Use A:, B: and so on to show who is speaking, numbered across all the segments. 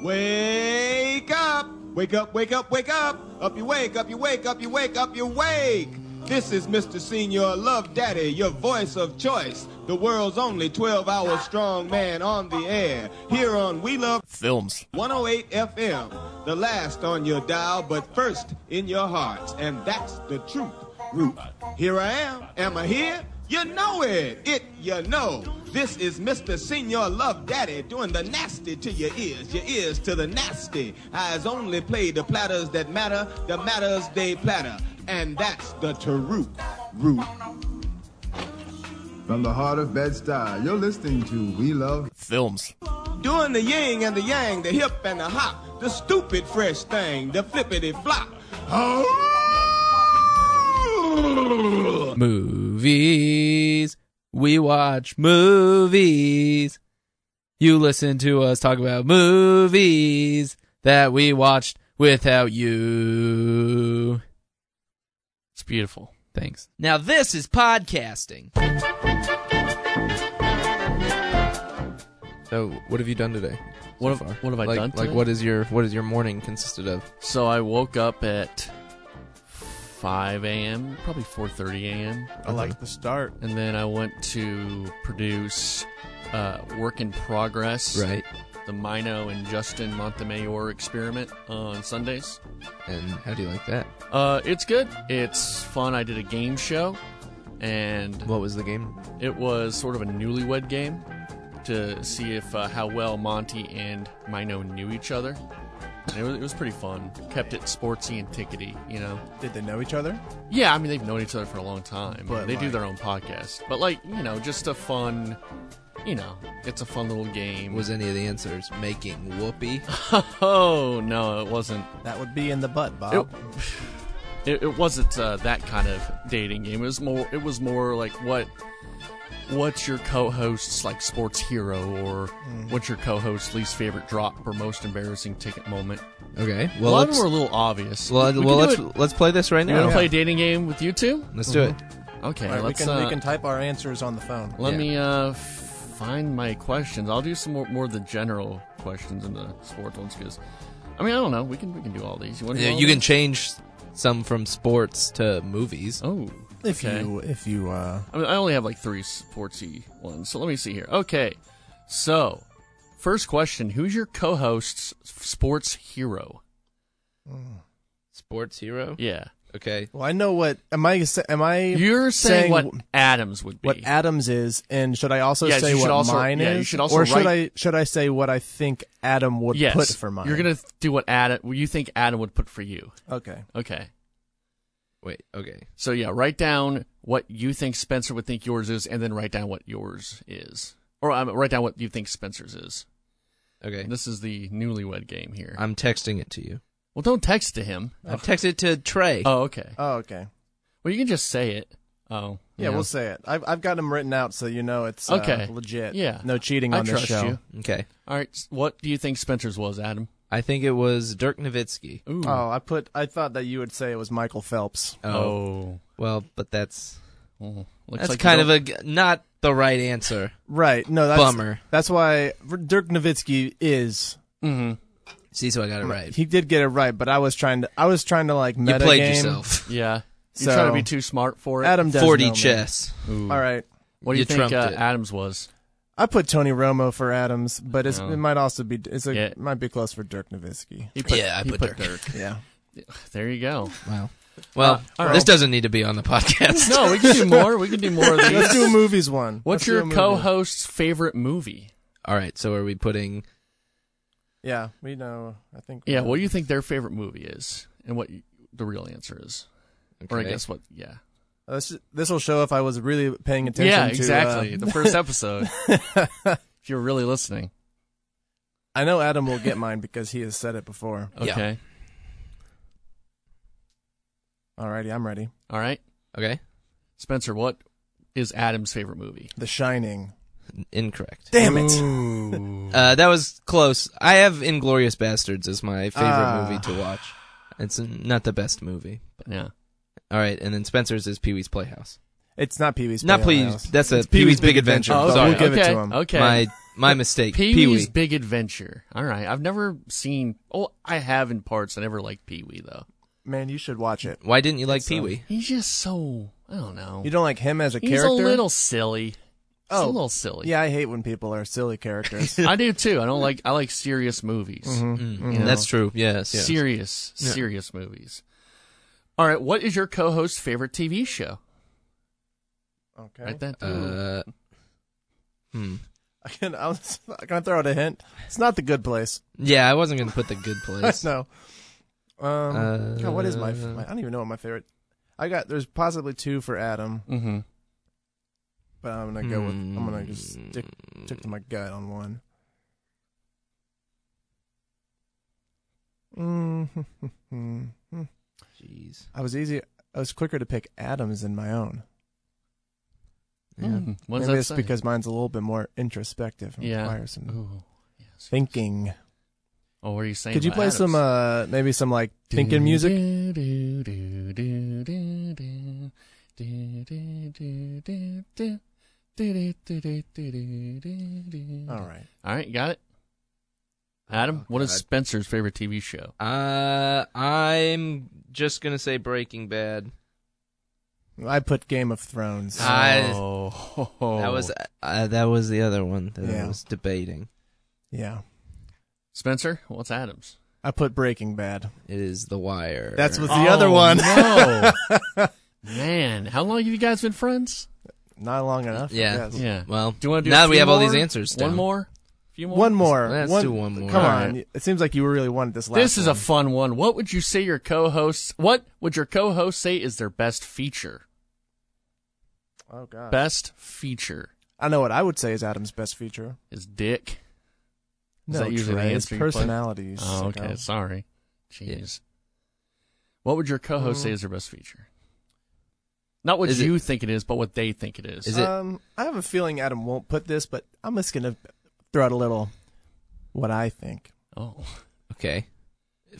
A: Wake up! Wake up, wake up, wake up! Up you wake, up you wake, up you wake, up you wake! This is Mr. Senior Love Daddy, your voice of choice, the world's only 12 hour strong man on the air, here on We Love
B: Films.
A: 108 FM, the last on your dial, but first in your hearts, and that's the truth. Root. Here I am. Am I here? You know it. It you know. This is Mr. Senior Love Daddy doing the nasty to your ears, your ears to the nasty. Eyes only play the platters that matter, the matters they platter, and that's the Tarut root.
C: From the heart of Bed-Stuy, you're listening to We Love
B: Films.
A: Doing the yin and the yang, the hip and the hop, the stupid fresh thing, the flippity flop. Oh!
B: Movies. We watch movies. You listen to us talk about movies that we watched without you. It's beautiful. Thanks. Now this is podcasting.
D: So, what have you done today?
E: What
D: so
E: have-
D: far?
E: what have I
D: like,
E: done
D: Like,
E: today?
D: what is your what is your morning consisted of?
E: So I woke up at 5 a.m., probably 4:30 a.m.,
F: I like the start.
E: and then I went to produce uh, work in progress, The Mino and Justin Montemayor experiment on Sundays.
D: And how do you like that?
E: Uh, it's good. It's fun. I did a game show, and
D: What was the game?
E: it was sort of a newlywed game to see if uh, how well Monty and Mino knew each other. And it was, it was pretty fun. Kept it sportsy and tickety, you know.
F: Did they know each other?
E: Yeah, I mean they've known each other for a long time.
F: But,
E: they do
F: like-
E: their own podcast, but like you know, just a fun, you know, it's a fun little game.
D: Was any of the answers making whoopee?
E: oh no, it wasn't.
F: That would be in the butt, Bob.
E: It, it, it wasn't uh, that kind of dating game. It was more. It was more like what. What's your co-host's like sports hero, or
F: Mm.
E: what's your co-host's least favorite drop or most embarrassing ticket moment?
D: Okay.
E: a
D: Well,
E: lot of
D: let's,
E: them were a little obvious.
D: well,
E: We- we
D: well,
E: can do
D: let's
E: it.
D: let's play this right
E: You want
D: now.
E: to play Mm-hmm. a dating game with you two?
D: Let's do it.
E: Okay,
F: All right, we
E: let's.
F: can
E: uh,
F: we can type our answers on the phone.
E: Let
D: Yeah.
E: me uh f- find my questions. I'll do some more, more of the general questions and the sports ones because I mean I don't know. We can we can do all these. You want to?
D: Yeah, you can change some from sports to movies.
E: Oh,
F: If
E: okay.
F: you if you uh
E: I mean I only have like three sportsy ones, so let me see here. Okay, so first question: Who's your co-host's sports hero?
D: Sports hero.
E: Yeah,
D: Okay.
F: well I know what am I sa- am I
E: you're saying,
F: saying
E: what
F: w-
E: Adams would be.
F: what Adams is and should I also
E: Yes,
F: say
E: you should
F: what
E: also-
F: mine
E: yeah,
F: is?
E: you should also
F: or should
E: write-
F: I should I say what I think Adam would
E: yes,
F: put for mine?
E: You're gonna th- do what Adam. what You think Adam would put for you?
F: Okay.
E: Okay.
D: Wait. Okay.
E: So yeah, write down what you think Spencer would think yours is, and then write down what yours is, or um, write down what you think Spencer's is.
D: Okay.
E: This is the newlywed game here.
D: I'm texting it to you.
E: well, don't text to him.
D: I've texted it to Trey.
E: Oh, okay.
F: Oh okay.
E: Well, you can just say it. Oh,
F: Yeah, we'll say it. I've I've got them written out so you know it's uh,
E: Okay.
F: legit.
E: Yeah.
F: No cheating
E: I
F: on this
E: trust
F: show.
E: you.
D: Okay.
E: All right. s- What do you think Spencer's was, Adam?
D: I think it was Dirk Nowitzki.
E: Ooh.
F: Oh, I put I thought that you would say it was Michael Phelps.
E: Oh.
D: Well, but that's
E: Mm. Looks
D: that's
E: like you
D: kind of
E: don't-
D: a g- not the right answer.
F: Right. No, that's
D: Bummer.
F: That's why Dirk Nowitzki is
E: Mhm.
D: mm-hmm. See, so I got it right.
F: he did get it right, but I was trying to I was trying to like
D: You
F: meta
D: played
F: game.
D: yourself.
E: Yeah. You're
F: So-
E: trying to be too smart for it.
F: Adam does know
D: Forty
F: me.
D: chess.
E: Ooh.
F: All right.
E: What do you,
D: You
E: think
D: trumped
E: uh,
D: it.
E: Adams was?
F: I put Tony Romo for Adams, but it's,
E: Oh.
F: it might also be it's a,
E: Yeah.
F: it might be close for Dirk Nowitzki.
E: He
D: Yeah, I
E: he
D: put Dirk.
F: Yeah.
E: There you go.
D: Wow. Well,
E: all right.
D: this doesn't need to be on the podcast.
E: No, we can do more. We can do more of these.
F: Let's do a movies one.
E: What's
F: Let's do a
E: your
F: movie.
E: co-host's favorite movie?
D: All right. So are we putting?
F: Yeah, we know. I think.
E: Yeah, what do you think their favorite movie is, and what y- the real answer is, or I
D: Okay.
E: guess what? Yeah,
F: This this will show if I was really paying attention.
E: yeah,
F: to,
E: exactly.
F: uh,
E: the first episode. if you're really listening,
F: I know Adam will get mine because he has said it before.
D: Yeah.
E: okay,
F: Alrighty, I'm ready.
E: all right,
D: Okay.
E: Spencer. What is Adam's favorite movie?
F: The Shining.
D: N- Incorrect.
F: Damn it.
D: Uh, that was close. I have Inglorious Bastards as my favorite
F: Ah.
D: movie to watch. It's not the best movie.
E: Yeah,
D: All right, and then Spencer's is Pee Wee's Playhouse.
F: It's not Pee Wee's.
D: not Pee
F: Playhouse.
D: Wee's. That's a
F: It's
D: Pee Wee's Big Adventure.
F: Oh,
D: Sorry.
F: we'll give it
E: okay,
F: to him.
E: Okay,
D: My My mistake. Pee
E: Pee-wee's
D: Wee.
E: Big Adventure. All right, I've never seen. Oh, I have in parts. I never liked Pee Wee though.
F: Man, you should watch it.
D: Why didn't you like Pee Wee?
E: He's just so I don't know.
F: You don't like him as a
E: He's
F: character?
E: a little silly. He's a
F: Oh,
E: little silly.
F: Yeah, I hate when people are silly characters.
E: I do too. I don't like. I like serious movies.
F: Mm-hmm.
D: Mm, That's true. Yes. yes.
E: Serious, serious movies. All right, what is your co-host's favorite TV show?
F: okay.
E: Right, that
D: Uh, hmm.
F: I can, I was, can I throw out a hint? It's not the good place.
D: yeah, I wasn't gonna put the good place.
F: no. Um, God, what is my,
E: Uh,
F: my? I don't even know what my favorite. I got. There's possibly two for Adam,
E: mm-hmm.
F: but I'm gonna go with. I'm gonna just
D: Hmm.
F: stick, stick to my gut on one. Mm,
D: Jeez.
F: I was easy. I was quicker to pick Adam's than my own.
E: Mm, what does
F: Maybe
E: that
F: it's
E: say?
F: because mine's a little bit more introspective and
E: yeah.
F: requires some
E: Ooh. Yes.
F: thinking.
E: Oh, what are you saying?
F: Could you
E: about
F: play some,
E: Adams?
F: uh maybe some like thinking music?
E: Do, do, do, do, do, do. Do, do, do, do, do. Do, do, do, do, do, do, do, do.
F: All right.
E: All right, got it. Adam,
D: Oh,
E: what is Spencer's favorite TV show?
D: Uh, I'm just gonna say Breaking Bad.
F: I put Game of Thrones.
E: Ah.
D: I-
E: oh,
D: That was uh, that was the other one that
F: Yeah.
D: I was debating.
F: yeah.
E: Spencer. What's Adam's?
F: I put Breaking Bad.
D: It is The Wire.
F: That's what's the other one.
E: no, man. How long have you guys been friends?
F: Not long enough. I
D: Yeah.
F: guess.
E: Yeah.
D: well.
E: Do you want to do a
D: now that we
E: few
D: have all these
E: more?
D: answers?
E: One
D: down.
E: more. Few more.
F: One more.
D: Let's do one more.
F: Come
E: All
F: on. It seems like you really wanted this last
E: This is a
F: one.
E: fun one. What would you say your co-hosts? What would your co-host say is their best feature?
F: Oh god.
E: Best feature
F: I know what I would say is Adam's best feature.
E: is dick. Is
F: no,
E: that usually the
F: Trey,
E: answer
F: His
E: you put?
F: personality. you
E: Oh,
F: sicko.
E: okay. Sorry. Jeez. What would your co-host say is their best feature? Not what
D: Mm. Is it-
E: you think it is, but what they think it is.
D: Is it-
F: Um, I have a feeling Adam won't put this, but I'm just gonna throw out a little what I think.
E: oh.
D: Okay.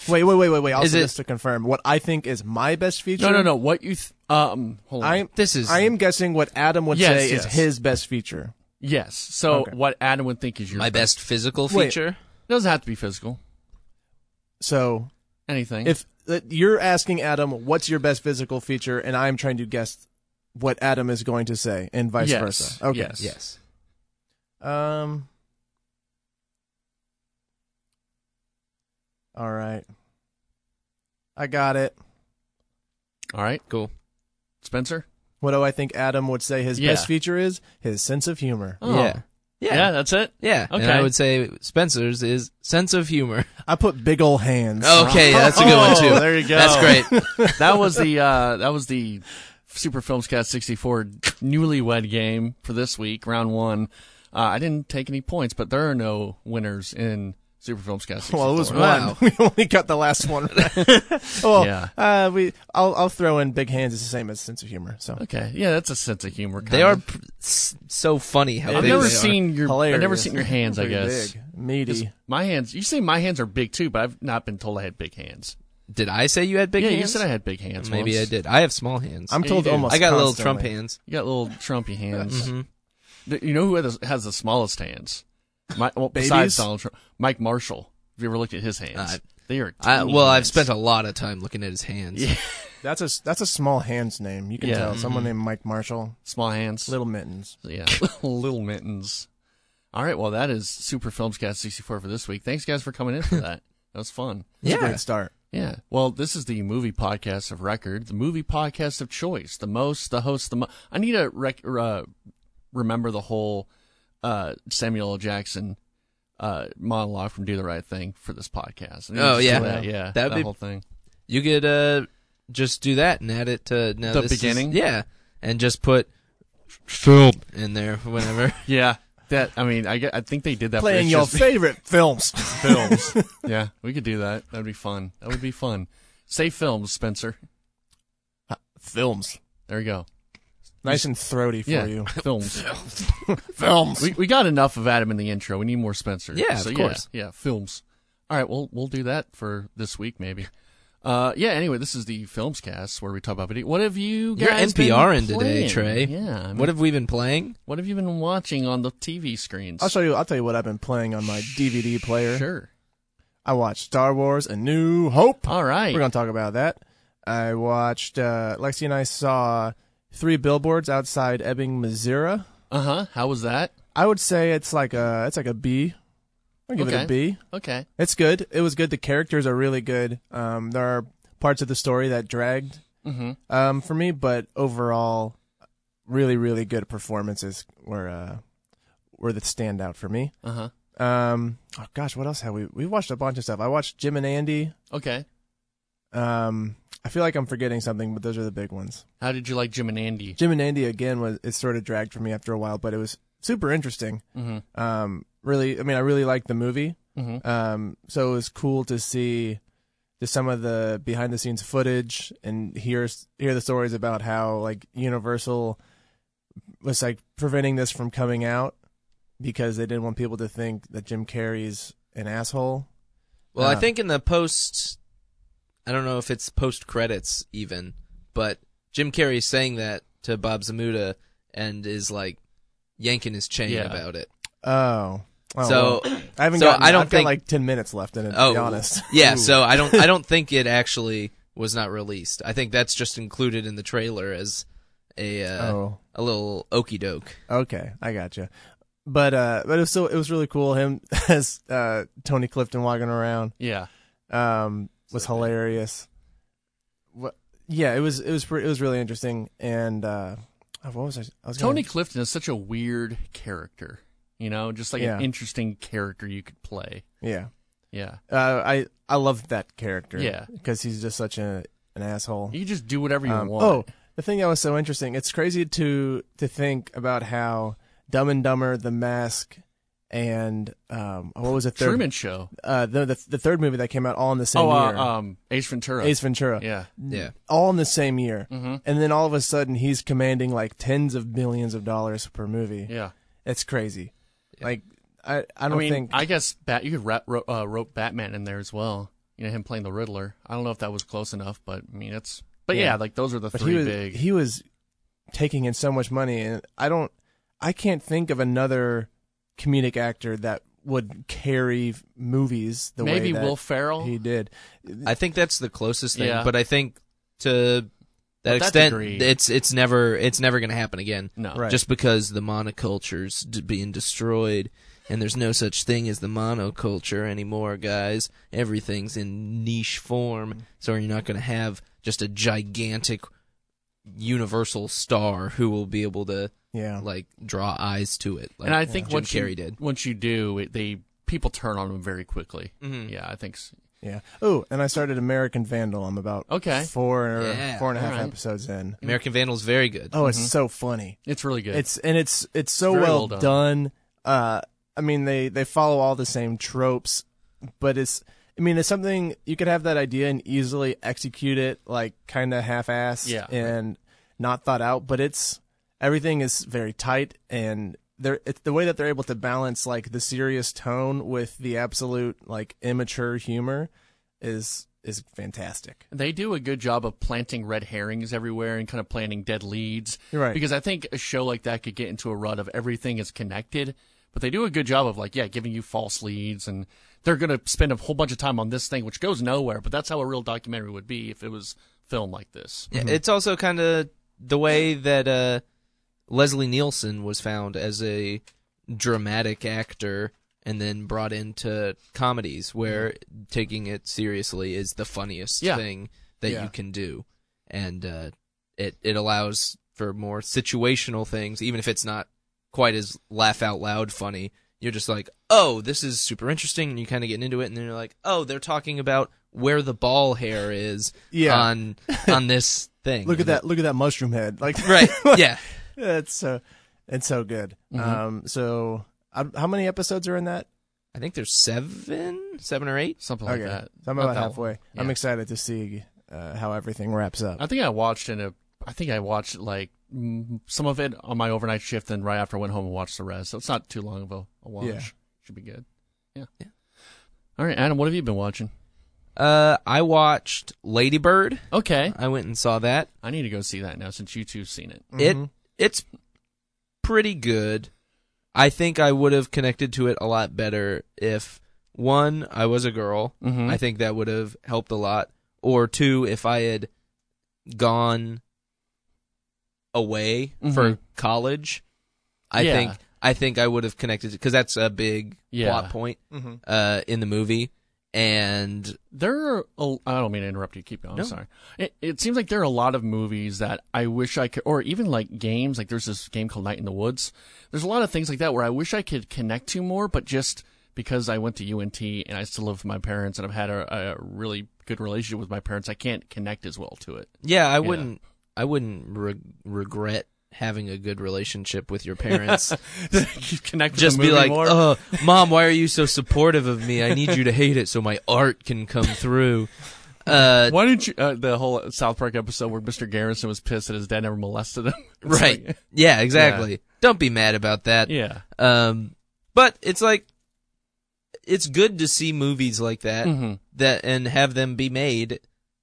F: Wait, wait, wait, wait, wait.
D: Is
F: Also,
D: it-
F: just to confirm, what I think is my best feature.
E: No, no, no. What you th- um hold on.
F: I'm
D: This is-
F: I am guessing what Adam would
E: Yes,
F: say is
E: yes.
F: his best feature.
E: yes. So
F: Okay.
E: what Adam would think is your
D: My best physical
F: Wait.
D: feature.
E: It doesn't have to be physical.
F: So
E: Anything.
F: if uh, you're asking Adam what's your best physical feature, and I'm trying to guess what Adam is going to say, and vice
E: Yes,
F: versa. Okay.
E: yes.
D: Yes.
F: Um. All right. I got it.
E: all right,
D: Cool.
E: Spencer?
F: What do I think Adam would say his
E: Yeah.
F: best feature is? His sense of humor.
E: Oh.
D: Yeah.
E: Yeah.
D: Yeah.
E: that's it.
D: Yeah. And
E: Okay.
D: I would say Spencer's is sense of humor.
F: I put big ol' hands.
D: Okay, that's a good one too.
E: Oh, there you go.
D: That's great.
E: that was the uh, that was the Super Filmscast 64 newlywed game for this week, round one. Uh, I didn't take any points, but there are no winners in Super Filmscast 64.
F: Well, it was
D: Wow.
F: one. We only got the last one. right. well,
E: Yeah.
F: uh, we. I'll, I'll throw in big hands. It's the same as sense of humor. So
E: Okay, yeah, that's a sense of humor.
D: they
E: kinda.
D: are pr- s- so funny how
E: I've
D: big
E: never
D: they Are.
E: seen your.
F: hilarious.
E: I've never seen your hands. I
F: Pretty
E: guess
F: big, meaty.
E: my hands. You say my hands are big too, but I've not been told I had big hands.
D: Did I say you had big
E: yeah,
D: hands?
E: you said I had big hands.
D: Maybe
E: once.
D: I did. I have small hands.
F: I'm
E: Yeah,
F: told
E: you do.
F: almost.
D: I got little Trump
F: constantly.
D: hands.
E: You got little
D: Uh,
E: Trumpy hands.
D: mm-hmm.
E: Th- You know who has, has the smallest hands? My, well, besides
F: Babies?
E: Donald Trump, Mike Marshall. Have you ever looked at his hands?
D: Uh,
E: they are.
D: I,
E: teeny
D: well, I've
E: hands.
D: spent a lot of time looking at his hands.
E: Yeah.
F: That's a that's a small hands name. You can
E: Yeah. Mm-hmm.
F: tell someone named Mike Marshall.
E: small hands.
F: Little mittens.
E: yeah, little mittens. All right, well, that is Super Filmscast 64 for this week. Thanks, guys, for coming in for that. that was fun.
F: It's
D: Yeah.
F: a great start.
E: Yeah. Well, this is the movie podcast of record, the movie podcast of choice, the most, the host, the mo- I need to rec- uh, remember the whole uh, Samuel L. Jackson uh, monologue from Do the Right Thing for this podcast. I need to
D: Oh,
E: just do
D: yeah.
E: that, yeah,
D: That'd
E: that
D: be-
E: whole thing.
D: You could uh, just do that and add it to now
E: The
D: this is-
E: beginning?
D: yeah, and just put film in there whenever.
E: Yeah, that. I mean, I, get- I think they did that
F: Playing
E: for
F: your
E: It's just-
F: favorite films.
E: films. yeah, we could do that. That'd be fun. That would be fun. Say films, Spencer.
F: films.
E: There you go.
F: Nice and throaty for
E: yeah,
F: you.
E: films.
F: Films.
E: we, we got enough of Adam in the intro. We need more Spencer.
D: Yeah, of course.
E: Yeah, films. All right, we'll we'll do that for this week maybe. Uh, yeah. Anyway, this is the films cast where we talk about video. What have you
D: You're
E: guys been
D: NPR in today,
E: playing?
D: Trey.
E: Yeah. I mean,
D: What have we been playing?
E: what have you been watching on the TV screens?
F: I'll show you. I'll tell you what I've been playing on my DVD player.
E: Sure.
F: I watched Star Wars: A New Hope.
E: All right.
F: We're gonna talk about that. I watched. Uh, Lexi and I saw three billboards outside Ebbing, Missouri.
E: Uh huh. How was that?
F: I would say it's like a it's like a B. I'll give it
E: Okay.
F: a B.
E: Okay.
F: It's good. It was good. The characters are really good. Um, there are parts of the story that dragged
E: Mhm.
F: um, for me, but overall, really, really good performances were uh, were the standout for me.
E: Uh huh.
F: Um, oh gosh, what else have we? We watched a bunch of stuff. I watched Jim and Andy.
E: Okay.
F: Um, I feel like I'm forgetting something, but those are the big ones.
E: How did you like Jim and Andy?
F: Jim and Andy again was it sort of dragged for me after a while, but it was super interesting.
E: Mhm.
F: Um, really, I mean, I really liked the movie.
E: Mhm.
F: Um, so it was cool to see just some of the behind the scenes footage and hear hear the stories about how like Universal was like preventing this from coming out because they didn't want people to think that Jim Carrey's an asshole.
D: Well, I
F: Uh,
D: think in the post, I don't know if it's post credits even, but Jim Carrey's saying that to Bob Zamuda and is like yanking his chain
E: Yeah.
D: about it.
F: Oh. Oh,
D: so
F: well. I haven't
D: so
F: gotten,
D: I don't
F: I've got
D: think-
F: like 10 minutes left in it to
D: oh,
F: be honest.
D: yeah. So I don't I don't think it actually was not released. I think that's just included in the trailer as a uh,
F: oh.
D: a little okey doke.
F: Okay, I gotcha. But uh, but it was still it was really cool. Him as uh, Tony Clifton walking around
E: Yeah.
F: um, was hilarious. What? Yeah, it was it was pre- it was really interesting. And uh, oh, what was I? I was
E: Tony
F: Gonna,
E: Clifton is such a weird character. You know, just like
F: Yeah.
E: an interesting character you could play.
F: yeah,
E: Yeah.
F: uh, I I love that character.
E: Yeah.
F: because he's just such a an asshole.
E: You can just do whatever you
F: Um,
E: want.
F: Oh, the thing that was so interesting. It's crazy to to think about how Dumb and Dumber, The Mask, and um, what was the third?
E: Truman Show.
F: uh, the, the the third movie that came out all in the same
E: Oh, uh,
F: year,
E: um, Ace Ventura.
F: Ace Ventura,
E: Yeah.
F: Mm.
E: Mm-hmm.
D: Yeah.
F: all in the same year, and then all of a sudden he's commanding like tens of billions of dollars per movie.
E: Yeah.
F: It's crazy. Like I, I
E: I
F: don't
E: mean,
F: think
E: I guess Bat. You could wrap, ro- uh, rope Batman in there as well. You know, him playing the Riddler. I don't know if that was close enough, but I mean, it's. But yeah,
F: Yeah.
E: like those are the
F: but
E: three
F: he was
E: big.
F: he was taking in so much money, and I don't, I can't think of another comedic actor that would carry f- movies the
E: Maybe
F: way that
E: Will Ferrell.
F: he did.
D: I think that's the closest thing.
E: Yeah.
D: But I think to that
E: that
D: extent,
E: degree-
D: it's it's never it's never going to happen again.
E: no.
F: Right.
D: Just because the monoculture's d- being destroyed, and there's no such thing as the monoculture anymore, guys. Everything's in niche form, so you're not going to have just a gigantic universal star who will be able to
F: Yeah,
D: like draw eyes to it. Like
E: and I think
D: Jim
E: once
D: Carrey
E: you Mm.
D: did.
E: once you do, it, they people turn on him very quickly.
F: Mm-hmm.
E: Yeah, I think. So.
F: yeah. Oh, and I started American Vandal. I'm about
E: Okay.
F: four
D: Yeah,
F: four and a half
E: alright. Mm-hmm.
F: episodes in.
D: American Vandal's very good.
F: Oh, it's so funny.
E: It's really good.
F: It's and it's it's so
E: Very well
F: well, done.
E: done.
F: Uh, I mean they they follow all the same tropes, but it's I mean it's something you could have that idea and easily execute it like kind of half assed
E: Yeah.
F: and not thought out. But it's everything is very tight and they're it's the way that they're able to balance like the serious tone with the absolute like immature humor is is fantastic.
E: They do a good job of planting red herrings everywhere and kind of planting dead leads.
F: You're right.
E: Because I think a show like that could get into a rut of everything is connected, but they do a good job of like, yeah, giving you false leads and they're going to spend a whole bunch of time on this thing, which goes nowhere, but that's how a real documentary would be if it was filmed like this.
F: Mm-hmm.
D: Yeah, It's also kind of the way that uh, Leslie Nielsen was found as a dramatic actor and then brought into comedies, where taking it seriously is the funniest
E: Yeah.
D: thing that
F: Mm-hmm. Yeah.
D: you can do, and uh, it it allows for more situational things, even if it's not quite as laugh out loud funny. You're just like, oh, this is super interesting, and you kind of get into it, and then you're like, oh, they're talking about where the ball hair is
F: Yeah.
D: on on this thing.
F: Look at that! Look at that mushroom head! Like
D: Right. Yeah.
F: It's so it's so good. Um, so I, how many episodes are in that?
D: I think there's seven, seven or eight.
E: Something like that.
F: so I'm
E: Not
F: about
E: that
F: halfway.
E: long.
F: I'm
E: Yeah.
F: excited to see uh, how everything wraps up.
E: I think I watched in a, I think I watched like mm, some of it on my overnight shift, and right after I went home and watched the rest. So it's not too long of a, a watch.
F: Yeah.
E: Should be good. Yeah. yeah. All right, Adam, what have you been watching?
D: Uh, I watched Ladybird.
E: Okay,
D: I went and saw that.
E: I need to go see that now since you two've seen it.
F: Mm-hmm.
D: It it's pretty good. I think I would have connected to it a lot better if one I was a girl.
E: Mhm.
F: Mm-hmm.
D: I think that would have helped a lot. Or two, if I had gone away
F: Mm-hmm.
D: for
E: Mhm.
D: college, I
E: Yeah.
D: think I think I would have connected because that's a big
E: Yeah.
D: plot point
E: Mm-hmm.
F: Mhm.
D: uh, in the movie. And
E: There are, a, I don't mean to interrupt you. Keep going.
D: No.
E: I'm sorry. It, it seems like there are a lot of movies that I wish I could, or even like games. Like there's this game called Night in the Woods. There's a lot of things like that where I wish I could connect to more, but just because I went to UNT and I still live with my parents and I've had a, a really good relationship with my parents, I can't connect as well to it.
D: yeah, I wouldn't I wouldn't re- regret having a good relationship with your parents.
E: You connect with
D: just
E: the
D: be
E: movie
D: like,
E: more.
D: "Uh, mom, why are you so supportive of me? I need you to hate it so my art can come through." Uh,
E: Why didn't you? Uh, the whole South Park episode where Mr. Garrison was pissed that his dad never molested him. It's
D: right?
E: like-
D: yeah, exactly. Don't be mad about that.
E: yeah.
D: Um, but it's like it's good to see movies like that
E: Mhm.
D: that and have them be made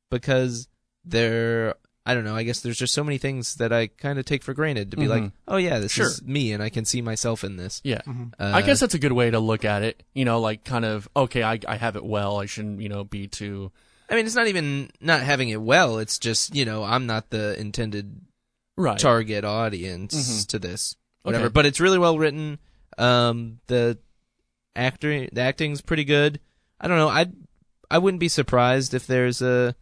D: because they're I don't know. I guess there's just so many things that I kind of take for granted to be like,
E: Mhm.
D: oh yeah, this
E: Sure.
D: is me, and I can see myself in this.
E: Yeah.
D: Uh,
E: I guess that's a good way to look at it. You know, like kind of okay, I I have it well. I shouldn't, you know, be too
D: I mean, it's not even not having it well. It's just you know I'm not the intended
E: right.
D: target audience to this, whatever.
E: Mm-hmm. Okay.
D: But it's really well written. Um, the actor, the acting's pretty good. I don't know. I I wouldn't be surprised if there's a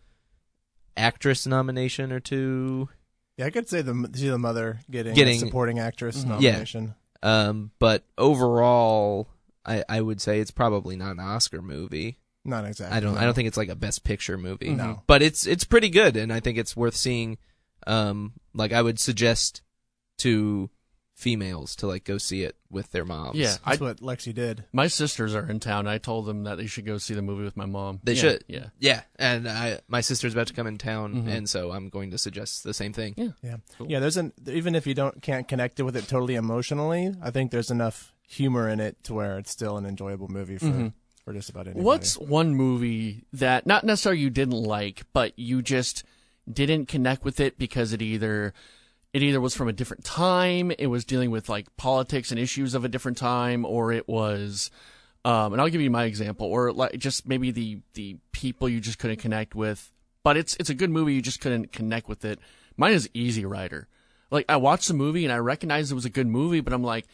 D: actress nomination or two.
F: Yeah, I could say the see the mother getting,
D: Getting-
F: a supporting actress
D: Yeah.
F: nomination.
D: Um, but overall, I I would say it's probably not an Oscar movie.
F: Not exactly.
D: I don't I don't think it's like a best picture movie.
F: No.
D: But it's it's pretty good and I think it's worth seeing um like I would suggest to females to like go see it with their moms.
E: Yeah, I,
F: That's what Lexi did.
E: my sisters are in town. I told them that they should go see the movie with my mom.
D: They
E: Yeah,
D: should.
E: Yeah.
D: Yeah, and I my sister's about to come in town
E: Mhm.
D: and so I'm going to suggest the same thing.
E: Yeah.
F: Yeah, yeah. There's an even if you don't can't connect with it totally emotionally, I think there's enough humor in it to where it's still an enjoyable movie for for just about anybody.
E: What's one movie that not necessarily you didn't like, but you just didn't connect with it because it either it either was from a different time, it was dealing with like politics and issues of a different time, or it was um and I'll give you my example, or like just maybe the the people you just couldn't connect with. But it's it's a good movie, you just couldn't connect with it. Mine is Easy Rider. Like I watched the movie and I recognized it was a good movie, but I'm like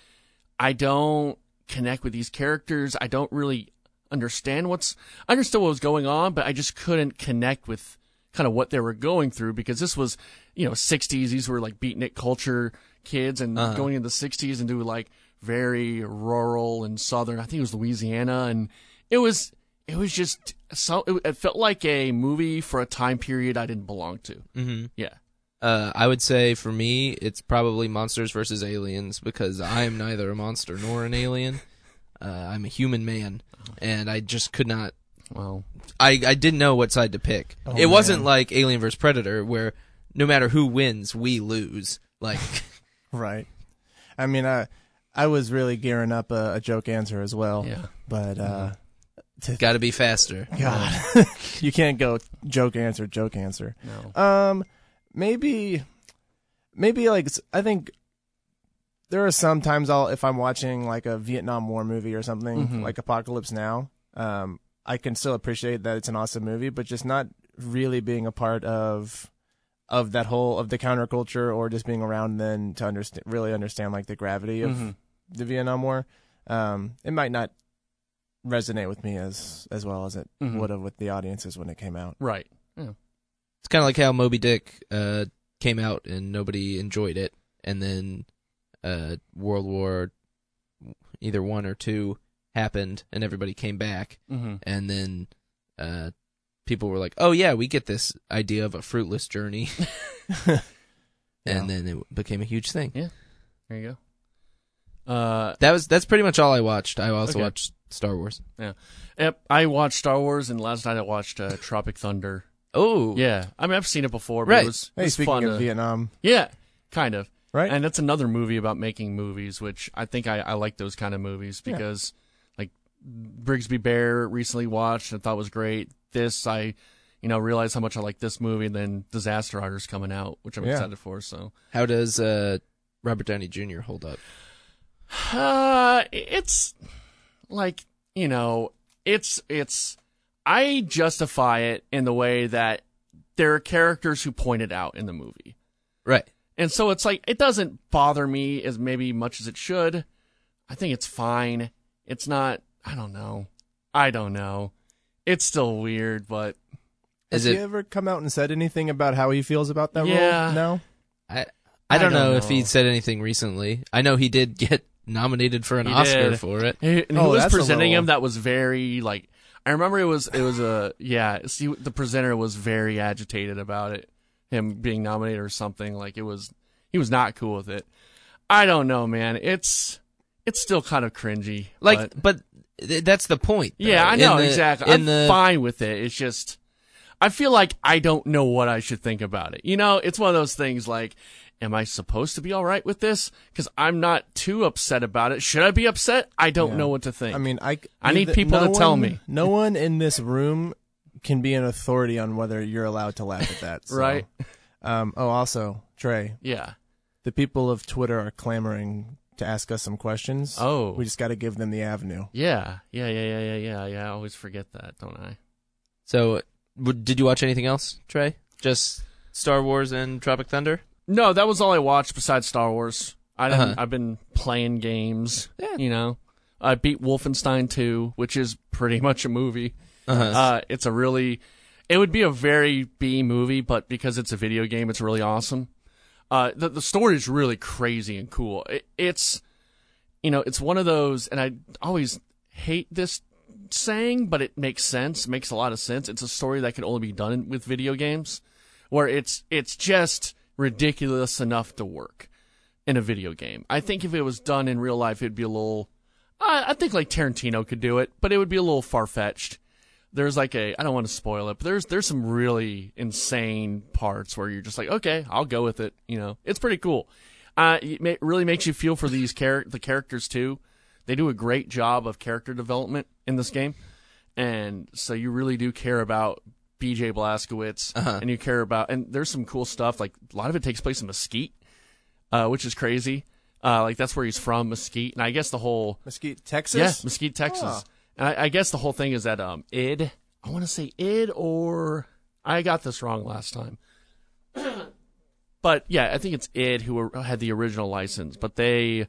E: I don't connect with these characters. I don't really understand what's I understood what was going on, but I just couldn't connect with kind of what they were going through because this was, you know, sixties, these were like beatnik culture kids and going into the sixties and do like very rural and southern. I think it was Louisiana and it was it was just so it, it felt like a movie for a time period I didn't belong to.
D: Mhm.
E: Yeah.
D: Uh I would say for me it's probably Monsters versus Aliens because I am neither a monster nor an alien. Uh, I'm a human man and I just could not
E: Well,
D: I, I didn't know what side to pick.
E: Oh,
D: it wasn't like Alien vs Predator where no matter who wins, we lose. Like
F: right? I mean, I I was really gearing up a, a joke answer as well.
E: Yeah.
F: but uh,
D: got to be faster.
F: God, you can't go joke answer joke answer.
E: no.
F: Um, maybe, maybe like s- I think there are sometimes I'll if I'm watching like a Vietnam War movie or something
E: Mm-hmm.
F: like Apocalypse Now. Um, I can still appreciate that it's an awesome movie, but just not really being a part of of that whole of the counterculture or just being around then to understand really understand like the gravity of
E: Mm-hmm.
F: the Vietnam War. Um, it might not resonate with me as as well as it
E: Mhm.
F: would have with the audiences when it came out.
E: Right.
D: It's kind of like how Moby Dick uh, came out and nobody enjoyed it, and then uh, World War either one or two happened, and everybody came back,
E: Mhm.
D: and then uh, people were like, "Oh yeah, we get this idea of a fruitless journey," and then it became a huge thing.
E: There you go. Uh
D: That was that's pretty much all I watched. I also
E: Okay.
D: watched Star Wars.
E: Yeah. Yep. I watched Star Wars, and last night I watched uh, Tropic Thunder.
D: Oh,
E: Yeah. I mean, I've seen it before, but
D: Right.
E: it was, it
F: Hey,
E: was
F: speaking
E: fun.
F: of
E: to-
F: Vietnam,
E: yeah, kind of.
F: Right.
E: And that's another movie about making movies, which I think I, I like those kind of movies because, like, Brigsby Bear recently watched and thought was great. this. I, you know, realize how much I like this movie, and then Disaster Artist coming out, which I'm
F: Yeah.
E: excited for. So
D: How does uh, Robert Downey Jr. hold up?
E: Uh, it's like you know, it's it's. I justify it in the way that there are characters who point it out in the movie,
D: Right.
E: and so it's like it doesn't bother me as maybe much as it should. I think it's fine. It's not. I don't know. I don't know. It's still weird, but
D: Is
F: Has he
D: it?
F: ever come out and said anything about how he feels about that
E: Yeah.
F: role? No.
D: I I don't,
E: I don't
D: know, if he
E: know.
D: said anything recently. I know he did get nominated for an
E: He
D: Oscar
E: did.
D: for it.
E: Hey, and
F: Oh,
E: who was
F: that's a
E: presenting
F: little-
E: him that was very like I remember it was it was a yeah, see the presenter was very agitated about it him being nominated or something like it was he was not cool with it. I don't know, man. It's it's still kind of cringy.
D: Like,
E: but-
D: but, th- that's the point. though.
E: yeah, I
D: In
E: know
D: the-
E: exactly.
D: In
E: I'm
D: the
E: fine with it. It's just I feel like I don't know what I should think about it. You know, it's one of those things like am I supposed to be all right with this? Cuz I'm not too upset about it. Should I be upset? I don't know what to think.
F: I mean, I
E: I need
F: neither-
E: people
F: no
E: to tell
F: one-
E: me.
F: No one in this room can be an authority on whether you're allowed to laugh at that. so.
E: Right.
F: Um, oh, also, Trey,
E: Yeah.
F: the people of Twitter are clamoring to ask us some questions.
E: Oh.
F: we just got to give them the avenue.
E: Yeah. Yeah. Yeah. Yeah. Yeah. Yeah. Yeah. I always forget that, don't I?
D: So, w- did you watch anything else, Trey? Just Star Wars and Tropic Thunder.
E: No, that was all I watched besides Star Wars. I didn't,
D: Uh-huh.
E: I've been playing games. You know, I beat Wolfenstein 2, which is pretty much a movie.
D: Uh-huh.
E: Uh, it's a really, it would be a very B movie, but because it's a video game, it's really awesome. Uh, the the story is really crazy and cool. It, it's, you know, it's one of those, and I always hate this saying, but it makes sense. Makes a lot of sense. It's a story that can only be done in- with video games, where it's it's just ridiculous enough to work in a video game. I think if it was done in real life, it'd be a little. I, I think like Tarantino could do it, but it would be a little far fetched. There's like a I don't want to spoil it, but there's there's some really insane parts where you're just like, okay, I'll go with it. You know, it's pretty cool. Uh, it ma- really makes you feel for these char- the characters too. They do a great job of character development in this game, and so you really do care about B.J. Blazkowicz, and you care about and there's some cool stuff. Like a lot of it takes place in Mesquite, uh, which is crazy. Uh, like that's where he's from, Mesquite, and I guess the whole
F: Mesquite, Texas.
E: yeah, Mesquite, Texas. And I, I guess the whole thing is that um, id. I want to say id or I got this wrong last time. but yeah, I think it's id who were- had the original license, but they,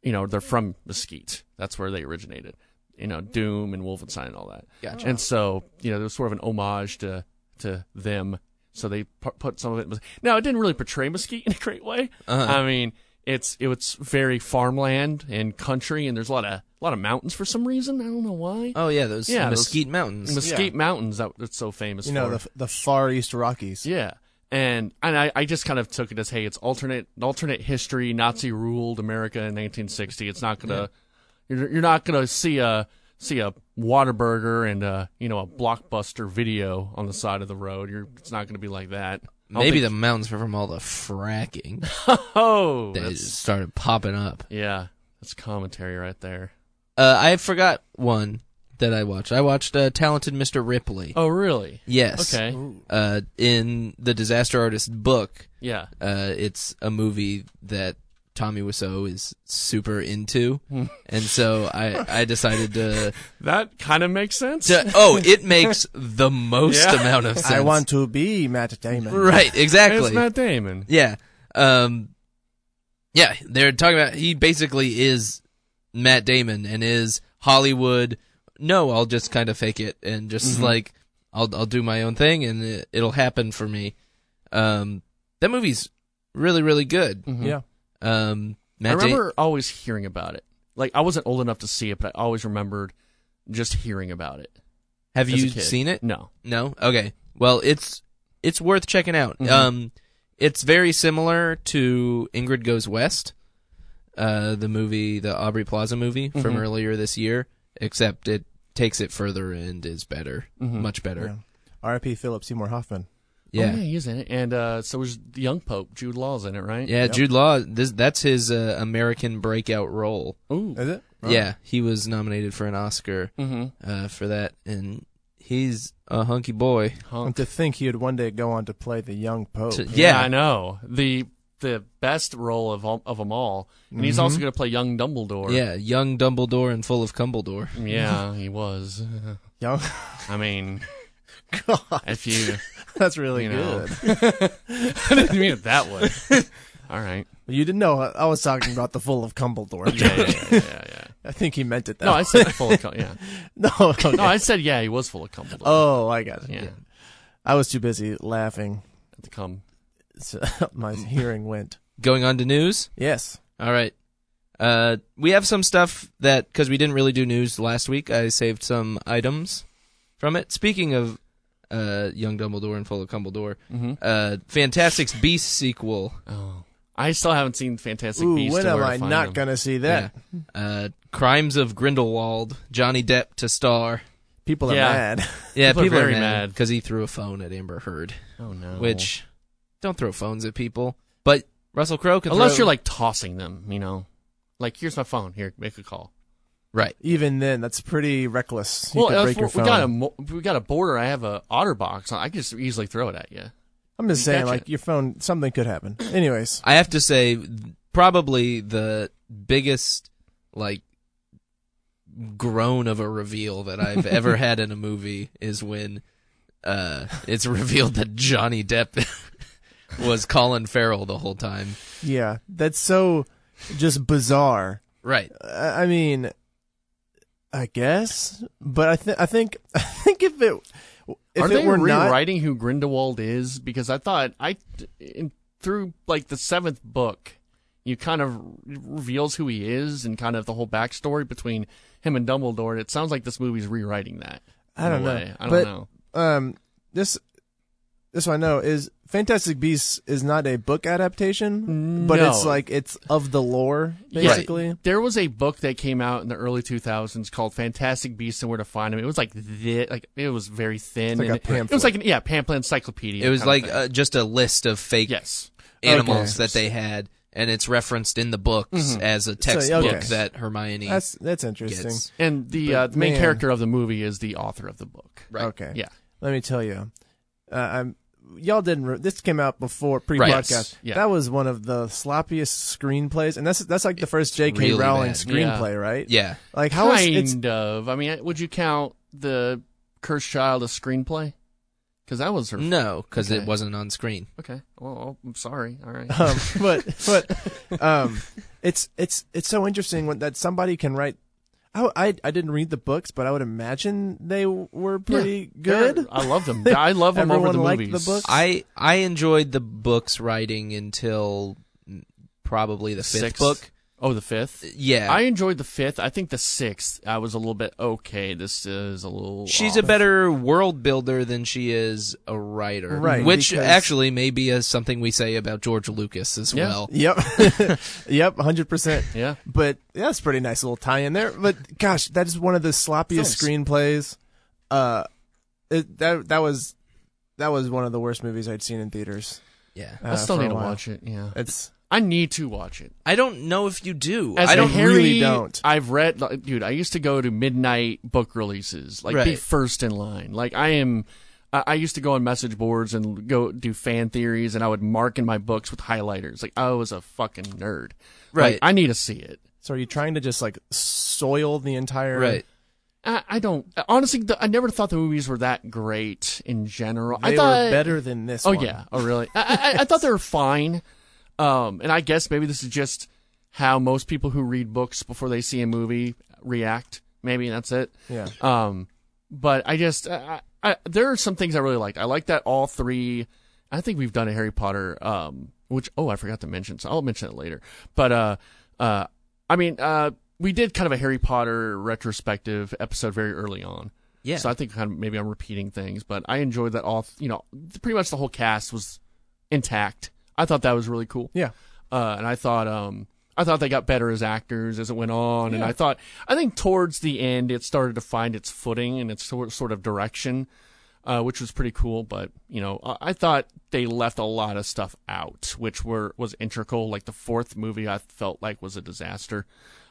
E: you know, they're from Mesquite. That's where they originated. You know, Doom and Wolfenstein and all that.
D: Gotcha.
E: And so you know, there was sort of an homage to to them. So they pu- put some of it. Now it didn't really portray Mesquite in a great way. I mean, it's it was very farmland and country, and there's a lot of a lot of mountains for some reason. I don't know why.
D: oh yeah, those
E: yeah, those-
D: Mesquite Mountains.
E: Mesquite Mountains that it's so famous
F: you know
E: for.
F: the the Far East Rockies.
E: yeah. And and I, I just kind of took it as hey it's alternate alternate history Nazi ruled America in 1960 it's not gonna you're, you're not gonna see a see a Waterburger and a, you know a blockbuster video on the side of the road you're it's not gonna be like that I don't
D: Maybe the
E: think-
D: mountains were from all the fracking
E: oh
D: that
E: that's-
D: just started popping up.
E: yeah that's commentary right there
D: Uh, I forgot one that I watched. I watched uh, Talented Mr. Ripley.
E: oh really
D: Yes.
E: okay
D: Uh, in the Disaster Artist book,
E: yeah
D: uh, it's a movie that Tommy Wiseau is super into, and so I I decided to.
E: That kind of makes sense.
D: to oh, it makes the most amount of sense.
F: I want to be Matt Damon.
D: right exactly.
E: It's Matt Damon.
D: Yeah. Um Yeah, they're talking about he basically is Matt Damon and is Hollywood. No, I'll just kind of fake it and just
F: Mm-hmm.
D: like I'll I'll do my own thing and it, it'll happen for me. Um that movie's really really good.
F: Yeah.
D: Um
E: I
D: Matt Da-
E: remember always hearing about it. Like I wasn't old enough to see it, but I always remembered just hearing about it.
D: Have
E: as a
D: you
E: kid.
D: seen it?
E: No.
D: No. Okay. Well, it's it's worth checking out.
E: Mm-hmm.
D: Um, it's very similar to Ingrid Goes West, uh, the movie, the Aubrey Plaza movie
E: Mm-hmm.
D: from earlier this year, except it takes it further and is better, much better.
F: R.I.P. Philip Seymour Hoffman.
D: Yeah.
E: Oh, Mm-hmm. yeah, he's in it, and uh, so was the young Pope Jude Law's in it, right?
D: Yeah, Jude Law. This that's his uh, American breakout role.
E: Ooh.
F: Is it?
D: Yeah, he was nominated for an Oscar
E: Mm-hmm.
D: uh, for that, and He's a hunky boy.
F: And to think he would one day go on to play the young pope.
D: To-
E: Yeah,
D: yeah,
E: I know the the best role of all, of them all, and he's also going to play young Dumbledore.
D: Mm-hmm. yeah, young Dumbledore and full of Cumbledore.
E: yeah, he was.
F: Young,
E: I mean,
F: God,
E: if you,
F: that's really
E: You know.
F: good.
E: I didn't mean it that way. All right.
F: You didn't know I I was talking about the full of Cumbledore.
E: Yeah, yeah, yeah, yeah. yeah.
F: I think he meant it. That
E: No,
F: way.
E: I said full of cum. Yeah.
F: no, okay.
E: No, I said yeah. He was full of cum.
F: oh, I got it.
E: yeah.
F: I was too busy laughing.
E: At the cum.
F: So my hearing went.
D: Going on to news.
F: Yes.
D: All right. Uh, we have some stuff that because we didn't really do news last week. I saved some items from it. Speaking of uh, young Dumbledore and full of Cumbledore,
E: Mm-hmm.
D: uh, Fantastic's Beast sequel.
E: Oh, I still haven't seen Fantastic
F: Ooh,
E: Beasts.
F: when
E: to
F: am
E: where
F: I
E: find
F: not
E: them.
F: gonna see that?
D: Uh, Crimes of Grindelwald. Johnny Depp to star.
F: People are
E: Yeah.
F: mad.
D: Yeah,
E: People are
D: people,
E: very
D: are mad
E: mad.
D: because he threw a phone at Amber Heard.
E: Oh no.
D: Which don't throw phones at people. But Russell Crowe can.
E: unless
D: throw-
E: you're like tossing them, you know, like here's my phone. Here, make a call.
D: right.
F: Even then, that's pretty reckless. You could
E: uh,
F: break
E: we
F: your phone.
E: got a mo- we got a border. I have a OtterBox. I can just easily throw it at you.
F: I'm just saying,
E: Gotcha.
F: like your phone, something could happen. Anyways,
D: I have to say, probably the biggest like groan of a reveal that I've ever had in a movie is when uh, it's revealed that Johnny Depp was Colin Farrell the whole time.
F: yeah, that's so just bizarre.
D: Right.
F: I I mean, I guess, but I think I think I think if it if
E: Are
F: it
E: they
F: were not,
E: rewriting who Grindelwald is? Because I thought I in, through like the seventh book, you kind of it reveals who he is and kind of the whole backstory between him and Dumbledore. And it sounds like this movie's rewriting that.
F: I
E: in a
F: don't know.
E: way. I don't
F: but
E: know.
F: um, this this I know is Fantastic Beasts is not a book adaptation, but
E: No.
F: it's like it's of the lore
E: Yeah.
F: basically.
E: There was a book that came out in the early 2000s called Fantastic Beasts and Where to Find Them. It was like thi- like it was very thin.
F: like
E: and
F: a
E: it- It
F: pamphlet.
E: was like an, yeah, pamphlet encyclopedia.
D: It
E: kind
D: was
E: of
D: like
E: thing.
D: uh, just a list of fake
E: yes,
D: animals
F: Okay. Mm-hmm.
D: that they had, and it's referenced in the books as a textbook
F: okay.
D: that Hermione
F: That's that's interesting.
D: gets.
E: and the
F: But,
E: uh, the main
F: man.
E: character of the movie is the author of the book.
D: Right.
F: Okay,
E: Yeah.
F: Let me tell you, uh, I'm. Y'all didn't. Re- this came out before pre-podcast.
E: Yes. Yeah.
F: That was one of the sloppiest screenplays, and that's that's like the first J.K.
D: really
F: Rowling
D: bad.
F: screenplay, right?
D: Yeah.
F: Like how is
E: kind
F: it's
E: of. I mean, would you count the Cursed Child a screenplay? Because that was her.
D: No, because
E: Okay.
D: it wasn't on screen.
E: Okay. Well, oh, I'm sorry. All right.
F: um, but but um, it's it's it's so interesting when, that somebody can write. I, I I didn't read the books, but I would imagine they were pretty
E: They're-
F: good.
E: I love them. I love them over
F: Everyone
E: the
F: liked
E: movies.
F: the books?
D: I I enjoyed the books writing until probably the fifth
E: Sixth.
D: book.
E: Oh, the fifth.
D: Yeah,
E: I enjoyed the fifth. I think the sixth. I was a little bit okay. This is a little.
D: she's
E: off.
D: a better world builder than she is a writer,
F: Right,
D: Which
F: because-
D: actually may be a, something we say about George Lucas as
E: Yeah.
D: well.
F: Yep, yep, hundred percent.
E: Yeah.
F: But that's a pretty nice little tie in there. But gosh, that is one of the sloppiest screenplays. Uh, it, that that was that was one of the worst movies I'd seen in theaters.
D: Yeah,
F: uh,
E: I still
F: for a
E: need to
F: while.
E: watch it. Yeah.
F: It's
E: I need to watch it.
D: I don't know if you do.
E: As
D: I don't.
E: a Harry,
F: really don't.
E: I've read, like, dude. I used to go to midnight book releases, like be
D: Right.
E: first in line. Like I am. I I used to go on message boards and go do fan theories, and I would mark in my books with highlighters. Like I was a fucking nerd. Like,
D: Right.
E: I need to see it.
F: so are you trying to just like soil the entire
D: Right.
E: I, I don't. Honestly, the, I never thought the movies were that great in general.
F: They
E: I thought
F: were better than this.
E: Oh
F: Oh
E: yeah. Oh really? I, I, I thought they were fine. Um, and I guess maybe this is just how most people who read books before they see a movie react. Maybe that's it.
F: yeah.
E: Um, but I just I, I, I- there are some things I really liked. I like that all three. I think we've done a Harry Potter. Um, which oh I forgot to mention, so I'll mention it later. But uh, uh, I mean uh, we did kind of a Harry Potter retrospective episode very early on.
D: Yeah.
E: So I think kind of maybe I'm repeating things, but I enjoyed that all. You know, pretty much the whole cast was intact. I thought that was really cool.
F: Yeah.
E: Uh, and I thought, um, I thought they got better as actors as it went on, and I thought, I think towards the end it started to find its footing and its sort sort of direction, uh, which was pretty cool. But you know, I, I thought they left a lot of stuff out, which were was integral. Like the fourth movie, I felt like was a disaster.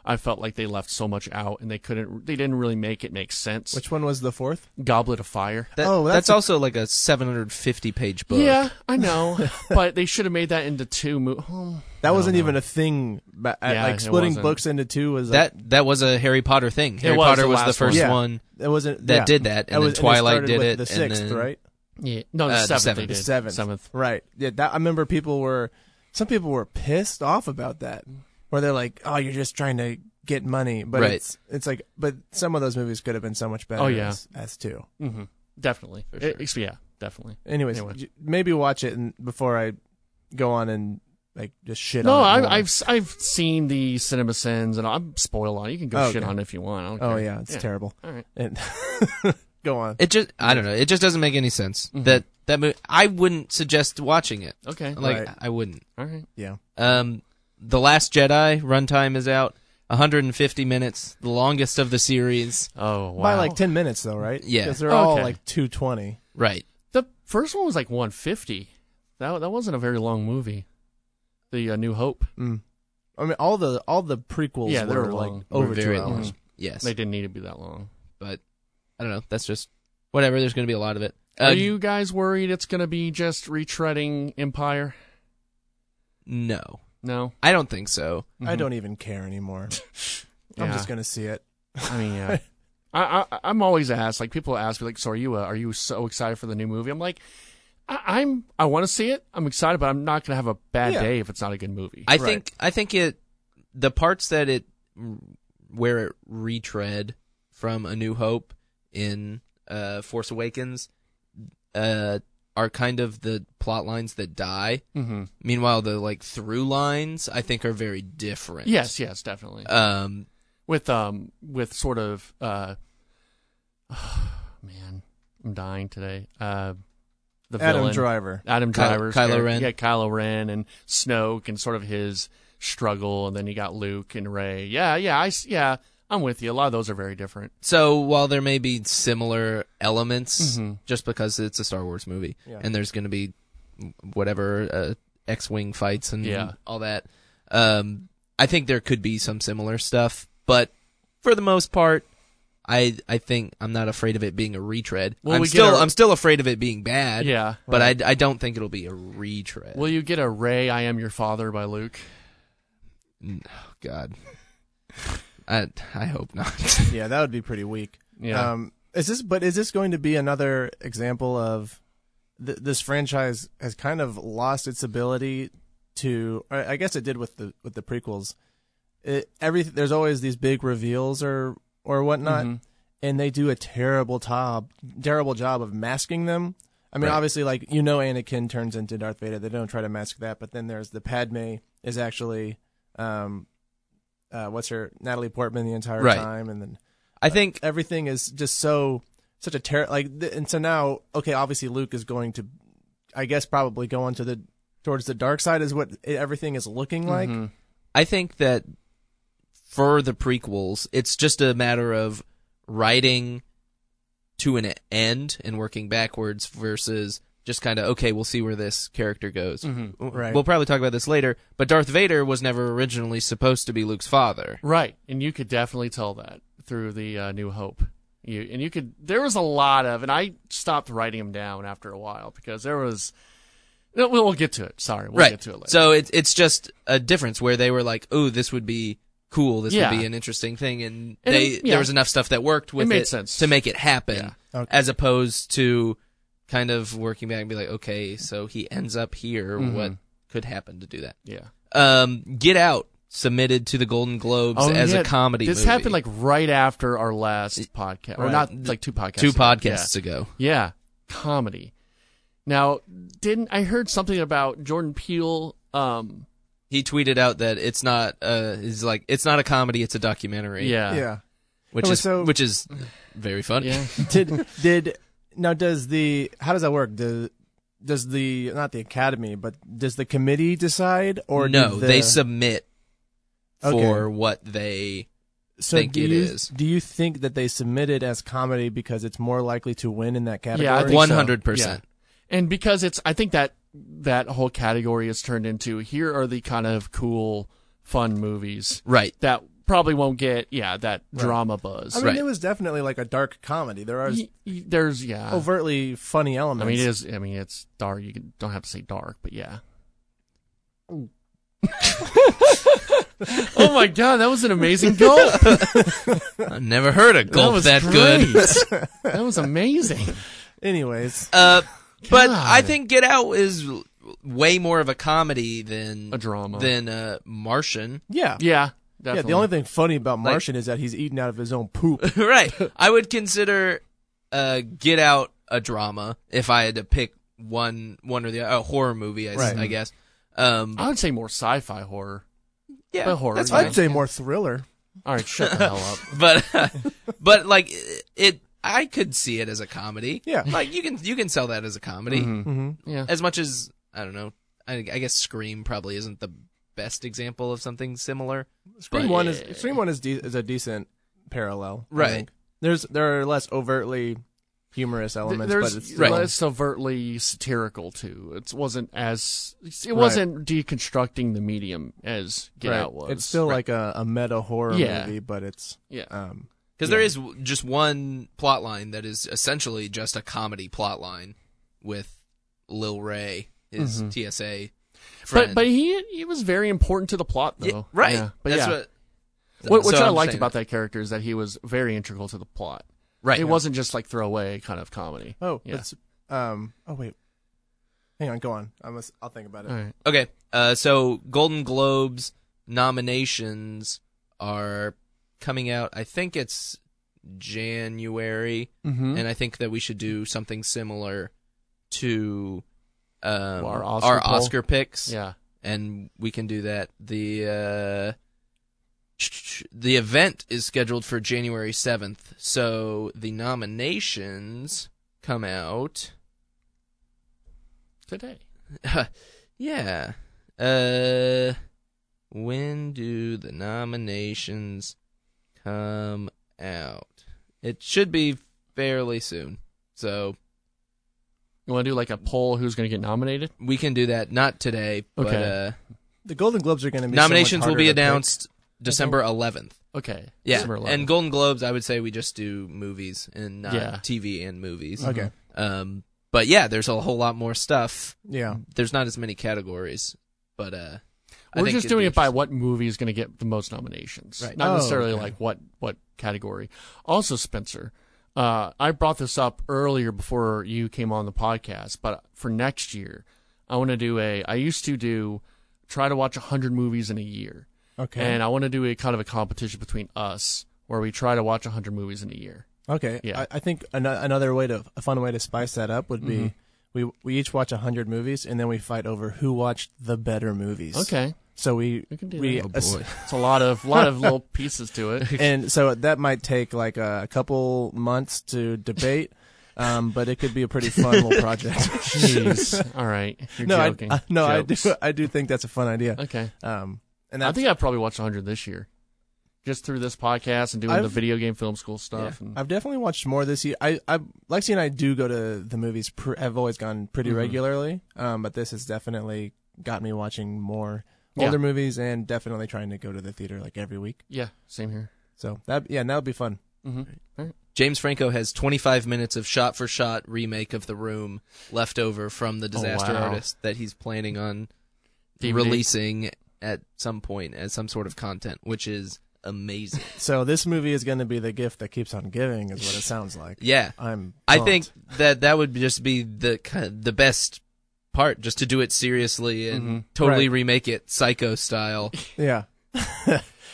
E: I felt like they left so much out and they couldn't they didn't really make it make sense.
F: Which one was the fourth?
E: Goblet of Fire.
D: That,
F: Oh, that's
D: that's,
F: a-
D: also like a 750 page book.
E: Yeah, I know, but they should have made that into two um, movies.
F: That wasn't even a thing. Ba- uh,
E: Yeah,
F: like
E: it
F: splitting
E: wasn't.
F: books into two was like,
D: That that was a Harry Potter thing. Harry
E: was
D: Potter
E: the
D: was the
E: last
D: first
F: one. Yeah.
D: one.
F: that wasn't
D: that
F: yeah.
D: did that, and then
F: it
D: Twilight
F: started
D: did
F: with
D: it,
F: The
D: and
F: sixth,
D: then-
F: right?
E: Yeah, no, the
D: Uh, the
E: seventh.
D: seventh.
E: they
F: The
E: did.
F: seventh,
E: Seventh.
F: right? Yeah, that I remember people were. Some people were pissed off about that, where they're like, "Oh, you're just trying to get money," but
D: Right.
F: it's it's like, but some of those movies could have been so much better.
E: Oh, yeah.
F: as, as two.
E: Mm-hmm. Definitely. It- yeah, definitely.
F: Anyways,
E: Anyway.
F: j- maybe watch it and before I go on and like just shit.
E: No,
F: on
E: I've,
F: it Uh, more.
E: I've s- I've seen the CinemaSins, and I'm spoiled on. it. You can go
F: Oh,
E: shit
F: okay.
E: on it if you want. I don't
F: Oh
E: care.
F: yeah, it's terrible.
E: All right.
F: And go on.
D: It just I don't know. It just doesn't make any sense. That that movie. I wouldn't suggest watching it.
E: Mm-hmm. Okay.
D: Like
F: Right.
D: I wouldn't.
E: All right.
F: Yeah.
D: Um, the Last Jedi runtime is out. 150 minutes, the longest of the series.
E: Oh wow.
F: By like ten minutes though, right?
D: Yeah.
F: because they're all
E: Okay.
F: like two twenty.
D: Right.
E: the first one was like 150. That that wasn't a very long movie. The uh, New Hope.
F: I mean, all the all the prequels
E: Yeah, they
F: were
E: were
F: like
E: long.
D: Were
F: over
D: very
F: two hours.
D: long.
E: Mhm.
D: Yes.
E: They didn't need to be that long.
D: But I don't know. That's just whatever. There's going to be a lot of it. Uh,
E: Are you guys worried it's going to be just retreading Empire?
D: No,
E: No.
D: I don't think so.
F: I don't even care anymore. I'm
E: Mm-hmm. Yeah.
F: just gonna see it.
E: I mean, yeah. I, I I'm always asked, like people ask me, like, so are you? Uh, are you so excited for the new movie? I'm like, I, I'm I want to see it. I'm excited, but I'm not gonna have a bad
F: Yeah.
E: day if it's not a good movie.
D: I think I think it the parts that it where it retread from A New Hope in uh, Force Awakens uh, are kind of the plot lines that die.
E: hmm
D: Meanwhile, the like through lines I think are very different.
E: Yes, yes, definitely.
D: Um.
E: with um with sort of uh, man, I'm dying today. Uh, the
F: Adam
E: villain,
F: Driver.
E: Adam
D: Ky-
E: Driver's
D: Kylo
E: character-
D: Ren.
E: yeah, Kylo Ren and Snoke and sort of his struggle, and then you got Luke and Ray. Yeah, yeah, I s- yeah, I'm with you. A lot of those are very different.
D: So while there may be similar elements,
E: Mhm.
D: just because it's a Star Wars movie,
F: Yeah.
D: and there's going to be whatever uh, X-wing fights and
E: Yeah.
D: all that, um, I think there could be some similar stuff. But for the most part, I I think I'm not afraid of it being a retread.
E: Well,
D: I'm
E: we get
D: still
E: a-
D: I'm still afraid of it being bad.
E: Yeah.
D: but I I don't think it'll be a retread.
E: Will you get a Ray I Am Your Father by Luke?
D: God, I I hope not.
F: Yeah, that would be pretty weak.
E: Yeah.
F: Um, is this? But is this going to be another example of th- this franchise has kind of lost its ability to? I I guess it did with the with the prequels. It, every there's always these big reveals or or whatnot,
D: Mm-hmm.
F: and they do a terrible job terrible job of masking them. I mean,
D: Right.
F: obviously, like you know, Anakin turns into Darth Vader. They don't try to mask that, but then there's the Padme is actually, um, uh, what's her Natalie Portman the entire
D: Right.
F: time, and then
D: I think
F: everything is just so such a terror like th- and so now okay obviously luke is going to i guess probably go on to the towards the dark side is what i- everything is looking like
D: Mm-hmm. I think that for the prequels, it's just a matter of writing to an end and working backwards versus just kind of okay, we'll see where this character goes.
F: right
D: We'll probably talk about this later, but Darth Vader was never originally supposed to be Luke's father.
E: Right, and you could definitely tell that through the uh, New Hope. You and you could. There was a lot of, and I stopped writing them down after a while because there was. No, we'll, we'll get to it. Sorry, we'll
D: right.
E: get to it later.
D: So it's it's just a difference where they were like, "Oh, this would be cool. This
E: Yeah.
D: would be an interesting thing," and,
E: And
D: they
E: it- yeah.
D: there was enough stuff that worked with it,
E: made sense.
D: to make it happen,
F: Yeah. Okay.
D: as opposed to kind of working back and be like, "Okay, so he ends up here.
E: Mm-hmm.
D: What could happen to do that?"
E: yeah,
D: Um, Get Out submitted to the Golden Globes as
E: yeah,
D: a comedy.
E: Oh, This
D: movie
E: happened like right after our last podcast, or
F: right.
E: not like two podcasts.
D: two
E: ago.
D: podcasts
E: Yeah.
D: ago.
E: Yeah, comedy. Now, didn't I heard something about Jordan Peele? Um,
D: He tweeted out that it's not uh, is like it's not a comedy. It's a documentary.
E: yeah,
F: yeah
D: which
F: Oh,
D: is
F: so-
D: which is very funny.
E: yeah.
F: did did now does the how does that work does does the not the academy but does the committee decide or do
D: no,
F: the-
D: they submit for
F: Okay.
D: what they
F: so
D: think
F: do
D: it
F: you,
D: is.
F: do you think that they submitted as comedy because it's more likely to win in that category
E: I think
D: one
E: so.
D: hundred percent.
E: and because it's i think that that whole category is turned into here are the kind of cool fun movies
D: Right.
E: that probably won't get yeah that drama buzz.
F: I mean,
D: Right.
F: it was definitely like a dark comedy. There are
E: Y- y- There's yeah.
F: overtly funny
E: I
F: elements.
E: mean, it is. I mean, it's dark. You can- don't have to say dark, but yeah. oh my god, that was an amazing gulp.
D: I've never heard a gulp
E: was
D: that, good.
E: great. that was amazing.
F: Anyways,
D: Uh, but
E: God.
D: I think Get Out is l- way more of a comedy than
E: A drama.
D: than uh, Martian.
F: yeah,
E: Yeah,
F: yeah.
E: definitely.
F: The only thing funny about Martian is that he's eating out of his own poop.
D: right. I would consider uh, Get Out a drama if I had to pick one one or the other. A horror movie, I, s-
F: Right.
D: I guess. Um,
E: I would say more sci-fi horror.
D: yeah,
E: but horror,
D: That's
E: yeah.
D: fine.
F: I'd say more thriller.
E: All right, shut the hell up.
D: but but like it, I could see it as a comedy.
F: Yeah.
D: like you can you can sell that as a comedy
E: Mm-hmm.
F: hmm
E: Yeah,
D: as much as I don't know. I, I guess Scream probably isn't the best example of something similar.
F: Scream
D: but-
F: one is Scream one is de- is a decent parallel. I
D: Right.
F: think. There's there are less overtly humorous elements,
E: there's
F: but it's
D: Right.
E: less overtly satirical too. It wasn't as it wasn't deconstructing the medium as Get
F: right.
E: Out was.
F: It's still like a, a meta horror
E: Yeah.
F: movie, but it's
E: yeah.
F: um,
D: Because there is w- just one plot line that is essentially just a comedy plot line with Lil Ray, his
E: Mm-hmm.
D: TSA friend.
E: But but he he was very important to the plot though.
D: Yeah, right.
E: Yeah, but
D: That's
E: yeah.
D: what.
E: What, which
D: so
E: I
D: I'm
E: liked
D: saying
E: about that character is that he was very integral to the plot.
D: Right.
E: It wasn't just like throwaway kind of comedy.
F: oh
E: Yeah.
F: it's um oh wait, hang on, go on. I must I'll think about it.
E: All right.
D: Okay. Uh, so Golden Globes nominations are coming out. I think it's January,
E: Mm-hmm.
D: and I think that we should do something similar to um,
E: Our Oscar poll?
D: Oscar picks.
E: Yeah.
D: and we can do that. The uh, the event is scheduled for January seventh, so the nominations come out.
E: Today.
D: yeah. Uh, when do the nominations come out? It should be fairly soon, so
E: You want to do like a poll who's going to get nominated?
D: we can do that. Not today, but
E: Okay.
D: uh,
F: The Golden Globes are going to be somewhat
D: nominations will
F: harder
D: be
F: to pick.
D: announced December eleventh.
E: Okay.
D: Yeah,
E: December 11th.
D: and Golden Globes, I would say we just do movies and not
E: Yeah.
D: TV and movies.
F: Okay.
D: Um, but yeah, there's a whole lot more stuff.
F: Yeah.
D: There's not as many categories, but uh, I
E: We're
D: think
E: just
D: it'd
E: doing
D: be
E: it by
D: interesting.
E: what movie is going to get the most nominations,
D: Right.
E: not
F: Oh,
E: necessarily
F: okay.
E: like what what category. Also, Spencer, uh, I brought this up earlier before you came on the podcast, but for next year, I want to do a. I used to do try to watch hundred movies in a year,
F: Okay.
E: and I want to do a kind of a competition between us where we try to watch hundred movies in a year.
F: Okay.
E: Yeah.
F: I, I think an- another way to a fun way to spice that up would
E: Mm-hmm.
F: be we we each watch hundred movies and then we fight over who watched the better movies.
E: Okay,
F: So we
E: We can do
F: we
E: that. Oh,
F: ass-
E: it's a lot of lot of little pieces to it.
F: and so that might take like a couple months to debate, um, but it could be a pretty fun little project.
E: Jeez, all right, you're
F: no,
E: joking.
F: I, I, no, I
E: Jokes.
F: do I do think that's a fun idea.
E: Okay.
F: Um, and
E: I
F: that's,
E: think I've probably watched 100 this year, just through this podcast and doing the
F: I've-
E: video game film school stuff.
D: Hmm.
F: Yeah.
E: and-
F: I've definitely watched more this year. I, I, Lexi and I do go to the movies. Pr- have always gone pretty
D: Mm-hmm.
F: regularly, um, but this has definitely got me watching more
E: Yeah.
F: older movies and definitely trying to go to the theater like every week.
E: yeah, same here.
F: So that, yeah, and that would be fun.
D: James Franco has 25 minutes of shot-for-shot remake of The Room left over from the Disaster
E: Oh, wow.
D: Artist that he's planning on
E: DVD.
D: releasing at some point as some sort of content, which is amazing.
F: So this movie is going to be the gift that keeps on giving, is what it sounds like.
D: yeah,
F: I'm.
D: I
F: pumped.
D: think that that would just be the kind the best part, just to do it seriously and
E: Mm-hmm.
D: totally
F: Right.
D: remake it Psycho style.
F: Yeah.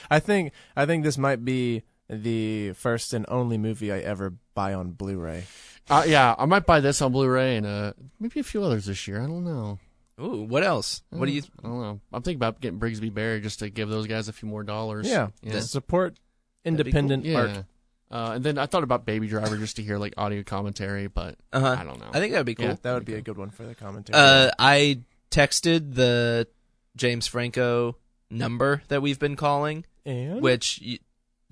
F: I think I think this might be the first and only movie I ever buy on Blu-ray.
E: Uh, yeah, I might buy this on Blu-ray and uh, maybe a few others this year. I don't know.
D: Ooh, what else? What do you?
E: I don't know. I'm thinking about getting Brigsby Bear just to give those guys a few more dollars.
F: Yeah.
E: Yeah.
F: Support
D: be cool.
F: independent
E: Yeah.
F: art.
E: Uh, and then I thought about Baby Driver just to hear like audio commentary, but
D: Uh-huh.
E: Mm. I don't know.
D: I think that would be cool.
E: Yeah.
F: That would be a good one for the commentary.
D: Uh, I texted the James Franco number that we've been calling,
F: and
D: which you,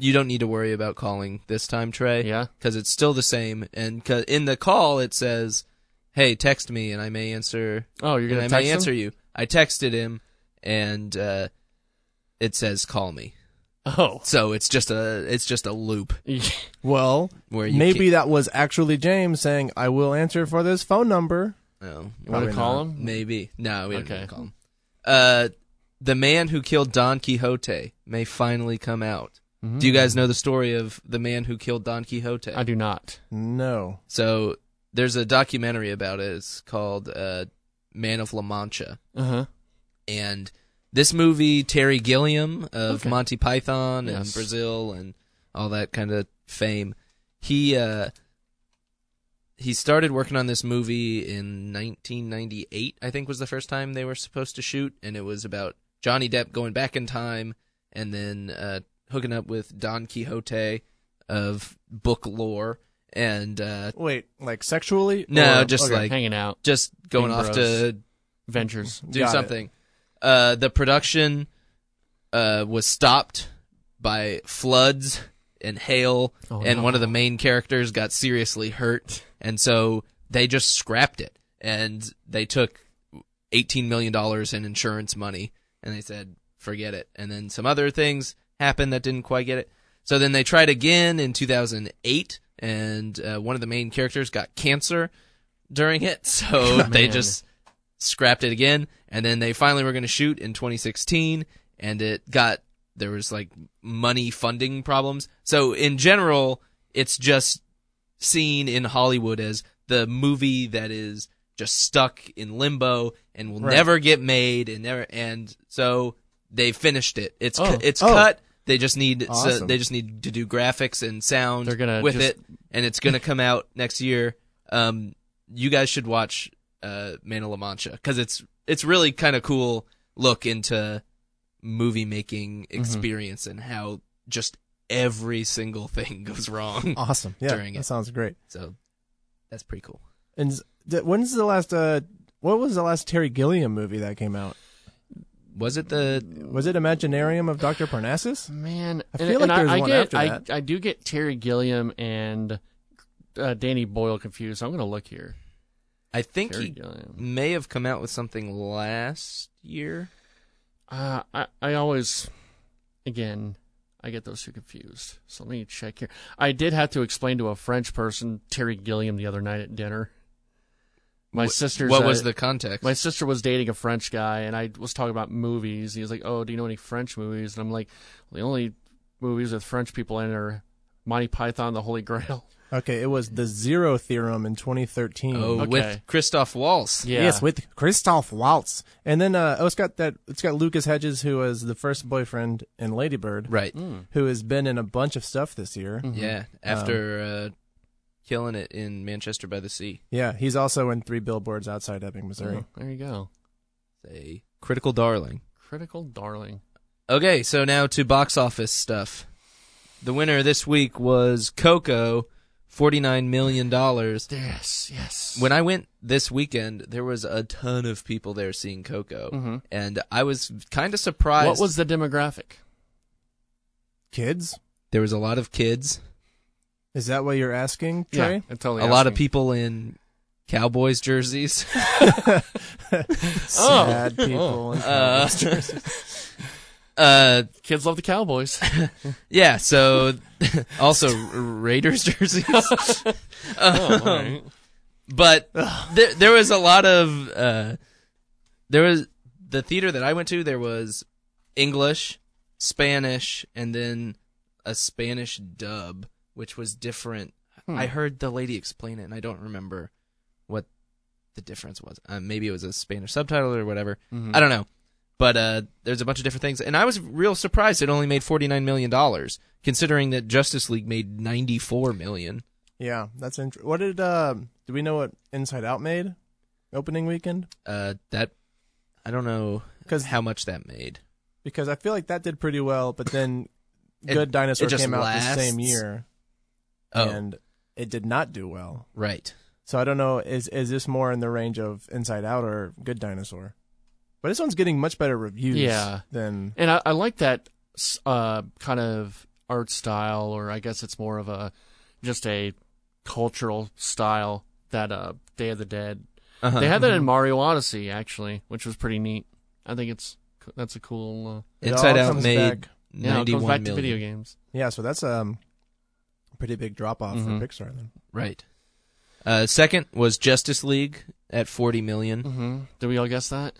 D: you don't need to worry about calling this time, Trey.
E: Yeah.
D: because it's still the same. And 'cause in the call, it says, "Hey, text me, and I may answer
E: Oh, you're gonna
D: and I
E: text
D: may
E: him?
D: answer you. I texted him, and uh, it says call me.
E: Oh.
D: So it's just a it's just a loop
F: Well,
D: where you
F: maybe that was actually James saying, "I will answer for this phone number."
D: can't- no.
E: Oh. You want to
F: Probably
E: call
F: not.
E: him?
D: Maybe. No, we don't
E: Okay.
D: okay. call him. Uh, the man who killed Don Quixote may finally come out. Do you guys know the story of the man who killed Don Quixote?
E: Mm-hmm. I do not.
F: No.
D: So there's a documentary about it. It's called uh, Man of La Mancha.
E: Uh huh.
D: And this movie, Terry Gilliam of
E: Okay.
D: Monty Python
E: Yes.
D: and Brazil and all that kind of fame, he uh, he started working on this movie in 1998. I think was the first time they were supposed to shoot, and it was about Johnny Depp going back in time and then uh, hooking up with Don Quixote of book lore and uh,
F: Wait, like sexually?
D: no,
F: Or-
D: just
F: okay.
D: like
E: Hanging out.
D: just going off to
E: Ventures.
D: do
F: Got it.
D: something. Uh, the production uh, was stopped by floods and hail,
E: Oh,
D: and
E: no.
D: one of the main characters got seriously hurt, and so they just scrapped it, and they took eighteen million dollars in insurance money, and they said forget it. And then some other things happened that didn't quite get it. So then they tried again in 2008, and uh, one of the main characters got cancer during it, so they
E: Man.
D: just scrapped it again, and then they finally were going to shoot in 2016, and it got there was like money funding problems. So in general, it's just seen in Hollywood as the movie that is just stuck in limbo and will
F: Right.
D: never get made, and never and so they finished it. It's cu-
E: Oh.
D: it's
F: Oh.
D: cut. They just need so
F: Awesome.
D: they just need to do graphics and sound
E: They're gonna
D: with
E: just-
D: it, and it's gonna come out next year. Um, you guys should watch uh, Man of La Mancha because it's it's really kind of cool look into movie making
E: Mm-hmm.
D: experience and how just every single thing goes wrong.
F: awesome. Yeah,
D: during
F: that
D: it.
F: sounds great.
D: So that's pretty cool.
F: And s- th- when's the last? uh What was the last Terry Gilliam movie that came out?
D: Was it the
F: Was it Imaginarium of Doctor Parnassus?
E: Man,
F: I
E: and-
F: feel
E: and
F: like there's
E: I,
F: one
E: I get,
F: after
E: I,
F: that.
E: I do get Terry Gilliam and uh, Danny Boyle confused. I'm gonna look here.
D: I think
E: Terry
D: he
E: Gilliam.
D: may have come out with something last year.
E: Uh, I I always, again, I get those two confused. So let me check here. I did have to explain to a French person Terry Gilliam the other night at dinner. My sister's
D: What
E: uh,
D: was the context?
E: My sister was dating a French guy, and I was talking about movies. He was like, "Oh, do you know any French movies?" And I'm like, "The only movies with French people in it are Monty Python, The Holy Grail."
F: Okay, it was the Zero Theorem in 2013.
D: oh,
E: okay.
D: with Christoph Waltz.
E: Yeah.
F: Yes, with Christoph Waltz, and then uh, oh, it's got that. It's got Lucas Hedges, who was the first boyfriend in Ladybird,
E: Mm.
D: Right.
F: who has been in a bunch of stuff this year.
D: Yeah. After uh, killing it in Manchester by the Sea.
F: Yeah, he's also in Three Billboards Outside Ebbing, Missouri.
D: Mm-hmm.
E: Oh, there you go.
D: Say critical darling.
E: Critical darling.
D: Okay, so now to box office stuff. The winner this week was Coco, forty nine million dollars.
E: Yes, yes.
D: When I went this weekend, there was a ton of people there seeing Coco, and I was kind of surprised.
E: what was the demographic?
F: Kids,
D: there was a lot of kids,
F: is that what you're asking, Trey?
E: Yeah, I'm totally.
D: a lot of
E: asking.
D: people in Cowboys jerseys.
F: Sad
D: Oh.
F: people.
D: Uh, uh,
E: Kids love the Cowboys.
D: yeah. So also Raiders jerseys. Um,
E: oh, all right.
D: but there, there was a lot of uh, there was the theater that I went to. There was English, Spanish, and then a Spanish dub, which was different. I heard the lady explain it, and I don't remember what the difference was. Uh, maybe it was a Spanish subtitle or whatever. I don't know. But uh, there's a bunch of different things, and I was real surprised it only made 49 million dollars, considering that Justice League made 94 million.
F: yeah, that's interesting. What did uh, do we know what Inside Out made opening weekend?
D: uh, that I don't know
F: 'Cause-
D: how much that made.
F: Because I feel like that did pretty well, but then
D: It-
F: Good Dinosaur
D: it just
F: came out
D: lasts.
F: the same year,
D: Oh,
F: and it did not do well.
D: right.
F: So I don't know. Is is this more in the range of Inside Out or Good Dinosaur? But this one's getting much better reviews.
E: Yeah.
F: Than
E: And I, I like that s- uh, kind of art style, or I guess it's more of a just a cultural style that uh, Day of the Dead.
D: Uh-huh.
E: They had that in Mario Odyssey actually, which was pretty neat. I think it's that's a cool.
F: it
D: Inside
F: all
D: Out
F: comes
D: made
F: back.
E: Now it goes
D: 91
E: back to
D: million.
E: video games.
F: Yeah, so that's um a pretty big drop off for Pixar then.
D: Right. Uh, second was Justice League at 40 million.
E: Mm-hmm. Did we all guess that?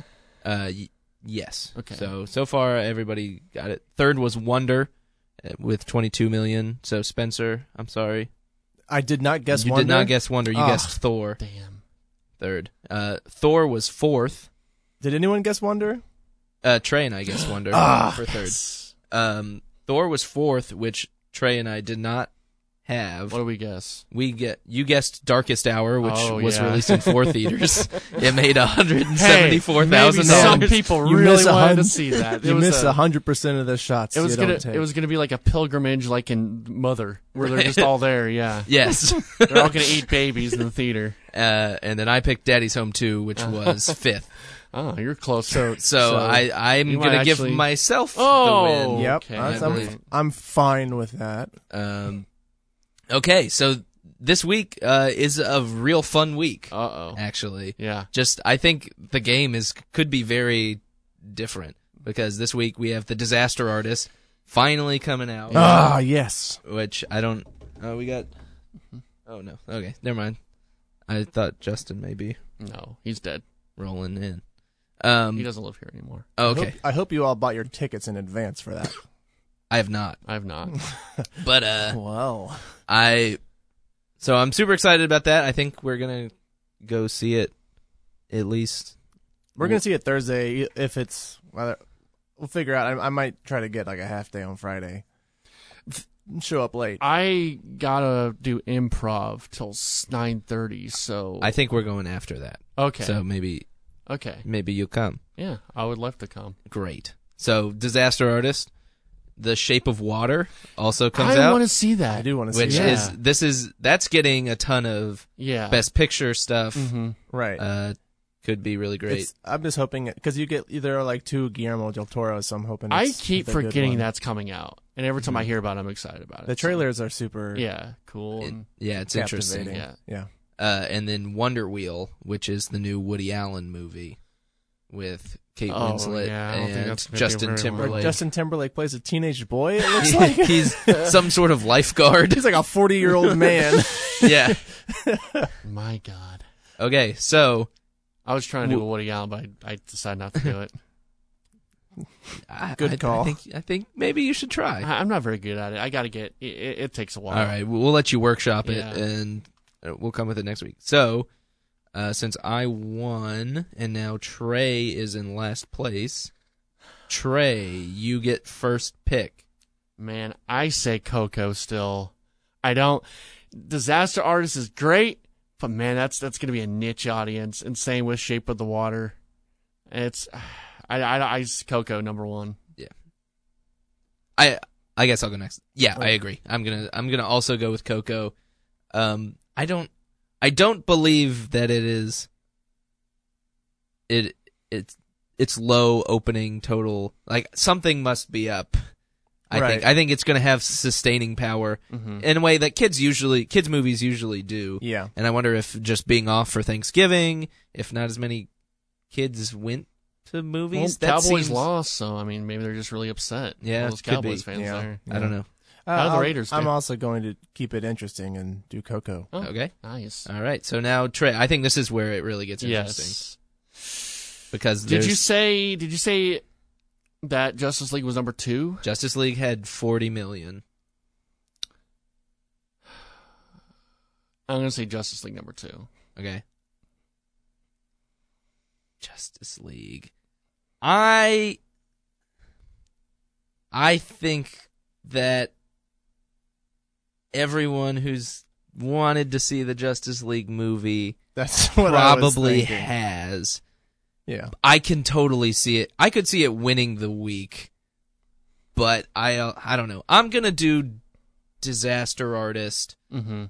D: Uh, y- yes.
E: Okay.
D: So so far everybody got it. Third was Wonder uh, with 22 million. So Spencer, I'm sorry.
F: I did not guess
D: you
F: Wonder.
D: did not guess Wonder. You
F: Ah.
D: guessed Thor.
E: Damn.
D: Third. Uh, Thor was fourth.
F: Did anyone guess Wonder?
D: Uh, Trey and I guessed Wonder for third. Um, Thor was fourth, which Trey and I did not have.
E: What do we guess?
D: We get you guessed Darkest Hour, which
E: Oh,
D: was
E: yeah.
D: released in four theaters. It made one hundred and seventy-four thousand
E: Maybe some
D: dollars.
E: people
F: You
E: really
F: miss a
E: wanted to
F: hun-
E: see that. It
F: you
E: was
F: missed
E: a,
F: hundred percent of the shots.
E: it was
F: you don't
E: gonna
F: take.
E: it was gonna be like a pilgrimage, like in Mother, where they're just all there. Yeah,
D: Yes,
E: they're all gonna eat babies in the theater.
D: uh, and then I picked Daddy's Home Two, which
E: Uh-huh.
D: was fifth.
E: Oh, you're close.
F: so,
D: So, I I'm
E: you might
D: gonna
E: actually-
D: give myself the
E: Oh.
D: win.
F: Yep,
E: Okay,
F: that's-
D: I
F: I'm,
D: believe-
F: I'm fine with that.
D: Um, okay, so this week uh, is a real fun week.
E: uh oh.
D: Actually,
E: Yeah.
D: just I think the game is could be very different because this week we have the Disaster Artist finally coming out.
F: Ah, yes.
D: which I don't. Oh, we got.
E: Mm-hmm.
D: Oh no. Okay, never mind. I thought Justin may be
E: No, he's dead.
D: rolling in.
E: He
D: Um.
E: doesn't live here anymore.
D: Okay,
F: Hope- I hope you all bought your tickets in advance for that.
D: I have not.
E: I've not.
D: But uh,
F: Whoa.
D: I. So I'm super excited about that. I think we're gonna go see it, at least.
F: We're gonna see it Thursday if it's. Well, we'll figure out. I, I might try to get like a half day on Friday. Show up late.
E: I gotta do improv till nine thirty. So
D: I think we're going after that.
E: okay,
D: So maybe
E: okay,
D: maybe you'll come.
E: yeah, I would love to come.
D: Great. So Disaster Artist, The Shape of Water also comes
E: I
D: out.
E: want to see
F: I
E: that.
F: do want to see
D: which
F: that.
E: Yeah.
D: is this is that's getting a ton of
E: Yeah.
D: best picture stuff
E: Mhm.
F: right.
D: uh could be really great
F: It's, I'm just hoping because you get there are like two Guillermo del Toro's, so I'm hoping.
E: I
F: it's
E: keep
F: the good
E: forgetting
F: one. Mm-hmm.
E: that's coming out, and every time I hear about it, I'm excited about it.
F: the
E: So,
F: trailers are super.
E: yeah, cool.
D: It-
E: and-
D: yeah it's
F: captivating.
D: interesting
E: Yeah.
F: yeah.
D: uh and then wonder wheel which is the new woody allen movie with kate
E: Oh,
D: winslet
E: yeah, I don't think
D: and
E: that's gonna do
D: justin
E: very well.
F: Where
D: timberlake
F: Justin Timberlake plays a teenage boy. It looks
D: He-
F: like
D: he's some sort of lifeguard
F: he's like a 40 year old man.
D: yeah
E: my God,
D: okay so
E: I was trying to do a Woody Allen, but I, I decided not to do it.
D: I,
F: Good
D: I-
F: call.
D: I think, I think maybe you should try
E: I, I'm not very good at it. I gotta get. It, it, it takes a while.
D: All right, we'll we'll let you workshop it,
E: Yeah.
D: and uh, we'll come with it next week. So, uh, since I won, and now Trey is in last place, Trey, you get first pick.
E: Man, I say Coco still. I don't. Disaster Artist is great, but man, that's that's gonna be a niche audience. And same with Shape of the Water. It's, I I, I Coco number one.
D: I I guess I'll go next. Yeah, I agree. I'm gonna I'm gonna also go with Coco. Um, I don't I don't believe that it is. It it's it's low opening total. Like something must be up. I
F: Right. Mm-hmm.
D: think I think it's gonna have sustaining power in a way that kids usually kids movies usually do.
F: yeah.
D: And I wonder if just being off for Thanksgiving, if not as many kids went to movies, that
E: Cowboys
D: seems.
E: lost, so I mean, maybe they're just really upset.
D: Yeah,
E: all those
D: could be.
E: Cowboys fans
F: Yeah.
E: there.
D: I don't know.
F: Uh,
E: How do the
F: I'll-
E: Raiders do?
F: I'm also going to keep it interesting and do Coco.
E: Oh,
D: Okay.
E: nice.
D: All right, so now Trey, I think this is where it really gets interesting
E: Yes.
D: because
E: Did you
D: there's-
E: say? Did you say that Justice League was number two?
D: Justice League had 40 million.
E: I'm gonna say Justice League number two.
D: Okay. Justice League. I I think that everyone who's wanted to see the Justice League movie
F: That's what I was
D: probably
F: thinking.
D: has.
F: Yeah.
D: I can totally see it. I could see it winning the week, but I uh, I don't know. I'm gonna do Disaster Artist
E: Mm-hmm.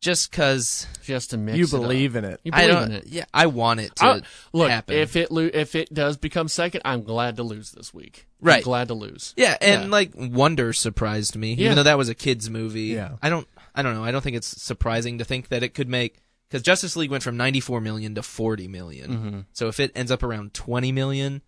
D: just because
E: Just to mix.
F: you
E: it up.
F: believe in it.
E: You believe
D: I don't.
E: in it.
D: Yeah, I want it to
E: I- look,
D: happen.
E: if it lo- if it does become second, I'm glad to lose this week. I'm
D: Right.
E: glad to lose.
D: yeah, and
E: yeah.
D: like Wonder surprised me,
E: Yeah.
D: even though that was a kids movie.
F: Yeah.
D: I don't. I don't know. I don't think it's surprising to think that it could make because
E: Mm-hmm.
D: Justice League went from 94 million to 40 million. So if it ends up around 20 million,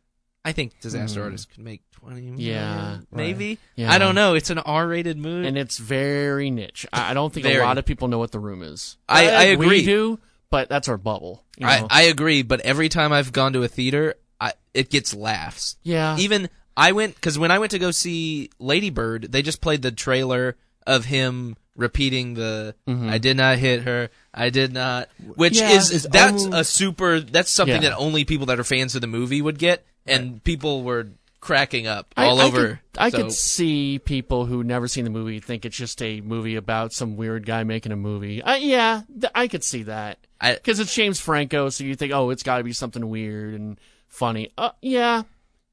D: I think Disaster Artist could make twenty.
E: Mm. Yeah.
D: maybe.
E: Yeah.
D: I don't know. It's an R-rated movie.
E: and it's very niche. I I don't think
D: Very.
E: a lot of people know what the room is.
D: I- I
E: We
D: agree.
E: do, but that's our bubble. you
D: I,
E: know?
D: I agree, but every time I've gone to a theater, I, it gets laughs.
E: yeah,
D: Even I went because when I went to go see Lady Bird, they just played the trailer of him repeating the "I did not hit her, I did not," which
E: Mm-hmm. Yeah.
D: is, is
E: It's
D: that's
E: only-
D: a super that's something
E: Yeah.
D: that only people that are fans of the movie would get, and people were cracking up
E: I-
D: all
E: I
D: over.
E: Could, I
D: so-
E: could see people who never seen the movie think it's just a movie about some weird guy making a movie. I, yeah, th- I could see that
D: I-
E: because it's James Franco, so you think, oh, it's got to be something weird and funny. Uh, yeah,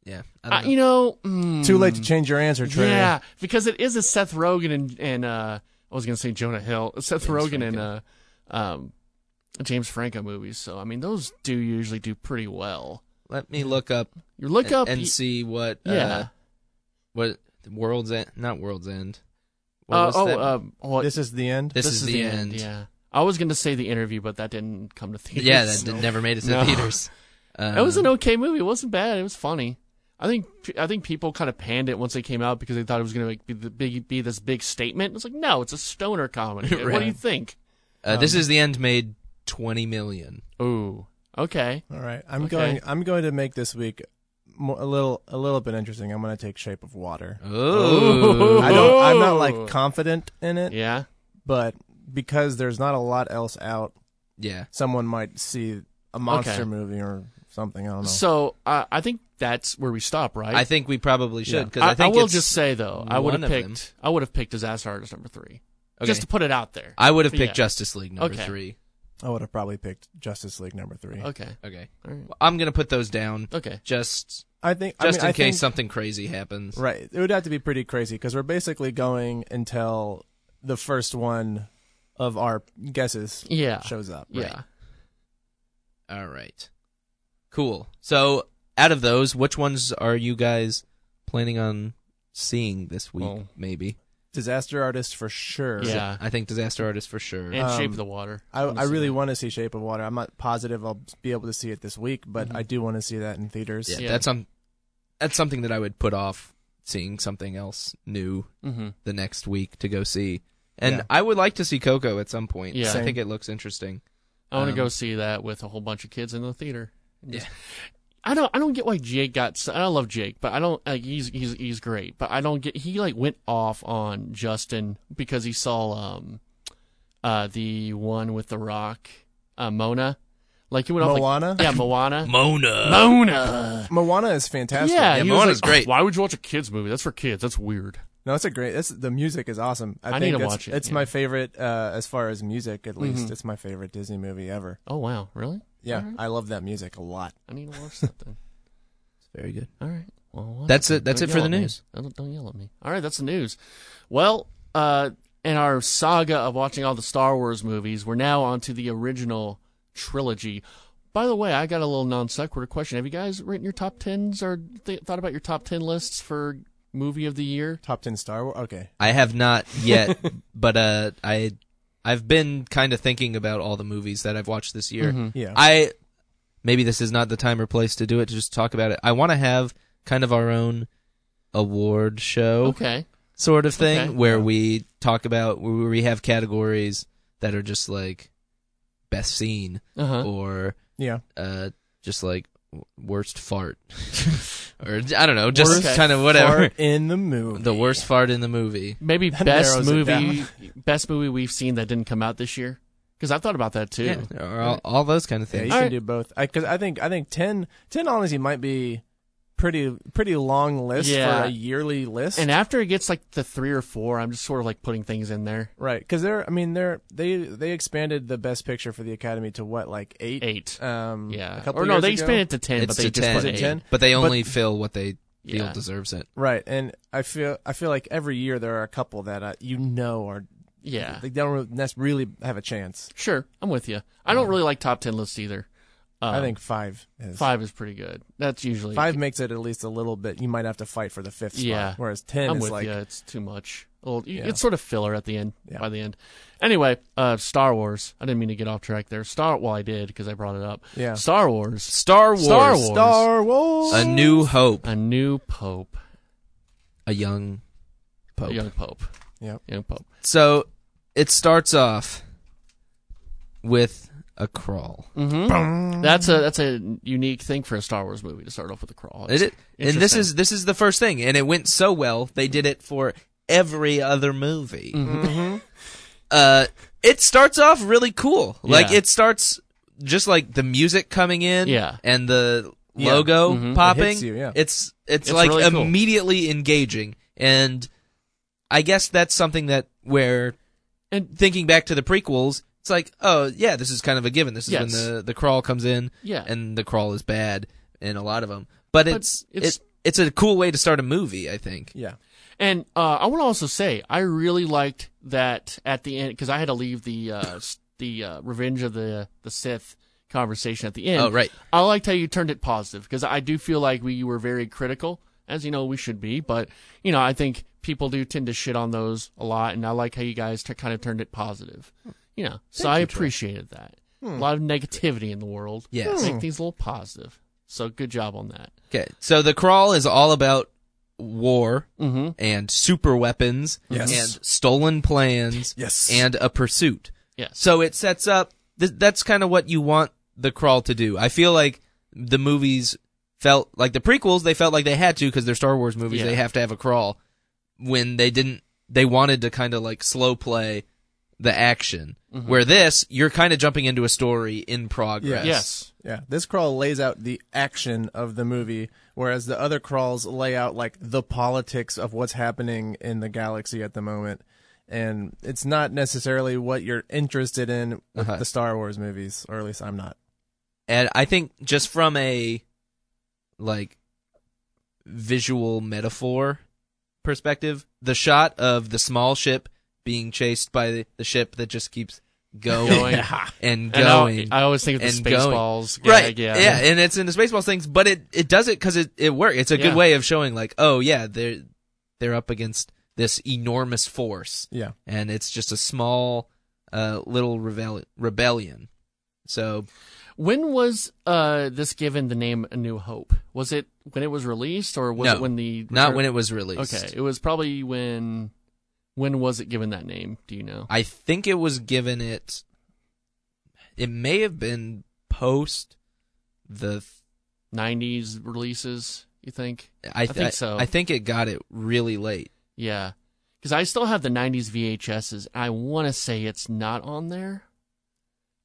D: yeah, I don't
E: I
D: know.
E: you know, mm,
F: Too late to change your answer, Trey.
E: yeah, because it is a Seth Rogen and and uh, I was gonna say Jonah Hill, Seth Rogen and uh, um, James Franco movies. So I mean, those do usually do pretty well.
D: let me look up
E: You look
D: and,
E: up
D: and see what uh,
E: yeah.
D: what World's End, not World's End. What
E: Uh,
D: was
E: oh,
D: that?
E: um, what,
F: This is the end.
D: this, is, the, end.
E: Yeah, I was gonna say the interview, but that didn't come to theaters.
D: Yeah, that did- never made it to
E: No.
D: theaters. Um,
E: It was an okay movie. It wasn't bad. It was funny. I think I think people kind of panned it once they came out because they thought it was gonna like, be the big be this big statement. It's like no, it's a stoner comedy. What do you think?
D: uh,
E: Um,
D: this is the end made twenty million.
E: Ooh, okay.
F: All right, I'm
E: Okay.
F: going. I'm going to make this week mo a little, a little bit interesting. I'm going to take Shape of Water.
D: Oh,
F: I don't. I'm not like
E: Oh.
F: confident in it,
E: Yeah.
F: but because there's not a lot else out,
D: yeah.
F: someone might see a monster
E: Okay.
F: movie or something. I don't know.
E: So uh, I think that's where we stop, right?
D: I think we probably should because
E: I,
D: I think
E: will
D: it's-
E: just say though, I would
D: one
E: have
D: of them.
E: picked. I would have picked Disaster Artist number three,
D: Okay.
E: just to put it out there.
D: I would have picked
E: Yeah.
D: Justice League number
E: Okay.
D: three.
F: I would have probably picked Justice League number three.
E: Okay.
D: Okay,
E: All right.
D: Well, I'm gonna put those down.
E: Okay.
D: Just
F: I think I
D: just
F: mean,
D: in
F: I
D: case
F: think-
D: something crazy happens.
F: Right. It would have to be pretty crazy because we're basically going until the first one of our guesses
E: Yeah.
F: shows up.
E: Yeah.
D: All right, cool. So out of those, which ones are you guys planning on seeing this week?
E: Well- uh,
D: Maybe.
F: Disaster Artist for sure.
E: Yeah.
D: I think Disaster Artist for sure.
E: And Shape
F: Um,
E: of the Water.
F: I,
E: wanna
F: I
E: see
F: really
E: that.
F: want to see Shape of Water. I'm not positive I'll be able to see it this week, but I do want to see that in theaters.
D: yeah,
E: Mm-hmm. Yeah.
D: that's some that's something that I would put off seeing something else new
E: Mhm.
D: the next week to go see. And
F: Mm-hmm. Yeah.
D: I would like to see Coco at some point.
E: Yeah.
D: I
F: Same.
D: think it looks interesting.
E: I want to
D: Um,
E: go see that with a whole bunch of kids in the theater.
D: Yeah.
E: Just- I don't. I don't get why Jake got. s- I love Jake, but I don't. Like, he's he's he's great, but I don't get. He like went off on Justin because he saw um, uh, the one with the Rock, uh, Mona. Like he went off. like-
F: Moana?
E: yeah, Moana.
D: Mona.
E: Mona.
F: Moana is fantastic.
E: Yeah,
D: Yeah,
E: he was
D: Moana's
E: like, oh,
D: great.
E: Why would you watch a kids movie? That's for kids. That's weird.
F: No, it's a great. It's, the music is awesome.
E: I
F: I, think
E: need to
F: it's,
E: watch it,
F: It's
E: yeah. Mm-hmm.
F: my favorite uh, as far as music, at least. It's my favorite Disney movie ever.
E: Oh wow, really?
F: Yeah, I love that music a lot.
E: I need to watch something.
D: Very good.
E: All right. Well, whatever.
D: That's it- that's
E: Don't
D: it for
E: yell
D: the
E: at me.
D: news.
E: Don't, don't yell at me. All right, that's the news. Well, uh, in our saga of watching all the Star Wars movies, we're now on to the original trilogy. By the way, I got a little non sequitur question. Have you guys written your top tens or th- thought about your top ten lists for movie of the year?
F: Top 10 Star Wars? Okay.
D: I have not yet, but uh, I I've been kind of thinking about all the movies that I've watched this year.
E: Mm-hmm.
F: Yeah.
D: I maybe this is not the time or place to do it to just talk about it. I want to have kind of our own award show.
E: Okay.
D: sort of thing
E: Okay.
D: where we talk about where we have categories that are just like best scene
E: Uh huh.
D: or
F: yeah.
D: uh just like w- worst fart or I don't know just
E: Worst
D: kind of whatever
F: Fart in the movie.
D: the worst fart in the movie
E: Maybe
F: That
E: best
F: narrows it
E: movie, best movie we've seen that didn't come out this year. Because I've thought about that too.
D: yeah, or all, all those kind of
F: Yeah, you
D: things
F: can
E: Alright.
F: do both. Because I, think I think 10, 10 honestly might be pretty pretty long list
E: Yeah.
F: for a yearly list.
E: And after it gets like the three or four, I'm just sort of like putting things in there.
F: right, because they're I mean they're they they expanded the best picture for the Academy to what like eight
E: Eight.
F: um
E: Yeah.
F: a couple
E: or no,
F: years
E: they
F: ago?
E: expanded it to ten,
D: it's
E: but they
D: to
E: just
D: 10,
E: put
F: it
E: eight.
F: 10?
D: but they
F: But-
D: only fill what they feel
E: Yeah.
D: deserves it
F: right and I feel I feel like every year there are a couple that uh, you know are
E: Yeah.
F: they don't really- that's really have a chance.
E: Sure, I'm with you. I don't really like top ten lists either. Uh,
F: Oh. I think five is
E: five is pretty good. That's usually
F: five makes it at least a little bit. You might have to fight for the fifth spot,
E: Yeah.
F: whereas 10
E: I'm
F: is
E: with
F: like
E: you. It's too much. Well, you
F: Yeah.
E: it's sort of filler at the end.
F: Yeah.
E: By the end, anyway. Uh, Star Wars. I didn't mean to get off track there. Star. Well, I did because I brought it up.
F: Yeah.
E: Star Wars.
D: Star Wars.
E: Star Wars.
F: Star Wars.
D: A New Hope.
E: A new pope.
D: A young pope.
E: A young pope.
F: Yep.
E: Young pope.
D: So it starts off with a crawl.
E: That's a that's a unique thing for a Star Wars movie to start off with a crawl.
D: It- it- and this
E: interesting.
D: is this is the first thing, and it went so well they did it for every other movie.
E: Mm-hmm.
D: Uh, it starts off really cool. Like
E: Yeah.
D: it starts just like the music coming in,
E: Yeah. Mm-hmm.
D: and the
F: Yeah.
D: logo popping.
F: It hits you, yeah.
D: It's it's,
E: It's
D: like
E: really cool.
D: immediately engaging, and I guess that's something that where
E: And
D: thinking back to the prequels, it's like, oh yeah, this is kind of a given. This is when
E: Yes.
D: the the crawl comes in,
E: Yeah.
D: and the crawl is bad in a lot of them. But it's
E: it's-
D: it's it's a cool way to start a movie, I think.
F: Yeah.
E: And uh, I want to also say I really liked that at the end because I had to leave the uh, s- the uh, Revenge of the the Sith conversation at the end.
D: Oh, right.
E: I liked how you turned it positive because I do feel like we were very critical, as you know we should be. But you know I think people do tend to shit on those a lot, and I like how you guys t- kind of turned it positive. You know, so I appreciated that. A lot of negativity in the world.
D: Yes.
E: make things a little positive. So good job on that.
D: Okay, so the crawl is all about war
E: Mm-hmm.
D: and super weapons
F: Yes.
D: and stolen plans
F: Yes.
D: and a pursuit.
E: Yes.
D: So it sets up. Th- that's kind of what you want the crawl to do. I feel like the movies felt like the prequels. They felt like they had to because they're Star Wars movies.
E: Yeah.
D: They have to have a crawl. When they didn't, they wanted to kind of like slow play the action. Where this, you're kind of jumping into a story in progress.
E: yes.
F: Yeah, this crawl lays out the action of the movie, whereas the other crawls lay out like the politics of what's happening in the galaxy at the moment. And it's not necessarily what you're interested in with
D: Uh-huh.
F: the Star Wars movies, or at least I'm not.
D: and I think just from a like visual metaphor perspective, the shot of the small ship being chased by the, the ship that just keeps going,
E: Going. And
D: and
E: I'll-
D: going.
E: I always think of the
D: and going.
E: Spaceballs gag,
D: right?
E: yeah.
D: and it's in the Spaceballs things, but it, it does it because it it works. It's a
E: Yeah.
D: good way of showing like, oh yeah, they're they're up against this enormous force,
F: Yeah.
D: and it's just a small uh, little rebel- rebellion. So
E: When was uh, this given the name A New Hope? Was it when it was released, or was
D: No,
E: it when the
D: not when it was released.
E: Okay, it was probably when. When was it given that name? Do you know?
D: I think it was given it. It may have been post the.
E: Nineties releases, you think?
D: I, th-
E: think so.
D: I think it got it really late.
E: Yeah, because I still have the nineties VHSs. I want to say it's not on there.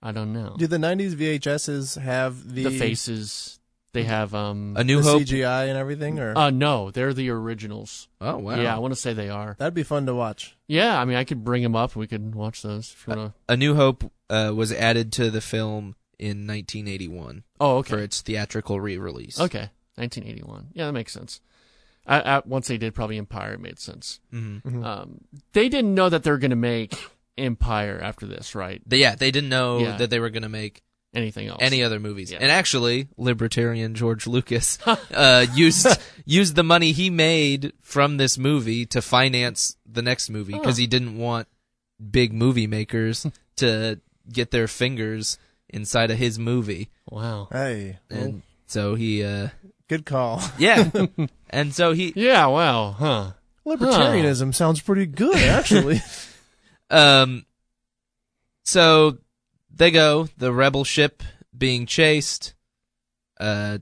E: I don't know.
F: Do the 90s VHSs have the,
E: the, faces they have. Um.
D: A
F: the
D: New Hope.
F: CGI and everything? Or
E: uh, no, they're the originals.
D: oh wow.
E: Yeah, I want to say they are.
F: that'd be fun to watch.
E: Yeah, I mean, I could bring them up and we could watch those if you want to.
D: A New Hope uh, was added to the film in 1981
E: Oh, okay.
D: for its theatrical re-release.
E: Okay, 1981. Yeah, that makes sense. I, I, once they did probably Empire, it made sense.
D: Mhm.
E: Um, they didn't know that they're going to make Empire after this, right?
D: They- yeah, they didn't know
E: Yeah.
D: that they were going to make
E: Anything else?
D: any other movies.
E: Yeah.
D: And actually, libertarian George Lucas uh, used used the money he made from this movie to finance the next movie because he didn't want big movie makers to get their fingers inside of his movie.
E: Wow.
F: Hey, well,
D: And so he, uh,
F: good call.
D: yeah, and so he
E: Yeah. Wow. Huh.
F: Libertarianism sounds pretty good, actually.
D: Um, so they go the rebel ship being chased. Uh,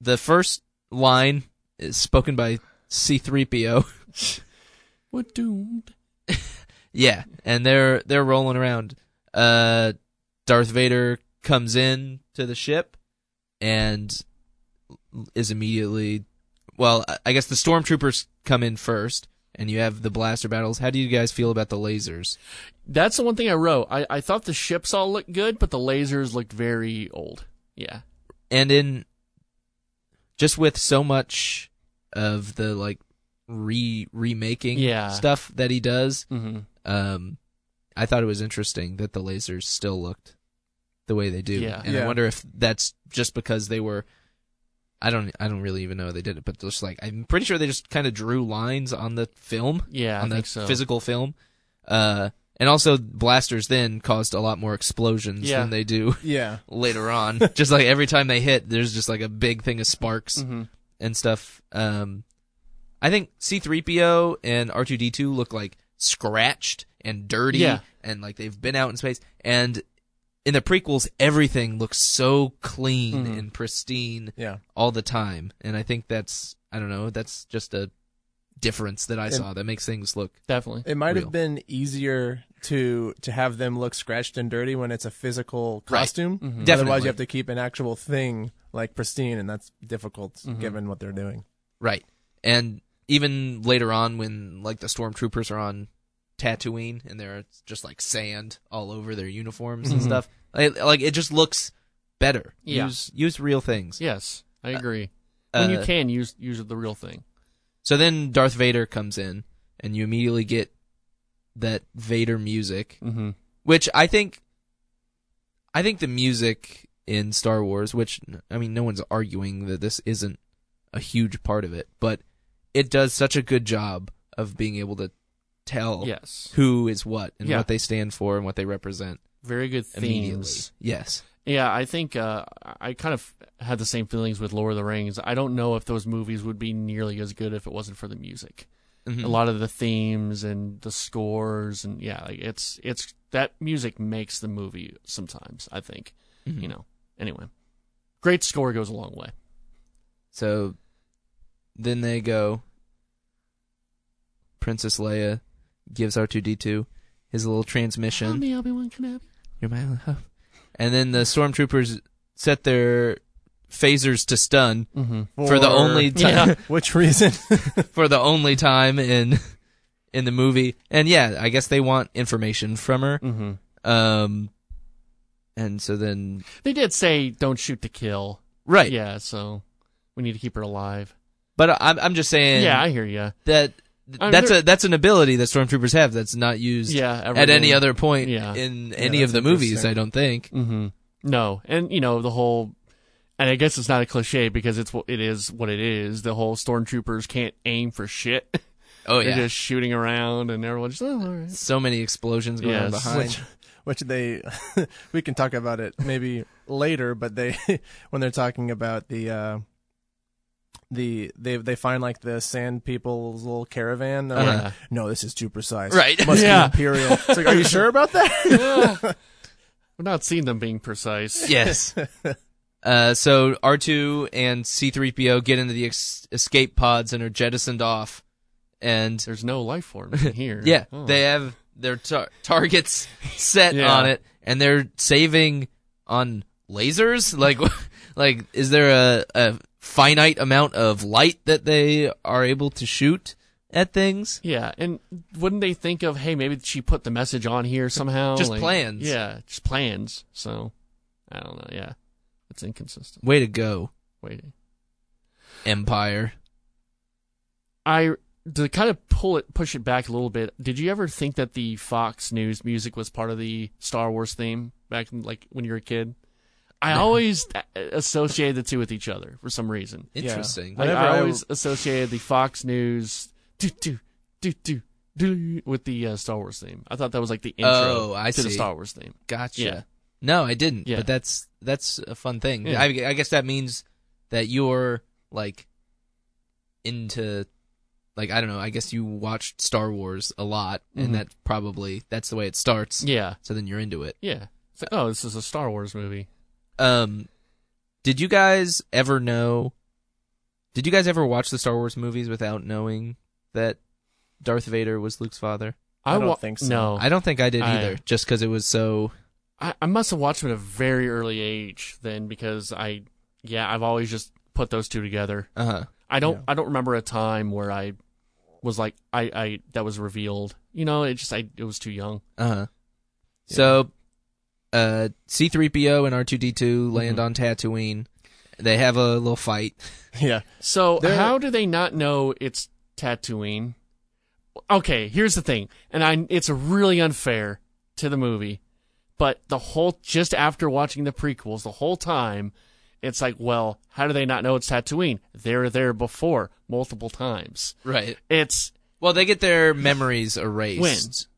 D: the first line is spoken by C-3PO.
E: What doomed?
D: yeah, and they're they're rolling around. Uh, Darth Vader comes in to the ship and is immediately. Well, I- I guess the stormtroopers come in first, and you have the blaster battles. How do you guys feel about the lasers?
E: That's the one thing I wrote. I, I thought the ships all looked good, but the lasers looked very old. Yeah.
D: and in just with so much of the like re remaking
E: Yeah.
D: stuff that he does
E: Mm-hmm.
D: um i thought it was interesting that the lasers still looked the way they do
E: Yeah.
D: and
F: Yeah.
D: i wonder if that's just because they were I don't I don't really even know how they did it, but just like I'm pretty sure they just kind of drew lines on the film.
E: Yeah, I
D: on the
E: think so.
D: physical film. Uh, and also blasters then caused a lot more explosions
E: Yeah.
D: than they do
F: Yeah.
D: later on. just like every time they hit, there's just like a big thing of sparks and stuff. Um, I think C3PO and R2D2 look like scratched and dirty
E: Yeah.
D: and like they've been out in space. And in the prequels, everything looks so clean and pristine
F: Yeah.
D: all the time. And I think that's, I don't know, that's just a difference that I saw that makes things look.
E: Definitely.
F: It might
D: Real.
F: have been easier to to have them look scratched and dirty when it's a physical
D: Right. Mm-hmm.
F: costume.
D: Definitely.
F: Otherwise, you have to keep an actual thing like pristine, and that's difficult
D: Mm-hmm.
F: given what they're doing.
D: Right. And even later on when like the stormtroopers are on Tatooine and there's just like sand all over their uniforms and stuff. Like, like, it just looks better.
E: Mm-hmm. Yeah.
D: Use use real things.
E: Yes, I agree.
D: Uh,
E: when you can use use the real thing.
D: So then Darth Vader comes in and you immediately get that Vader music,
E: Mm-hmm.
D: which I think I think the music in Star Wars, which I mean no one's arguing that this isn't a huge part of it, but it does such a good job of being able to tell
E: Yes.
D: who is what and
E: Yeah.
D: what they stand for and what they represent
E: Very good
D: immediately.
E: themes.
D: Yes.
E: Yeah, I think uh, I kind of had the same feelings with Lord of the Rings. I don't know if those movies would be nearly as good if it wasn't for the music.
D: Mhm.
E: A lot of the themes and the scores and yeah, like it's it's that music makes the movie sometimes. I think
D: Hmm. Mm-hmm.
E: you know. Anyway, great score goes a long way.
D: So then they go. Princess Leia gives R2D2 his little transmission.
E: Tell me, Obi Wan Kenobi.
D: You're my only hope. And then the stormtroopers set their phasers to stun for, the only time
E: Yeah.
F: which reason?
D: for the only time in in the movie. And yeah, I guess they want information from her.
E: Mm-hmm.
D: Um, and so then
E: They did say don't shoot to kill.
D: right,
E: Yeah, so we need to keep her alive.
D: But I'm I'm just saying
E: yeah, I hear you.
D: that th-
E: I mean,
D: that's
E: they're-
D: a that's an ability that stormtroopers have that's not used
E: Yeah,
D: at any
E: everyone-
D: other point
E: Yeah.
D: in any
F: that's
D: of the movies.
F: interesting.
D: I don't think.
E: Mm-hmm. No, and you know the whole, and I guess it's not a cliche because it's what it is. What it is, the whole stormtroopers can't aim for shit.
D: Oh
E: They're
D: yeah,
E: just shooting around, and everyone's just oh, all right.
D: so many explosions going on
E: Yes.
D: behind.
F: which which they we can talk about it maybe later but they when they're talking about the uh the they they find like the sand people's little caravan they're
D: Uh-huh.
F: like no this is super size
D: Right.
F: must
E: Yeah.
F: be imperial it's like are you sure about that
E: Yeah. We've not seen them being precise.
D: Yes. Uh, so R2 and C3PO get into the ex- escape pods and are jettisoned off. And
E: There's no life forms in here.
D: yeah,
E: Oh.
D: they have their tar- targets set
E: Yeah.
D: on it and they're saving on lasers? Like like is there a, a finite amount of light that they are able to shoot at things?
E: Yeah, and wouldn't they think of hey maybe she put the message on here somehow?
D: Just
E: Like,
D: plans.
E: Yeah, just plans. So I don't know. Yeah, it's inconsistent.
D: Way to go,
E: Wait.
D: Empire.
E: I to kind of pull it, push it back a little bit. Did you ever think that the Fox News music was part of the Star Wars theme back in, like when you were a kid? I always uh, associated the two with each other for some reason.
D: Interesting.
E: Like,
F: Whenever
E: I
F: I-
E: always associated the Fox News do do do do do with the uh, Star Wars theme. I thought that was like the intro
D: Oh, I
E: to the
D: see.
E: Star Wars theme.
D: Gotcha.
E: Yeah.
D: No, I didn't.
E: Yeah.
D: But that's that's a fun thing.
E: Yeah.
D: I, I guess that means that you're like into like I don't know. I guess you watched Star Wars a lot, and that probably that's the way it starts.
E: Mm-hmm. Yeah,
D: So then you're into it.
E: yeah. It's like, oh, this is a Star Wars movie.
D: Um, did you guys ever know? Did you guys ever watch the Star Wars movies without knowing that Darth Vader was Luke's father?
F: I don't
E: wa-
F: think so.
E: No,
D: I don't think I did
E: I-
D: either, just because it was so.
E: I, I must have watched them at a very early age then because I yeah, I've always just put those two together.
D: Uh huh.
E: I don't I don't remember a time where I was like I, I that was revealed. You know, it just I it was too young.
D: Uh huh. So, uh, C3PO and R2D2 land
E: Mm-hmm.
D: on Tatooine. They have a little fight.
F: yeah
E: So
F: There-
E: how do they not know it's Tatooine? Okay, here's the thing, and I it's really unfair to the movie, but the whole just after watching the prequels, the whole time It's like, well, how do they not know it's Tatooine? They were there before multiple times.
D: Right.
E: It's
D: Well, they get their memories erased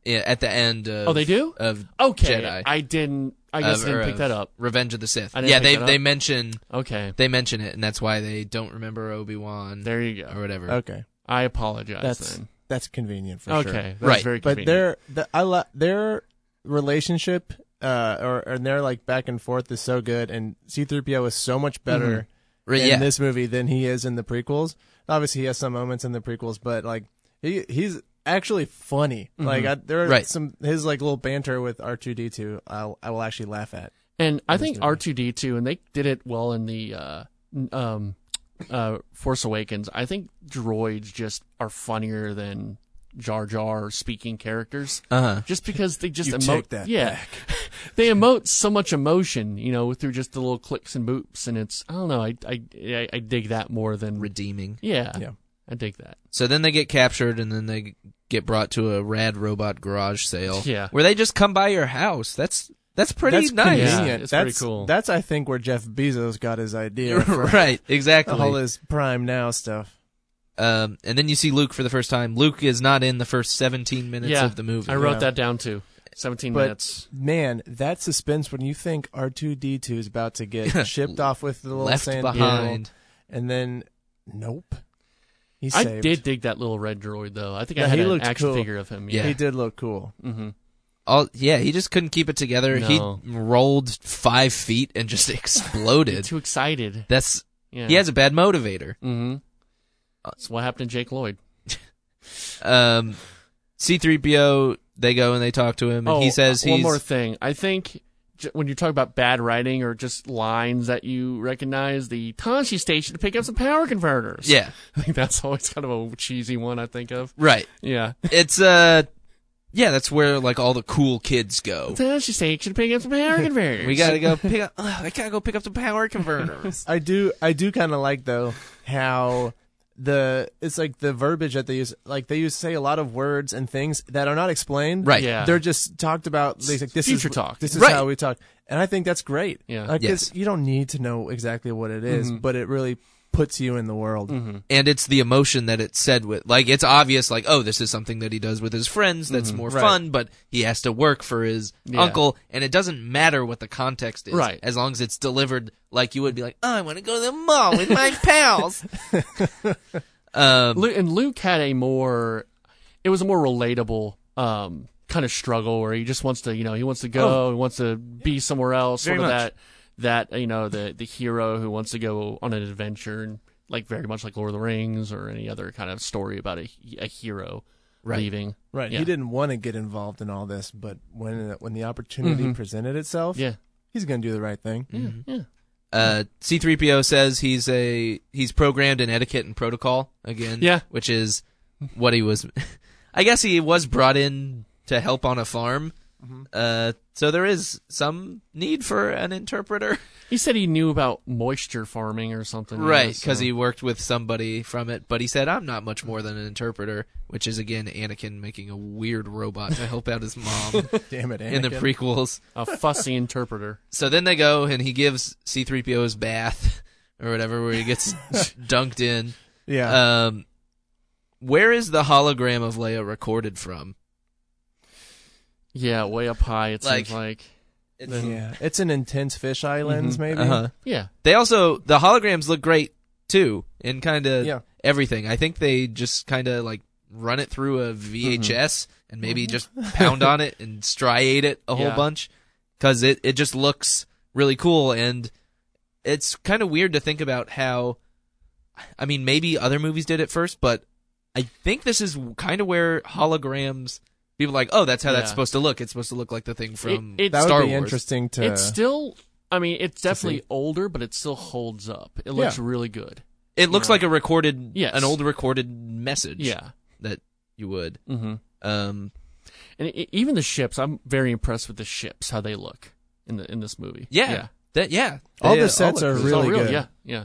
E: When?
D: Yeah, at the end of
E: Oh, they do?
D: of
E: okay.
D: Jedi.
E: I didn't. I guess
D: of-
E: I didn't
D: or
E: pick
D: of
E: that up.
D: Revenge of the Sith.
E: I didn't
D: yeah,
E: pick
D: they
E: that up.
D: they mention
E: Okay,
D: they mention it, and that's why they don't remember Obi Wan
E: there you
D: or
E: go.
D: whatever.
F: Okay,
E: I apologize.
F: that's
E: then.
F: that's convenient for
E: okay.
F: sure.
E: That's
D: Right.
E: Very
F: but
E: convenient.
F: their the, I lo- their relationship uh, or and their like back and forth is so good, and C-3PO is so much better
D: Right,
F: in
D: Mm-hmm. yeah.
F: this movie than he is in the prequels. Obviously, he has some moments in the prequels, but like he he's actually funny. Like I, there are
D: Mm-hmm. Right.
F: some his like little banter with R2D2. I'll, I will actually laugh at.
E: And I think R two D two, and they did it well in the uh, n- um, uh, Force Awakens. I think droids just are funnier than Jar Jar speaking characters,
D: Uh huh.
E: just because they just
F: You
E: emote.
F: take that
E: yeah, they emote so much emotion, you know, through just the little clicks and boops, and it's I don't know. I I I, I dig that more than
D: Redeeming.
E: yeah
F: Yeah.
E: I dig that.
D: So then they get captured, and then they get brought to a rad robot garage sale.
E: Yeah.
D: Where they just come by your house. That's that's pretty
F: that's
D: nice.
E: Yeah,
F: Convenient.
E: it's
F: that's
E: pretty cool.
F: That's I think where Jeff Bezos got his idea. for
D: right. Exactly.
F: All his prime now stuff.
D: Um, and then you see Luke for the first time. Luke is not in the first 17 minutes
E: yeah,
D: of the movie.
E: I wrote
F: Yeah.
E: that down too. Seventeen
F: But-
E: minutes.
F: Man, that suspense when you think R two D two is about to get shipped off with the little
D: Left
F: sand
D: behind.
F: beetle, and then nope, he
E: I
F: saved.
E: did dig that little red droid though. I think I
F: Yeah,
E: had
F: he
E: an
F: looked
E: action
F: cool.
E: figure of him.
D: Yeah. Mm-hmm.
F: He did look cool.
E: hmm
D: All yeah, he just couldn't keep it together.
E: No.
D: He rolled five feet and just exploded.
E: Too excited.
D: That's
E: Yeah.
D: he has Uh, a bad motivator.
E: Mm-hmm. That's what happened to Jake Lloyd.
D: Um, C3PO. They go and they talk to him, and he says
E: Oh, one
D: he's
E: more thing. I think j- when you talk about bad writing or just lines that you recognize, the Tanshi station to pick up some power converters.
D: yeah,
E: I think that's always kind of a cheesy one. I think of.
D: right.
E: Yeah,
D: It's uh, yeah, that's where like all the cool kids go.
E: Tanshi station to pick up some power converters.
D: We gotta go pick up. ugh, I gotta go pick up the power converters.
F: I do. I do kind of like though how the it's like the verbiage that they use. Like they use say a lot of words and things that are not explained.
D: Right.
E: Yeah.
F: They're just talked about. They like this
E: Future
F: is
E: talk.
F: This is
D: Right.
F: how we talk, and I think that's great.
E: Yeah. Mm-hmm.
F: Like, 'cause
D: Yes.
F: you don't need to know exactly what it is, but it really puts you in the world.
D: and it's the emotion that it's said with. Like it's obvious, like oh, this is something that he does with his friends. That's more fun, but he has to work for his
E: Mm-hmm. Yeah.
D: uncle, and it doesn't matter what the context is,
E: Right.
D: As long as it's delivered like you would be like, oh, I want to go to the mall with my pals. um,
E: Lu- and Luke had a more, it was a more relatable um, kind of struggle where he just wants to, you know, he wants to go, he wants to be somewhere else,
D: Oh. Very
E: sort of
D: much.
E: that that you know the the hero who wants to go on an adventure and like very much like Lord of the Rings or any other kind of story about a a hero leaving.
F: Right.
E: Yeah.
F: He didn't want to get involved in all this, but when when the opportunity
D: Mm-hmm.
F: presented itself,
E: Yeah.
F: he's going to do the right thing.
E: Yeah.
D: uh, C3PO says he's a he's programmed in etiquette and protocol again.
E: Yeah.
D: which is what he was. I guess he was brought in to help on a farm.
E: Mm-hmm.
D: Uh, so there is some need for an interpreter,
E: He said he knew about moisture farming or something.
D: right?
E: yeah,
D: Because
E: so-
D: he worked with somebody from it, but he said, "I'm not much more than an interpreter," which is again Anakin making a weird robot to help out his mom
F: Damn it, Anakin.
D: in the prequels.
E: a fussy interpreter.
D: So then they go and he gives C3PO his bath or whatever, where he gets dunked in.
F: yeah.
D: Um, where is the hologram of Leia recorded from?
E: Yeah, way up high. It
D: Like-
E: seems like.
F: yeah. It's an intense fisheye lens, maybe.
D: Uh-huh.
E: Yeah.
D: They also the holograms look great too in kind of
F: Yeah.
D: everything. I think they just kind of like run it through
F: Mm-hmm.
D: a VHS and maybe just pound on it and striate it a whole
E: Yeah.
D: bunch cuz it it just looks really cool and it's kind of weird to think about how I mean maybe other movies did it first but I think this is kind of where holograms people are like oh that's how
E: Yeah.
D: that's supposed to look it's supposed to look like the thing from
E: it-
F: That
D: Star
F: would be
D: Wars
F: interesting to.
E: it's still i mean it's definitely
F: see.
E: older but it still holds up it looks
F: Yeah.
E: really good
D: It looks like a recorded,
E: Yes.
D: an old recorded message.
E: yeah
D: that you would.
E: mm-hmm.
D: Um,
E: and e- even the ships i'm very impressed with the ships how they look in the in this movie
D: yeah, that yeah.
F: All
D: They,
F: the
D: uh, look
F: sets are
D: good.
E: It's all
F: Really
E: real.
F: good.
E: yeah yeah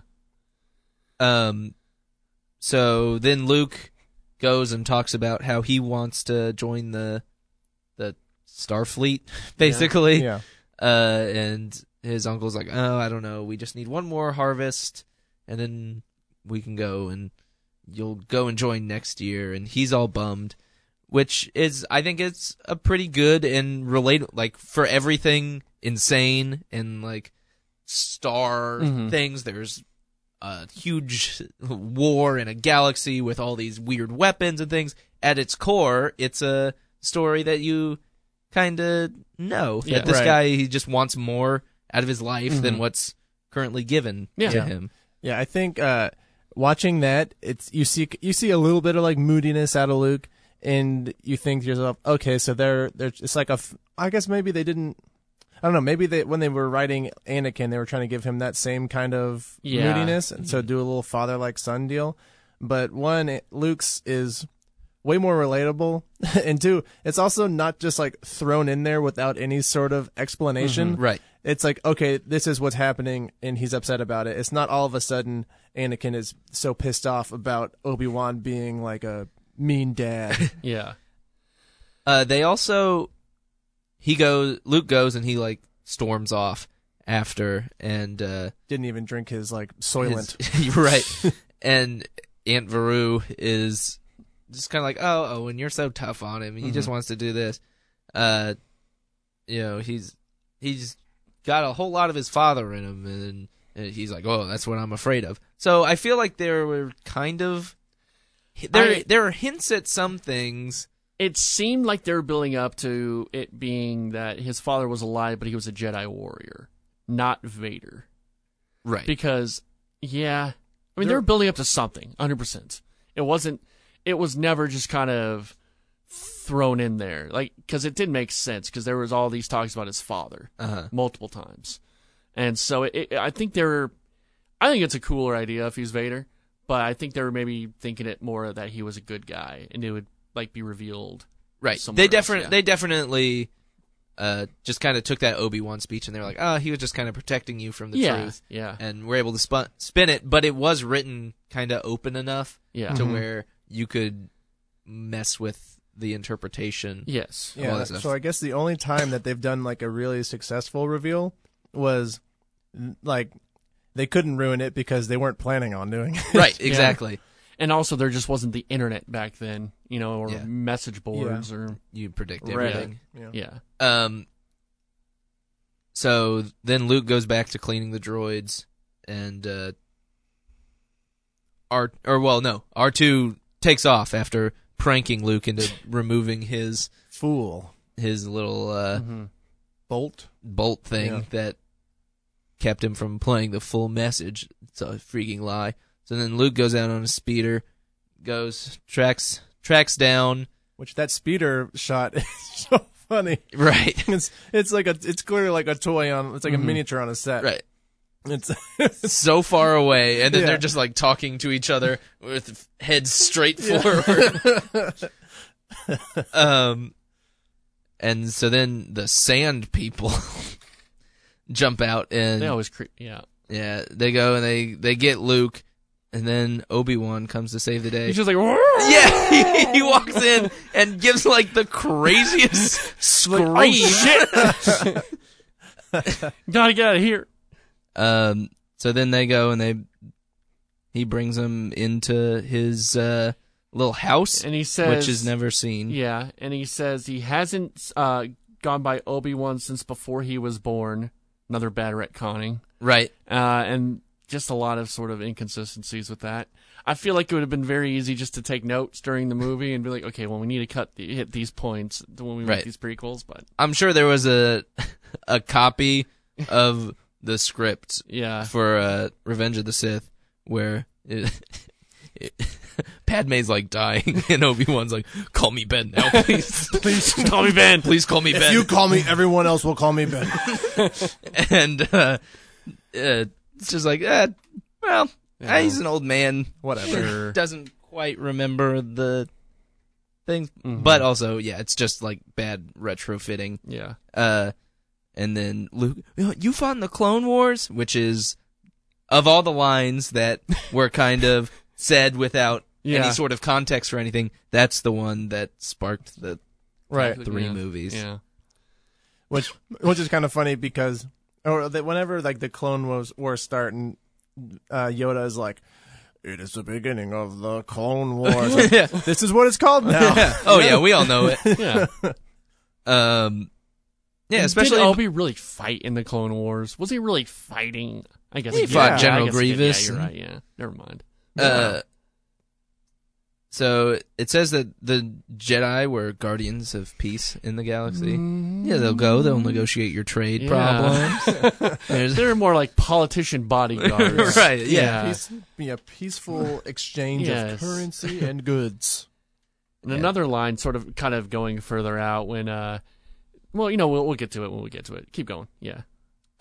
D: Um, so then Luke goes and talks about how he wants to join the the Starfleet, basically.
F: yeah.
D: Uh, and his uncle's like, "Oh, I don't know. We just need one more harvest, and then we can go and you'll go and join next year." And he's all bummed, which is, I think, it's a pretty good and relate like for everything insane and like star
E: Mm-hmm.
D: things. There's a huge war in a galaxy with all these weird weapons and things. At its core, it's a story that you kind of know that
E: Yeah. Mm-hmm.
D: this
F: Right.
D: guy he just wants more out of his life than what's currently given to
E: Yeah.
D: him.
F: Yeah, I think uh, watching that, it's you see you see a little bit of like moodiness out of Luke, and you think to yourself, okay, so they're they're it's like a f- I guess maybe they didn't. I don't know. Maybe they when they were writing Anakin, they were trying to give him that same kind of
E: Yeah.
F: moodiness, and so do a little father like son deal. But one, it- Luke's is way more relatable, and two, it's also not just like thrown in there without any sort of explanation
D: Mm-hmm, Right.
F: it's like okay this is what's happening and he's upset about it it's not all of a sudden anakin is so pissed off about obi-wan being like a mean dad
E: Yeah.
D: Uh, they also he goes Luke goes and he like storms off after and uh
F: didn't even drink his like
D: his-
F: soylent
D: You're right. and Aunt Veru is just kind of like, oh, oh, and you're so tough on him. He just wants to do this. Uh, you know, he's he's got a whole lot of his father in him, and, and he's like, oh, that's what I'm afraid of. So I feel like there were kind of there
E: I-
D: there are hints at some things.
E: It seemed like they were building up to it being that his father was alive, but he was a Jedi warrior, not Vader.
D: Right.
E: Because, yeah, I mean, they were building up to something, 100%. It wasn't, it was never just kind of thrown in there. Like, because it did make sense, because there was all these talks about his father
D: uh-huh.
E: multiple times. And so it, it, I think they were, I think it's a cooler idea if he's Vader, but I think they were maybe thinking it more that he was a good guy and it would, like, be revealed.
D: Right.
E: somewhere
D: They
E: else,
D: definitely
E: yeah.
D: they definitely uh, just kind of took that Obi Wan speech and they were like, oh, he was just kind of protecting you from the
E: yeah.
D: truth.
E: Yeah.
D: and we're able to spun, spin it, but it was written kind of open enough
E: Yeah.
D: to where you could mess with the interpretation.
E: Yes.
D: all
F: yeah
D: that stuff.
F: so i guess the only time that they've done like a really successful reveal was like they couldn't ruin it because they weren't planning on doing it
D: Right, exactly.
E: And also, there just wasn't the internet back then, you know, or
D: Yeah.
E: message boards or,
D: You predict
E: Right.
D: everything.
E: yeah.
D: Um so then Luke goes back to cleaning the droids and uh R or well no, R2 takes off after pranking Luke into removing his
F: fool
D: his little uh
F: bolt
D: bolt thing
F: Yeah.
D: that kept him from playing the full message. It's a freaking lie. So then Luke goes out on a speeder, goes tracks tracks down.
F: which that speeder shot is so funny
D: Right,
F: it's it's like a it's clearly like a toy on it's like a miniature on a set
D: Mm-hmm. right.
F: it's
D: So far away, and then
F: Yeah.
D: they're just like talking to each other with f- heads straight forward. um, and so then the sand people jump out and
E: They always creep. Yeah.
D: yeah, they go and they they get Luke, and then Obi Wan comes to save the day.
E: He's just like, "Oh, "Whoa!"
D: Yeah, he, he walks in and gives like the craziest scream.
E: oh, gotta get out of here.
D: Um, so then they go and they he brings him into his uh, little house,
E: And he says,
D: which is never seen.
E: Yeah, and he says he hasn't uh, gone by Obi Wan since before he was born. Another bad retconning,
D: Right?
E: uh, and just a lot of sort of inconsistencies with that. I feel like it would have been very easy just to take notes during the movie and be like, okay, well, we need to cut the, hit these points when we
D: Right.
E: make these prequels. But
D: I'm sure there was a a copy of the script
E: yeah,
D: for uh, Revenge of the Sith, where it, it, Padme's like dying, and Obi Wan's like, "Call me Ben now, please, please,
E: Tommy Ben.
D: please call me Ben."
F: you call me everyone else will call me ben
D: and uh, uh, it's just like, eh, well, eh, he's an old man,
F: whatever
D: doesn't quite remember the things,
E: Mm-hmm.
D: but also, yeah, it's just like bad retrofitting.
E: Yeah,
D: Uh, and then Luke, you fought in the Clone Wars, which is of all the lines that were kind of said without
E: Yeah.
D: any sort of context or anything. That's the one that sparked the
F: Right.
D: three
E: Yeah.
D: movies.
E: Yeah,
F: Which which is kind of funny because or that whenever like the Clone Wars war starting, uh, Yoda is like, "It is the beginning of the Clone Wars.
B: Yeah.
F: This is what it's called now."
D: Oh yeah, we all know it.
E: Yeah,
D: Um, yeah, especially
E: Did Obi really fight in the Clone Wars? Was he really fighting? I guess
D: He
E: yeah,
D: fought
E: I
D: General
E: guess he did.
D: Grievous
E: Yeah, you're
D: and-
E: right. Yeah, never mind.
D: Uh, so it says that the Jedi were guardians of peace in the galaxy. Yeah, they'll go. They'll negotiate your trade
E: Yeah.
D: problems. There's-
E: They're more like politician bodyguards,
D: right. Yeah.
F: Peace, yeah, peaceful exchange
E: Yes.
F: of currency and goods.
E: And another line, sort of, kind of going further out when, uh, well, you know, we'll, we'll get to it when we get to it. Keep going. Yeah.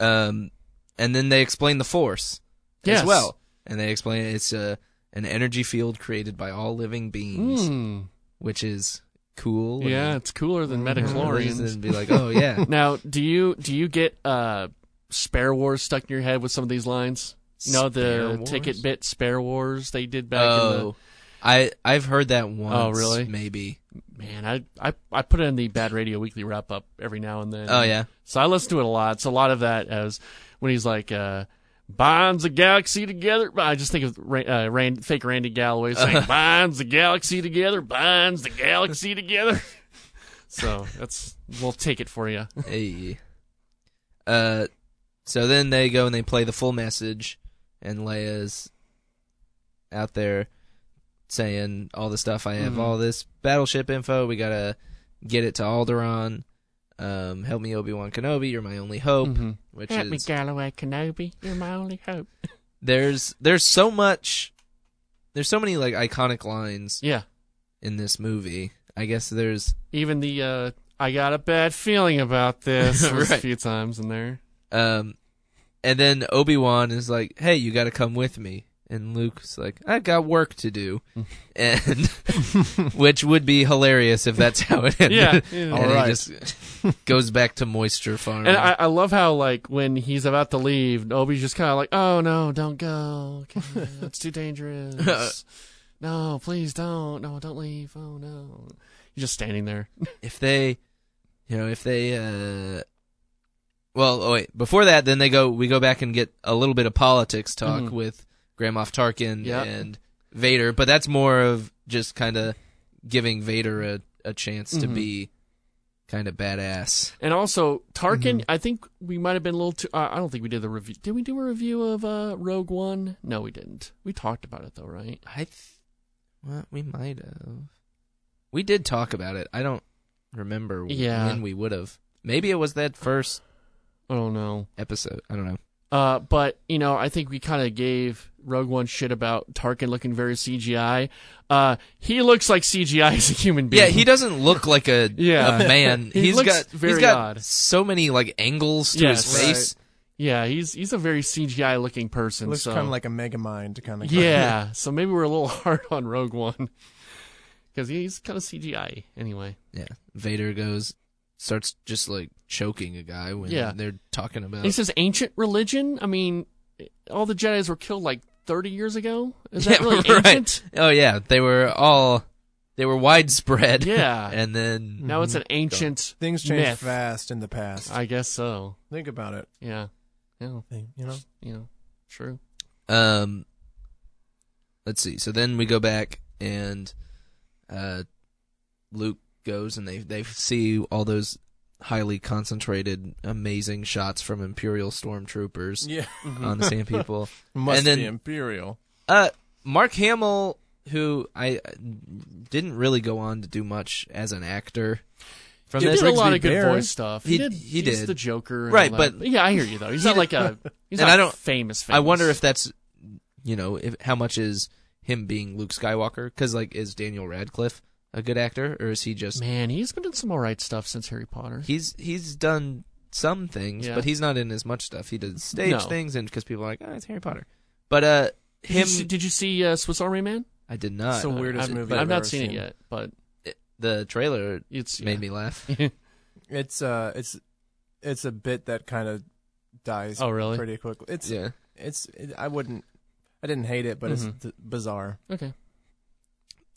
D: Um, and then they explain the Force
E: Yes.
D: as well, and they explain it's a an energy field created by all living beings,
E: Mm.
D: which is cool.
E: Yeah, it's cooler than
D: and,
E: metachlorians.
D: And be like, oh yeah,
E: now, do you do you get uh, Spare Wars stuck in your head with some of these lines? no,
D: Spare
E: the
D: Wars?
E: ticket bit Spare Wars they did back
D: oh. I I've heard that once.
E: really?
D: Maybe.
E: in the man. I, I I put it in the Bad Radio Weekly wrap up every now and then.
D: Oh yeah.
E: So I listen to it a lot. It's a lot of that as when he's like, uh, binds the galaxy together. I just think of Ra- uh, Rand, fake Randy Galloway saying, binds the galaxy together, binds the galaxy together. so that's, we'll take it for you.
D: Hey. Uh, so then they go and they play the full message, and Leia's out there saying all the stuff. I have all this battleship info. We gotta get it to Alderaan. Um, help me, Obi Wan Kenobi. You're my only hope. Which
E: Help
D: is
E: me, Galloway Kenobi. You're my only hope.
D: there's there's so much. There's so many like iconic lines
E: Yeah.
D: in this movie. I guess there's
E: Even the, uh, I got a bad feeling about this. was a
D: Right.
E: few times in there.
D: Um, and then Obi Wan is like, "Hey, you got to come with me." And Luke's like, "I've got work to do," and which would be hilarious if that's how it ended.
E: Yeah.
D: and
E: yeah.
F: All right.
D: he just goes back to moisture farm.
E: And I, I love how like when he's about to leave, Obi's just kind of like, "Oh no, don't go! Okay, it's too dangerous. No, please don't. No, don't leave. Oh no." He's just standing there.
D: if they, you know, if they, uh, well, oh, wait. Before that, then they go. We go back and get a little bit of politics talk with Grand Moff Tarkin
E: Yep.
D: and Vader, but that's more of just kind of giving Vader a a chance to be kind of badass.
E: And also Tarkin,
D: Mm-hmm.
E: I think we might have been a little too. Uh, I don't think we did the review. Did we do a review of uh, Rogue One? No, we didn't. We talked about it though, right?
D: I, th- well, we might have. We did talk about it. I don't remember
E: Yeah.
D: when we would have. Maybe it was that first
E: I don't know.
D: episode. I don't know.
E: Uh, but you know, I think we kind of gave Rogue One shit about Tarkin looking very CGI. Uh, he looks like CGI as a human being.
D: Yeah, he doesn't look like a,
E: Yeah.
D: a man.
E: He
D: he's
E: looks
D: got
E: very
D: he's got
E: odd.
D: so many like angles to
E: Yes.
D: his face.
E: Yeah, he's he's a very CGI looking person.
F: looks
E: so.
F: kind of like a Megamind kind of guy.
E: yeah. so maybe we're a little hard on Rogue One because he's kind of CGI anyway.
D: Yeah, Vader goes starts just like choking a guy when
E: Yeah.
D: they're talking about.
E: He says ancient religion. I mean, all the Jedi's were killed like thirty years ago. Is that
D: Yeah,
E: really
D: right.
E: ancient?
D: Oh yeah, they were all they were widespread.
E: Yeah.
D: and then
E: Now it's an ancient
F: Things change
E: myth.
F: fast in the past.
E: I guess so.
F: Think about it.
E: Yeah. Yeah.
F: You know,
E: You know. True.
D: Um, let's see. So then we go back and uh, Luke goes and they they see all those highly concentrated, amazing shots from Imperial stormtroopers
F: yeah,
D: on the same people.
F: must
D: Mm-hmm. And then-
F: be imperial.
D: Uh, Mark Hamill, who I uh, didn't really go on to do much as an actor. From
E: He
D: this,
E: did a lot
F: Rigsby
E: of good
F: Bear.
E: voice stuff. He,
D: He-
E: did.
D: he
E: he's
D: did.
E: the Joker, and
D: Right,
E: all that.
D: but-
E: yeah, I hear you though. He's not like a. He's
D: And
E: not
D: I don't-
E: famous. famous.
D: I wonder if that's you know if how much is him being Luke Skywalker because like is Daniel Radcliffe a good actor or is he just
E: man, he's been doing some all right stuff since Harry Potter.
D: he's he's done some things,
E: Yeah.
D: but he's not in as much stuff. He does stage
E: No.
D: things, and because people are like, oh, it's Harry Potter. But uh,
E: Did you
D: him,
E: see- did you see uh, Swiss Army Man?
D: I did not. uh,
F: It's the weirdest
E: Uh, I've,
F: movie
E: I've
F: I've
E: not
F: ever
E: seen, it
F: seen.
E: yet, but
D: The trailer
E: it's
D: made me laugh.
E: yeah.
F: It's uh, it's it's a bit that kind of dies.
E: Oh, really?
F: Pretty quickly. It's
D: yeah.
F: it's. It, I wouldn't. I didn't hate it, but
E: Mhm.
F: it's d- bizarre.
E: okay.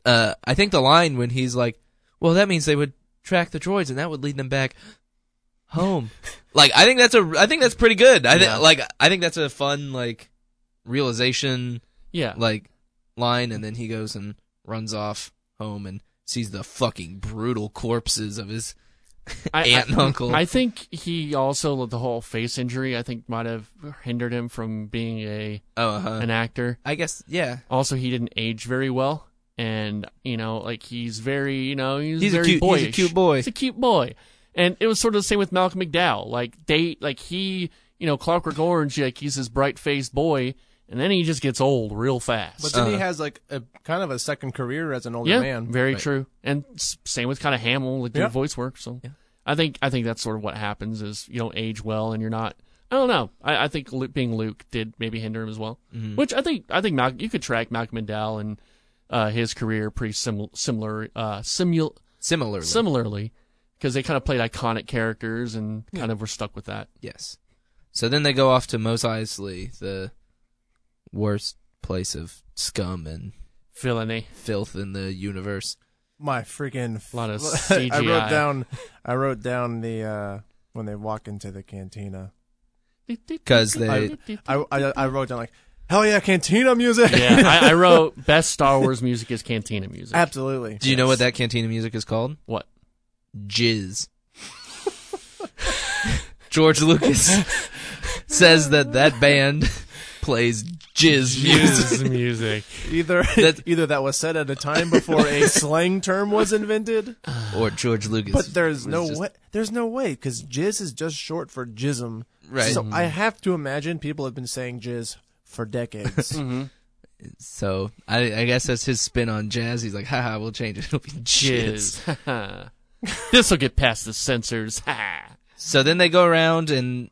D: Uh, I think the line when he's like, "Well, that means they would track the droids, and that would lead them back home." Like I think that's a I think that's pretty good. I think
E: Yeah.
D: like I think that's a fun like realization
E: Yeah.
D: like line and then he goes and runs off home and sees the fucking brutal corpses of his aunt and uncle.
E: I think he also with the whole face injury. I think might have hindered him from being a
D: oh, uh-huh.
E: an actor.
D: I guess yeah.
E: Also, he didn't age very well, and you know, like he's very, you know, he's,
D: He's a
E: very
D: cute- he's a
E: boyish.
D: cute boy.
E: He's a cute boy, and it was sort of the same with Malcolm McDowell. Like they, like he, you know, Clockwork Orange, like he's this bright faced boy, and then he just gets old real fast.
F: But then
D: Uh-huh.
F: he has like a kind of a second career as an older
E: yeah,
F: man.
E: very true. And s- same with kind of Hamill, like
F: Yeah.
E: doing voice work. So I think I think that's sort of what happens is you don't age well, and you're not. I don't know. I, I think Luke, being Luke did maybe hinder him as well, which I think I think Malcolm, you could track Malcolm McDowell and uh, his career pretty sim- similar uh, simul-
D: Similarly.
E: similarly because they kind of played iconic characters and kind of were stuck with that.
D: yes. So then they go off to Mos Eisley, the worst place of scum and
E: Villainy.
D: filth in the universe.
F: My freaking f-
E: Lot of
F: I
E: CGI.
F: wrote down I wrote down the uh when they walk into the cantina.
D: 'Cause they-
F: I, I, I wrote down like hell yeah cantina music.
E: yeah, I, I wrote best Star Wars music is Cantina music.
F: Absolutely.
D: Do you know what that cantina music is called?
E: what?
D: Jizz. George Lucas says that that band plays jizz music.
E: music.
F: Either
D: That-
F: either that was said at a time before a slang term was invented,
D: or George Lucas.
F: but there's no
D: just-
F: way there's no way because jizz is just short for jism.
D: Right. Mm-hmm.
F: So I have to imagine people have been saying jizz for decades.
D: Mm-hmm. So I, I guess that's his spin on jazz. He's like, haha, we'll change it. It'll be jizz.
E: Jizz. this will get past the censors. Ha.
D: So then they go around and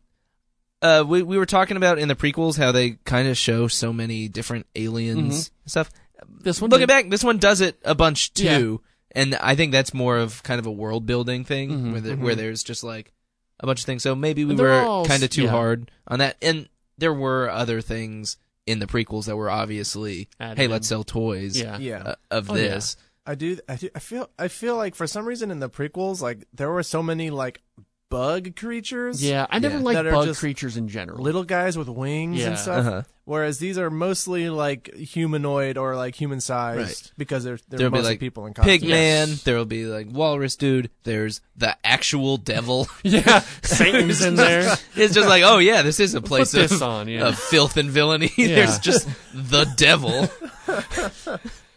D: uh, we we were talking about in the prequels how they kind of show so many different aliens and stuff.
E: This one.
D: Looking
E: did-
D: back, this one does it a bunch too, and I think that's more of kind of a world building thing where the, where there's just like a bunch of things. So maybe we
E: Mm-hmm, They're
D: were
E: all s-
D: kind of too
E: yeah.
D: hard on that, and there were other things in the prequels that were obviously,
E: Added
D: hey,
E: in.
D: let's sell toys
E: Yeah.
F: yeah.
D: uh, of
E: Oh, yeah.
D: this.
F: I do, I do. I feel. I feel like for some reason in the prequels, like there were so many like bug creatures.
E: Yeah, I never
D: Yeah.
E: liked
F: That are
E: bug
F: just
E: creatures in general.
F: Little guys with wings
E: Yeah.
F: and stuff.
D: Uh-huh.
F: Whereas these are mostly like humanoid or like human sized because they're they're
D: There'll be
F: mostly
D: like
F: people in costumes.
D: Pig Man. There'll be like Walrus Dude. There's the actual devil.
E: yeah, Satan's in there.
D: It's just like, oh yeah, this is a place
E: Put
D: of,
E: this on, yeah.
D: of filth and villainy. There's just the devil.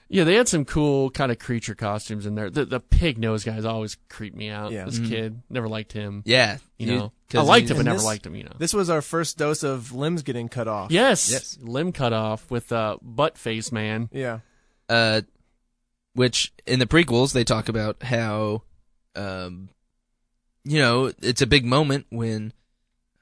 E: Yeah, they had some cool kind of creature costumes in there. The, the pig nose guys always creep me out.
F: Yeah.
E: This kid never liked him.
D: Yeah,
E: you, know,
D: 'cause
E: I liked him,
D: you-
E: but
F: And
E: never
F: this-
E: liked him. You know.
F: This was our first dose of limbs getting cut off.
E: yes,
D: Yes.
E: limb cut off with uh, butt face man.
F: Yeah.
D: Uh, which in the prequels they talk about how, um, you know, it's a big moment when,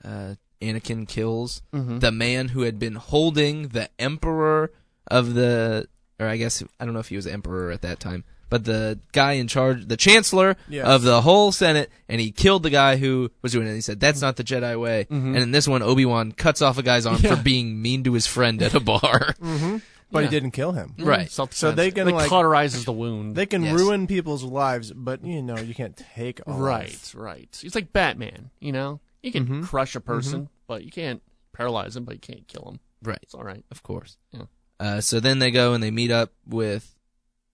D: uh, Anakin kills the man who had been holding the emperor of the, or I guess I don't know if he was emperor at that time, but the guy in charge, the chancellor
F: Yes.
D: of the whole senate, and he killed the guy who was doing it. He said that's not the Jedi way. And in this one, Obi Wan cuts off a guy's arm for being mean to his friend at a bar.
E: Mm-hmm.
F: But he didn't kill him.
D: Right.
F: So they can
E: Like,
F: like
E: cauterizes the wound.
F: they can
D: Yes.
F: ruin people's lives, but you know you can't take a life.
E: Right, right. He's like Batman, you know? You can crush a person, but you can't paralyze him, but you can't kill him.
D: Right.
E: It's all right.
D: Of course.
E: Yeah.
D: Uh, so then they go and they meet up with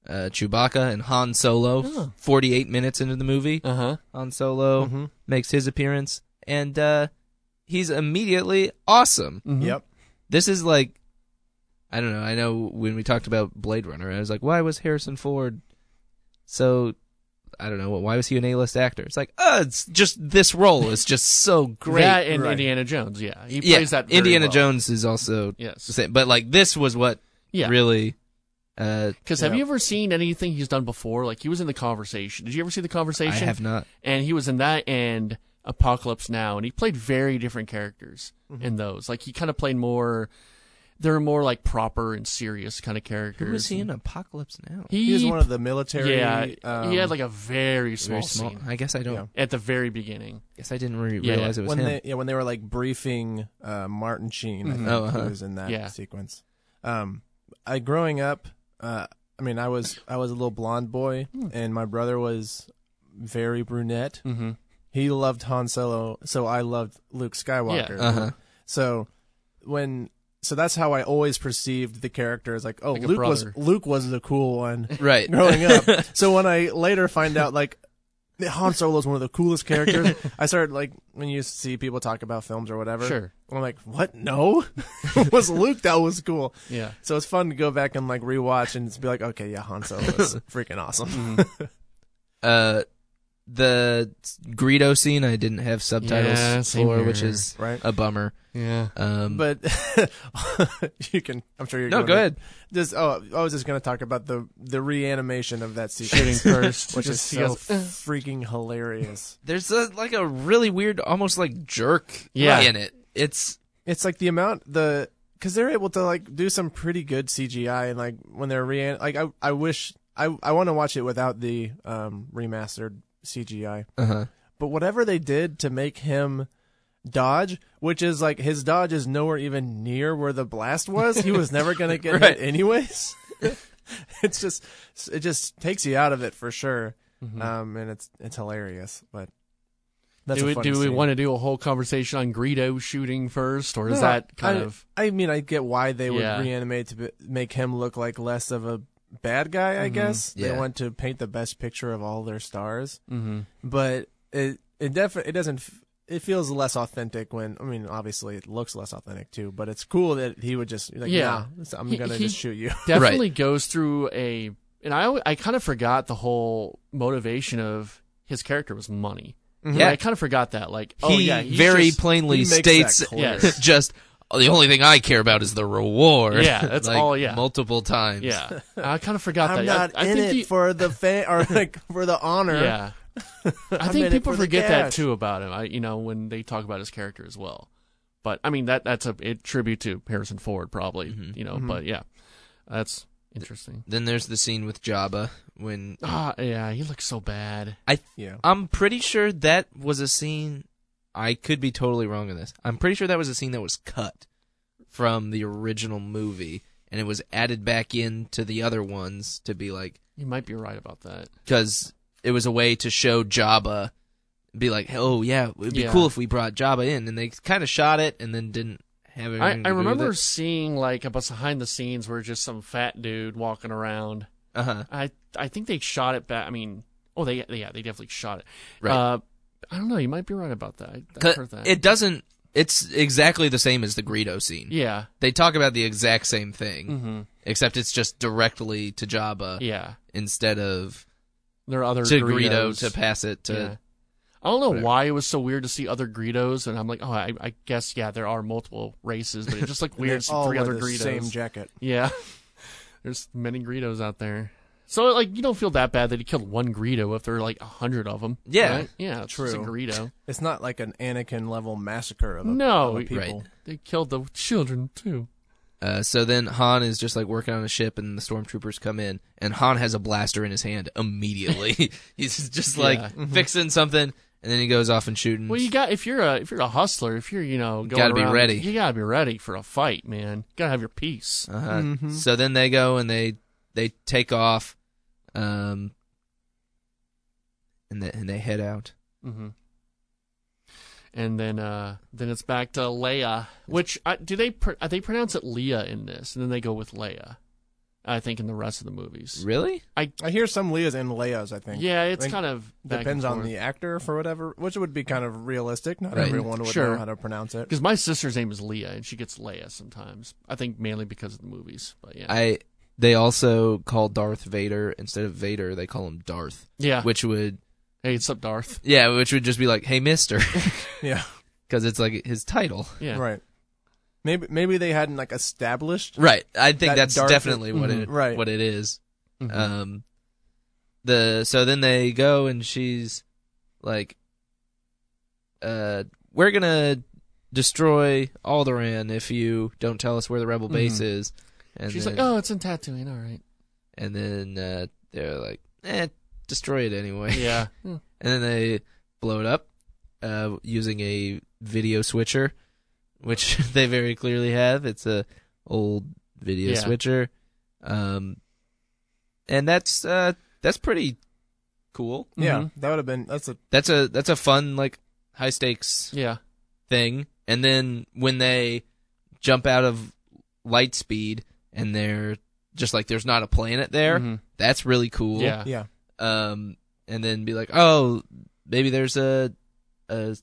D: uh, Chewbacca and Han Solo.
E: Oh.
D: 48 minutes into the movie,
E: Uh huh.
D: Han Solo
E: Mm-hmm.
D: makes his appearance, and uh, he's immediately awesome.
E: Mm-hmm.
F: Yep.
D: This is like, I don't know. I know when we talked about Blade Runner, I was like, why was Harrison Ford so. I don't know why was he an A-list actor. It's like, uh, it's just this role is just so great.
E: That and
F: right.
E: Indiana Jones, yeah. He
D: yeah,
E: plays that very
D: Indiana
E: well.
D: Jones is also
E: Yes.
D: the same, but like this was what
E: Yeah.
D: really uh
E: Because have you ever seen anything he's done before? Like, he was in The Conversation. Did you ever see The
D: I
E: Conversation?
D: have not.
E: And he was in that and Apocalypse Now, and he played very different characters in those. Like, he kind of played more, they're more like proper and serious kind of characters.
D: Who is he in Apocalypse Now?
E: He,
F: He was one of the military.
E: Yeah,
F: um,
E: he had like a very small,
D: Very small.
E: scene
D: I guess I don't.
F: Yeah.
E: at the very beginning.
D: Guess I didn't re-
E: Yeah.
D: realize it was
F: when
D: him.
F: they yeah when they were like briefing uh, Martin Sheen, I think
D: Oh, uh-huh.
F: he was in that
E: Mm-hmm. Yeah.
F: sequence. Um, I growing up, uh, I mean, I
E: Hmm.
F: was I was a little blonde boy, and my brother was very brunette,
E: Mm-hmm.
F: he loved Han Solo, so I loved Luke Skywalker.
E: Yeah.
D: Uh-huh.
F: So when so that's how I always perceived the character as like, oh,
E: Like a
F: Luke was
E: brother.
F: Luke was the cool one
D: Right.
F: growing up. so when I later find out like that Han Solo is one of the coolest characters, I started like when you see people talk about films or whatever.
E: Sure.
F: And I'm like, what? No, It was Luke that was cool.
E: Yeah.
F: So it's fun to go back and like rewatch and be like, okay, yeah, Han Solo is freaking awesome.
E: Mm-hmm.
D: Uh, the Greedo scene I didn't have subtitles
E: Yeah, same
D: for, which
E: here.
D: is
F: Right.
D: a bummer.
E: Yeah.
D: Um,
F: but you can, I'm sure you're
D: no,
F: gonna-
D: go ahead.
F: Just oh, I was just gonna talk about the the reanimation of that
E: Shooting
F: sequence,
E: first,
F: which is
E: Just- he
F: so
E: goes, "Uh."
F: freaking hilarious.
D: There's a, like a really weird, almost like jerk
E: Yeah.
D: in it. It's
F: It's like the amount the because they're able to like do some pretty good CGI and like when they're re like I I wish I I want to watch it without the um remastered CGI.
D: uh-huh.
F: But whatever they did to make him dodge, which is like his dodge is nowhere even near where the blast was, he was never gonna get
D: Right.
F: hit anyways. it's just it just takes you out of it for sure.
E: Mm-hmm.
F: Um, and it's it's hilarious, but that's
E: do
F: a
E: we,
F: fun
E: do we
F: scene.
E: want to do a whole conversation on Greedo shooting first, or is
F: No,
E: that kind
F: I,
E: of
F: I mean, I get why they would
E: Yeah.
F: reanimate to be, make him look like less of a bad guy. I
E: Mm-hmm.
F: guess they
D: Yeah.
F: want to paint the best picture of all their stars,
E: Mhm.
F: but it it definitely it doesn't. F- it feels less authentic when I mean, obviously, it looks less authentic too. But it's cool that he would just like, yeah,
E: Yeah.
F: I'm
E: He-
F: gonna
E: he-
F: just shoot you.
E: definitely goes through a and I al- I kind of forgot the whole motivation of his character was money.
F: Mm-hmm.
D: Yeah.
E: I kind of forgot that. Like,
D: he
E: oh yeah, he's
D: very
E: just-
D: plainly
F: he makes that
D: states
F: clear.
E: Yes.
D: just "Oh, the only thing I care about is the reward.
E: Yeah, that's
D: Like,
E: all, yeah.
D: multiple times.
E: yeah. I kind of forgot
F: I'm
E: that. I-
F: not
E: I,
F: in
E: think
F: it
E: he-
F: for the fan or like for the honor.
E: yeah. I
F: in it
E: think people
F: for the
E: forget that
F: cash.
E: too about him. I you know when they talk about his character as well. But I mean that that's a, a tribute to Harrison Ford probably.
D: Mm-hmm.
E: You
F: Mm-hmm.
E: know, but yeah, that's interesting.
D: Then there's the scene with Jabba when
E: Ah, yeah, he looks so bad.
F: yeah.
D: I'm pretty sure that was a scene. I could be totally wrong on this. I'm pretty sure that was a scene that was cut from the original movie, and it was added back in to the other ones to be like
E: You might be right about that.
D: because it was a way to show Jabba, be like, oh yeah, it'd be
E: Yeah.
D: cool if we brought Jabba in, and they kind of shot it and then didn't have anything.
E: I,
D: to
E: I
D: do with
E: remember
D: it.
E: seeing like a bus behind the scenes where just some fat dude walking around.
D: Uh-huh.
E: I I think they shot it back. I mean, oh they yeah they definitely shot it.
D: Right.
E: Uh, I don't know. You might be right about that. I, I
D: 'Cause
E: heard that.
D: It doesn't. It's exactly the same as the Greedo scene.
E: yeah.
D: They talk about the exact same thing,
E: hmm
D: except it's just directly to Jabba
E: Yeah.
D: instead of
E: There are other
D: to
E: Greedos.
D: Greedo to pass it to.
E: Yeah. I don't know why it was so weird to see other Greedos, and I'm like, oh, I, I guess yeah, there are multiple races, but it's just like
F: And they
E: weird. to see
F: all
E: three
F: wear
E: other
F: the
E: Greedos.
F: same jacket.
E: Yeah. There's many Greedos out there. So, like, you don't feel that bad that he killed one Greedo if there are, like, a hundred of them.
D: Yeah.
E: Right? Yeah, it's just a
F: True.
E: Greedo.
F: It's not like an Anakin level massacre of a,
E: No,
F: of a people.
D: right.
E: They killed the children, too.
D: Uh, so then Han is just like working on a ship, and the stormtroopers come in, and Han has a blaster in his hand immediately. He's just like
E: Yeah. Mm-hmm.
D: fixing something, and then he goes off and shooting.
F: Mm.
E: Well, you got, if you're a, if you're a hustler, if you're, you know, going
D: Gotta be
E: around-
D: ready.
E: You gotta be ready for a fight, man. Gotta have your peace.
D: uh
E: Mm-hmm.
D: So then they go and they they take off, um, and they, and they head out.
E: hmm And then, uh, then it's back to Leia, which, I, do they, pr- uh, they pronounce it Leia in this, and then they go with Leia, I think, in the rest of the movies.
D: Really?
F: I hear some Leahs and Leias. I think.
E: Yeah,
F: I
E: it's
F: think
E: kind of back and
F: depends on
E: forth.
F: the actor for whatever, which would be kind of realistic. Not
D: Right.
F: everyone would
E: Sure.
F: know how to pronounce it.
E: Because my sister's name is Leah, and she gets Leia sometimes. I think mainly because of the movies. But yeah,
D: I they also call Darth Vader instead of Vader. They call him Darth,
E: yeah.
D: which would
E: hey, it's up, Darth.
D: yeah, which would just be like, hey, Mister,
F: Yeah,
D: because it's like his title.
E: Yeah,
F: right. Maybe maybe they hadn't like established.
D: Right. I think
F: That
D: that's
F: dark-
D: definitely what
E: Mhm.
D: it
F: Right. Mm-hmm.
D: what it is.
E: Mhm.
D: Um the so then they go and she's like uh we're going to destroy Alderaan if you don't tell us where the rebel base
E: Mhm.
F: Mm-hmm.
D: is. And
E: She's
D: then,
E: like, oh, it's in Tatooine. All right.
D: and then uh they're like eh destroy it anyway.
E: Yeah. Hmm.
D: and then they blow it up uh using a video switcher which they very clearly have. It's a old video
E: Yeah.
D: switcher. Um, and that's uh, that's pretty cool.
E: Mm-hmm.
F: Yeah, that would have been that's a
D: That's a that's a fun like high stakes
E: Yeah.
D: thing. And then when they jump out of light speed and they're just like there's not a planet there,
E: Mhm.
D: that's really cool.
E: Yeah.
F: yeah.
D: Um, and then be like, oh, maybe there's a, a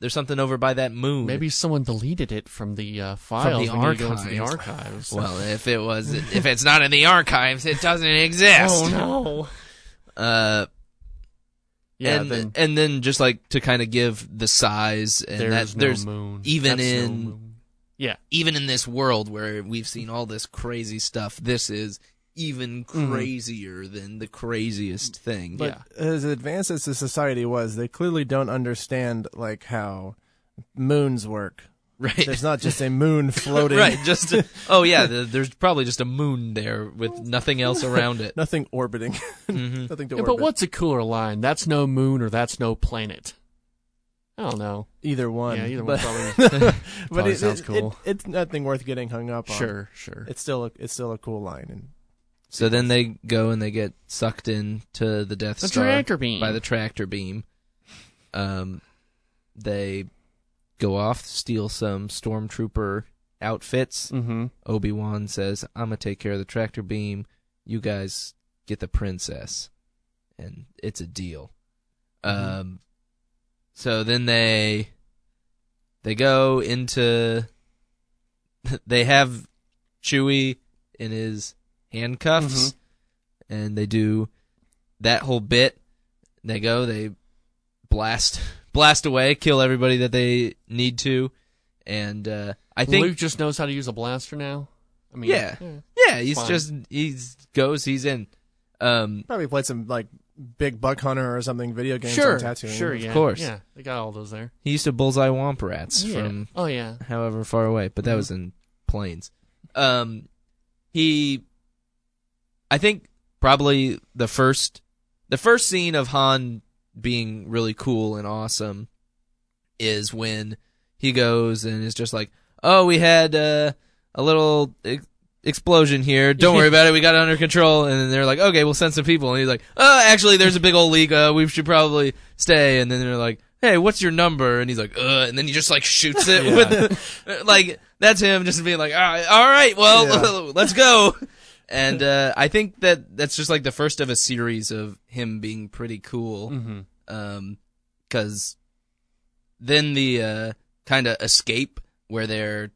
D: there's something over by that moon.
E: Maybe someone deleted it from the uh, files.
D: the
E: we need to go into the archives.
D: archives. Well, if it was, if it's not in the archives, it doesn't exist.
E: Oh, no.
D: Uh,
E: Yeah.
D: and
E: then
D: and then just like to kind of give the size and
E: there's
D: that there's
E: no moon.
D: even
E: That's no
D: in-
E: moon. Yeah.
D: even in this world where we've seen all this crazy stuff, this is even crazier than the craziest thing.
E: Mm-hmm. But-
F: As advanced as the society was, they clearly don't understand like how moons work.
D: right.
F: There's not just a moon floating,
D: Right, just a- oh yeah, the, there's probably just a moon there with nothing else around it.
F: nothing orbiting, nothing
E: Mm-hmm.
F: to
E: Yeah,
F: orbit.
E: but what's a cooler line? That's no moon or that's no planet. I don't know.
F: Either one,
E: Yeah, either one
F: but,
E: probably.
F: but
E: probably
F: it,
E: sounds
F: it-
E: cool.
F: it- it's nothing worth getting hung up on.
E: sure, sure.
F: it's still a, it's still a cool line, and
D: So then they go and they get sucked into the Death
E: The
D: Star
E: tractor beam.
D: by the tractor beam. Um, they go off, steal some stormtrooper outfits.
F: mm-hmm.
D: Obi Wan says, "I'm gonna take care of the tractor beam. You guys get the princess, and it's a deal." Um, so then they they go into they have Chewie in his handcuffs, and they do that whole bit. They go, they blast blast away, kill everybody that they need to, and uh, I think
E: Luke just knows how to use a blaster now. I mean,
D: yeah. yeah. he's
E: Hmm. Fine.
D: just he's goes, he's in. Um
F: probably played some like big buck hunter or something video games.
D: Sure,
F: on tattooing.
E: sure, yeah,
D: course.
E: yeah. They got all those there.
D: he used to bullseye womp rats
E: Yeah. Hmm.
D: from
E: oh yeah,
D: however far away, but that was in planes. Um he I think probably the first the first scene of Han being really cool and awesome is when he goes and is just like, "Oh, we had uh, a little ex- explosion here. Don't worry about it. We got it under control." And then they're like, "Okay, we'll send some people." And he's like, "Oh, actually, there's a big old leak. Uh, we should probably stay." And then they're like, "Hey, what's your number?" And he's like, "Uh," and then he just like shoots it with, like, that's him just being like, "All right, all right well, let's go." And uh, I think that that's just like the first of a series of him being pretty cool um because then the uh kind of escape where they're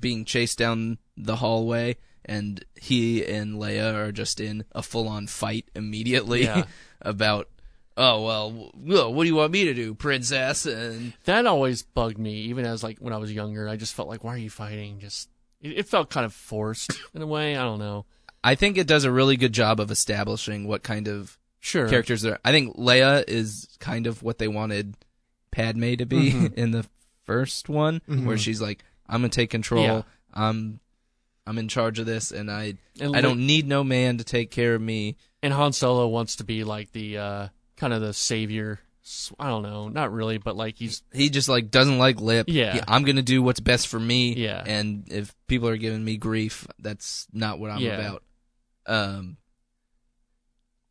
D: being chased down the hallway and he and Leia are just in a full-on fight immediately
E: Yeah.
D: about oh well w- well, what do you want me to do princess and
E: that always bugged me. Even as like when I was younger, I just felt like, why are you fighting? Just it, it felt kind of forced in a way. I don't know.
D: I think it does a really good job of establishing what kind of
E: Sure,
D: characters there. I think Leia is kind of what they wanted Padme to be
E: Mm-hmm.
D: in the first one, where she's like, "I'm gonna take control.
E: Yeah.
D: I'm, I'm in charge of this, and I,
E: And
D: I
E: Luke-
D: don't need no man to take care of me."
E: and Han Solo wants to be like the uh, kind of the savior. S- I don't know, not really, but like he's
D: He just like doesn't like lip.
E: Yeah.
D: I'm gonna do what's best for me.
E: Yeah.
D: and if people are giving me grief, that's not what I'm
E: Yeah.
D: about. Um,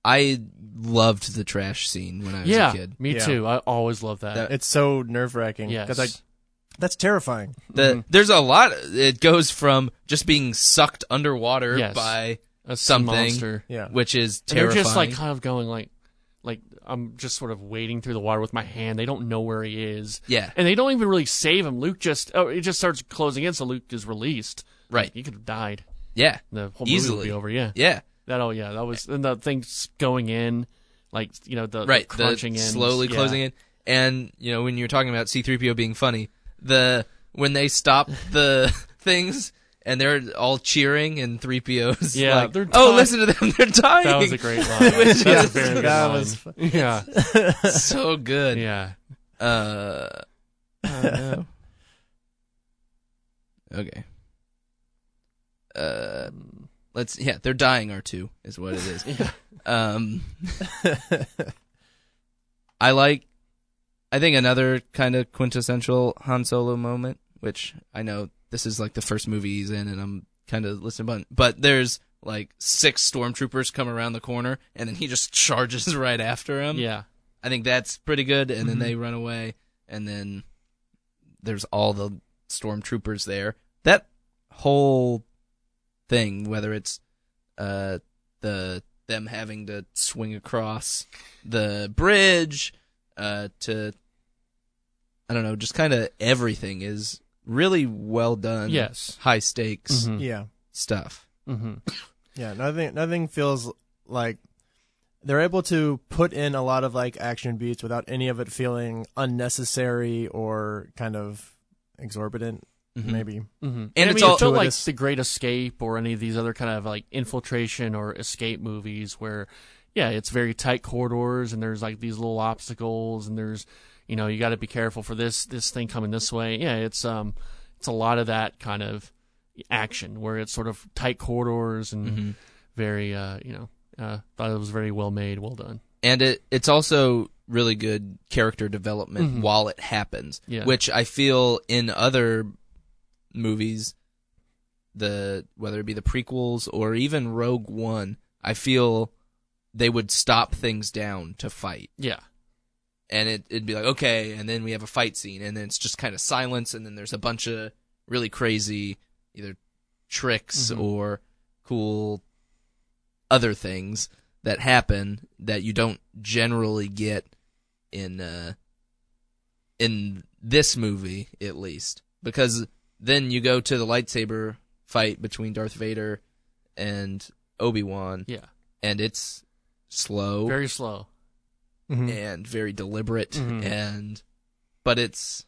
D: I loved the trash scene when I was
E: yeah,
D: a kid.
E: me
F: Yeah.
E: too. I always loved that.
D: That-
F: It's so nerve wracking.
E: yes,
F: like that's terrifying.
D: The,
E: Mm-hmm.
D: There's a lot. It goes from just being sucked underwater
E: Yes.
D: by
E: a sea
D: something.
E: monster.
F: Yeah,
D: which is
E: And They're
D: terrifying.
E: just like kind of going like, like I'm just sort of wading through the water with my hand. They don't know where he is.
D: Yeah.
E: and they don't even really save him. Luke just oh, it just starts closing in, so Luke is released.
D: Right.
E: he could have died.
D: yeah,
E: The whole movie would
D: easily
E: be over. Yeah,
D: Yeah,
E: that. Oh yeah, that was and the things going in, Uh, like you know the
D: right. The
E: crunching in,
D: slowly closing in, and you know when you're talking about C-3PO being funny, the when they stop the things and they're all cheering and 3PO's
E: Yeah,
D: like,
E: they're
D: oh,
E: dying."
D: listen to them, they're dying.
E: That was a great line. That's a very good
F: That
E: line.
F: was fu-
E: yeah,
D: so good.
E: yeah.
D: Uh, I don't know. okay. Uh, let's. Yeah, they're dying. R two is what it is. Um, I like. I think another kind of quintessential Han Solo moment, which I know this is like the first movie he's in, and I'm kind of listening, but but there's like six stormtroopers come around the corner and then he just charges right after him.
E: Yeah.
D: I think that's pretty good. And then they
E: Mm-hmm.
D: run away, and then there's all the stormtroopers there. That whole thing, whether it's uh, the them having to swing across the bridge uh, to, I don't know, just kind of everything is really well done.
E: Yes.
D: high stakes
E: Mhm.
F: Yeah.
D: stuff.
E: Mm-hmm.
F: Yeah, nothing nothing feels like they're able to put in a lot of like action beats without any of it feeling unnecessary or kind of exorbitant
D: Mhm.
F: maybe.
E: Mm-hmm. And,
D: it's
E: I mean,
D: all-
E: it felt like
F: Gratuitous.
E: the Great Escape or any of these other kind of like infiltration or escape movies where, yeah, it's very tight corridors and there's like these little obstacles and there's, you know, you got to be careful for this this thing coming this way. Yeah, it's um, it's a lot of that kind of action where it's sort of tight corridors and
D: Mhm.
E: very, uh, you know, uh, thought it was very well made, well done.
D: and it it's also really good character development while it happens,
E: Yeah.
D: which I feel in other movies, the whether it be the prequels or even Rogue One, I feel they would stop things down to fight,
E: Yeah,
D: and it, it'd be like okay, and then we have a fight scene, and then it's just kind of silence, and then there's a bunch of really crazy either tricks
E: Mm-hmm.
D: or cool other things that happen that you don't generally get in uh in this movie at least because then you go to the lightsaber fight between Darth Vader and Obi-Wan
E: yeah,
D: and it's slow
E: very slow. Mm-hmm.
D: and very deliberate
F: Mhm.
D: and but it's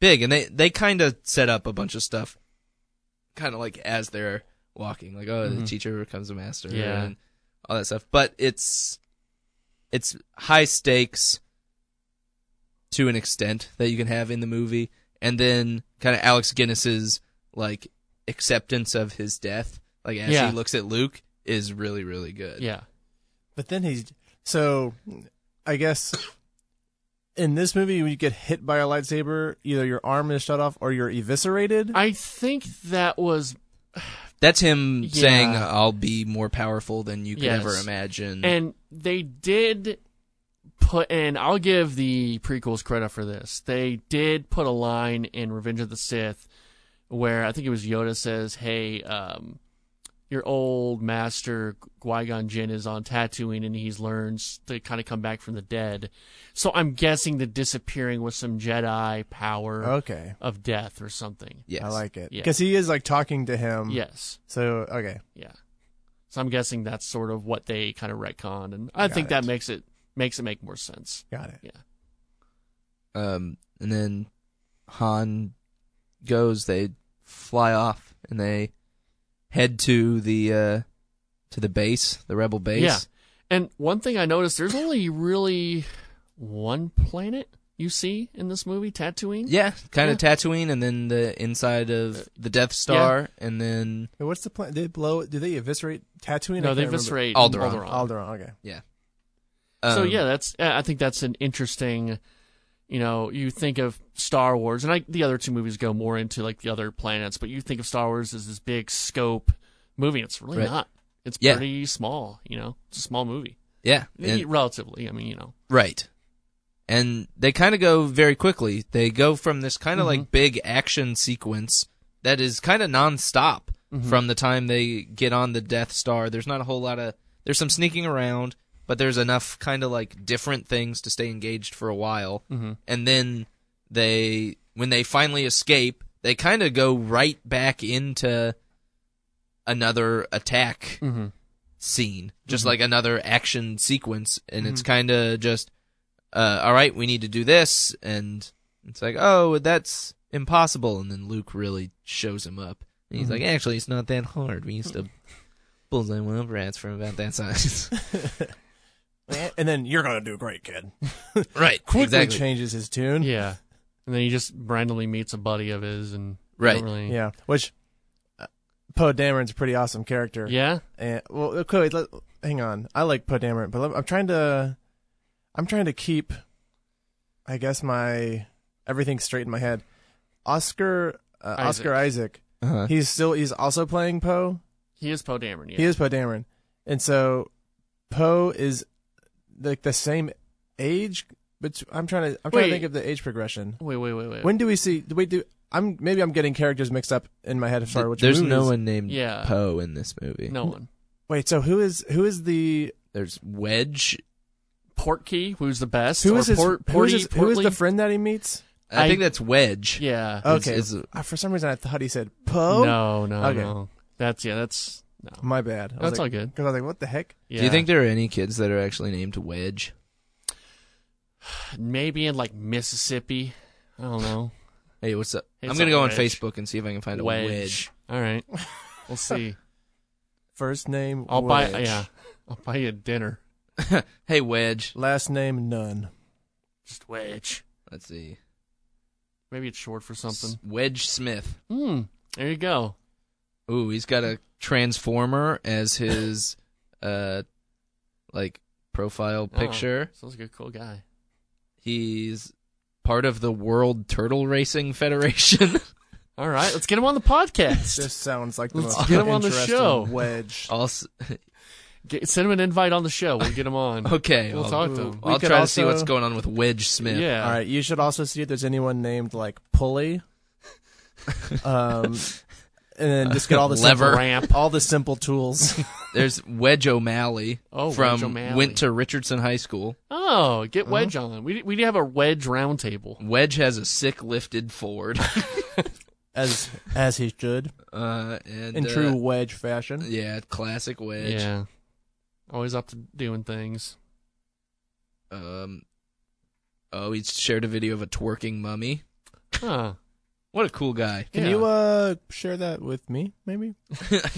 D: big and they they kind of set up a bunch of stuff kind of like as they're walking like oh the teacher becomes a master
E: Mm-hmm. Yeah.
D: and all that stuff but it's it's high stakes to an extent that you can have in the movie and then kind of Alex Guinness's like acceptance of his death like as
E: Yeah.
D: he looks at Luke is really really good
E: Yeah,
F: But then he's so I guess in this movie when you get hit by a lightsaber, either your arm is shut off or you're eviscerated.
E: I think that was
D: That's him
E: Yeah.
D: saying, "I'll be more powerful than you could
E: Yes.
D: ever imagine."
E: And they did put in, I'll give the prequels credit for this. They did put a line in Revenge of the Sith where I think it was Yoda says, Hey, um, your old master Qui Gon Jinn is on Tatooine and he's learned to kind of come back from the dead. So I'm guessing the disappearing was some Jedi power
F: okay.
E: of death or something.
D: yes,
F: I like it.
E: Yeah.
F: Cuz he is like talking to him.
E: Yes.
F: So okay.
E: Yeah. So I'm guessing that's sort of what they kind of retconned, and I think that makes it makes it make more sense.
F: Got it.
D: Um, and then Han goes. They fly off and they head to the uh, to the base, the rebel base.
E: Yeah. And one thing I noticed, there's only really one planet you see in this movie, Tatooine.
D: Yeah, kind of Tatooine, and then the inside
E: Uh,
D: of the Death Star, and then
F: Hey, What's the plan? They blow it. Do they eviscerate Tatooine? I
E: No,
F: can't
E: they
F: remember.
E: eviscerate
D: Alderaan.
F: Alderaan. Okay.
D: um,
E: so yeah, that's uh, I think that's an interesting. You know, you think of Star Wars, and I, the other two movies go more into like the other planets, but you think of Star Wars as this big scope movie. It's really
D: Right.
E: not. It's
D: Yeah.
E: pretty small. You know, it's a small movie,
D: yeah, and-
E: relatively. I mean, you know.
D: Right. And they kind of go very quickly. They go from this kind of like big action sequence that is kind of nonstop from the time they get on the Death Star. There's not a whole lot of there's some sneaking around, but there's enough kind of like different things to stay engaged for a while. And then they when they finally escape, they kind of go right back into another attack scene, just like another action sequence, and it's kind of just, uh, all right, we need to do this, and it's like, oh, that's impossible, and then Luke really shows him up, and he's like, actually, it's not that hard. We used to bullseye one of rats from about that size,
F: And then you're gonna do great, kid.
D: right?
F: Quickly
D: exactly.
F: changes his tune.
E: Yeah. And then he just randomly meets a buddy of his and
D: Right.
E: don't really-
F: Yeah. Which uh, Poe Dameron's a pretty awesome character.
E: Yeah?
F: And well, okay, wait, let, hang on. I like Poe Dameron, but I'm- I'm trying to, I'm trying to keep, I guess my everything straight in my head. Oscar uh,
E: Isaac.
F: Oscar Isaac.
D: Uh-huh.
F: He's still he's also playing Poe.
E: He is Poe Dameron. Yeah.
F: He is Poe Dameron, and so Poe is like the same age. But I'm trying to I'm trying
E: Wait.
F: to think of the age progression.
E: Wait, wait, wait, wait.
F: When do we see? Do we do? I'm maybe I'm getting characters mixed up in my head as far as which
D: There's no
F: movies-
D: one named
E: Yeah.
D: Poe in this movie.
E: no one.
F: Wait, so who is who is the
D: There's Wedge.
E: Portkey, who's the best?
F: who
E: or
F: is his,
E: Port,
F: who is
E: Porty,
F: his- who is
E: Portly?
F: the friend that he meets?
D: I,
E: I-
D: think that's Wedge.
E: Yeah.
D: It's-
F: Okay,
D: it's-
F: I- for some reason I thought he said Poe.
E: No, no,
F: Oh? Okay.
E: no. That's yeah. That's no.
F: my bad. I was
E: That's
F: like,
E: all good.
F: Because I was like, what the heck?
E: Yeah.
D: Do you think there are any kids that are actually named Wedge?
E: maybe in like Mississippi? I don't know.
D: Hey, what's up?
E: It's
D: I'm gonna
E: a
D: go on
E: wedge.
D: Facebook and see if I can find a
E: wedge.
D: wedge.
E: All right. We'll see.
F: First name.
E: I'll
F: Wedge.
E: buy. Yeah. I'll buy you dinner.
D: Hey, Wedge.
F: Last name none.
E: Just wedge.
D: Let's see.
E: Maybe it's short for something.
D: S- Wedge Smith.
E: Hmm. There you go.
D: Ooh, he's got a transformer as his uh like profile
E: Oh.
D: picture.
E: Sounds like a cool guy.
D: He's part of the World Turtle Racing Federation.
E: All right. Let's get him on the podcast.
F: Just sounds like the
E: Let's
F: most
E: get him on the
F: interesting
E: show.
F: Wedge.
D: also,
E: Get, send him an invite on the show. We'll get him on.
F: Oh,
D: okay,
E: We'll
D: I'll,
E: talk to him.
D: I'll
F: We could
D: try to see
F: also-
D: what's going on with Wedge Smith.
E: Yeah.
F: All right, you should also see if there's anyone named like Pulley. um, and then just get all the
D: Lever.
F: simple,
E: Ramp.
F: all the simple tools.
D: There's Wedge O'Malley
E: Oh, Wedge
D: from
E: O'Malley.
D: went to Richardson High School.
E: Oh,
F: Uh-huh.
E: get Wedge on. We we have a Wedge roundtable.
D: Wedge has a sick lifted Ford.
F: as as he should
D: Uh, and
F: in
D: uh,
F: true wedge
E: Uh,
F: fashion.
D: yeah, classic Wedge.
E: Yeah. Always up to doing things.
D: Um, oh, he shared a video of a twerking mummy.
E: Huh.
D: What a cool guy.
F: Can
E: Yeah.
F: you uh share that with me, maybe?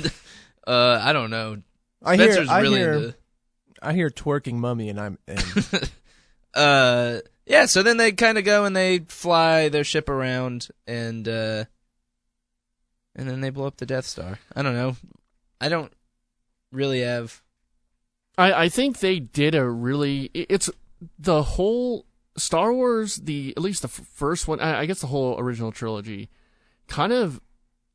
D: uh, I don't know.
F: I
D: Spencer's
F: hear, I
D: really
F: hear,
D: into.
F: I hear twerking mummy, and I'm in.
D: Uh, yeah. So then they kind of go and they fly their ship around and uh, and then they blow up the Death Star. I don't know. I don't really have.
E: I, I think they did a really. i- It's the whole Star Wars, the at least the f- first one. I, I guess the whole original trilogy, kind of.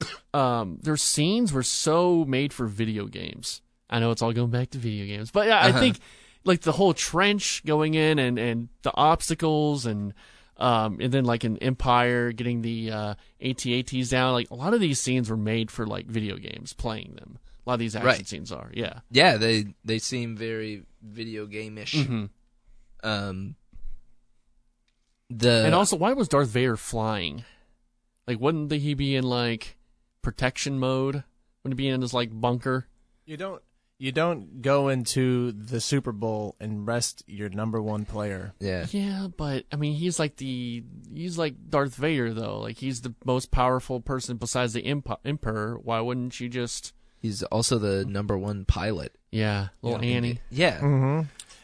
E: Um, their scenes were so made for video games. I know it's all going back to video games, but yeah, I
D: Uh-huh.
E: think like the whole trench going in and and the obstacles and. Um, and then like in Empire, getting the uh, AT-ATs down. Like a lot of these scenes were made for like video games, playing them. A lot of these action
D: Right.
E: scenes are, yeah.
D: Yeah, they they seem very video game ish.
F: Mm-hmm.
E: Mhm.
D: Um. The
E: and also, why was Darth Vader flying? Like, wouldn't he be in like protection mode? Wouldn't he be in his like bunker?
F: You don't you don't go into the Super Bowl and rest your number one player.
D: yeah.
E: Yeah, but I mean, he's like the he's like Darth Vader though. Like, he's the most powerful person besides the imp- Emperor. Why wouldn't you just
D: He's also the number one pilot.
E: yeah, little
D: Yeah.
E: Annie?
D: Yeah.
F: Mm-hmm.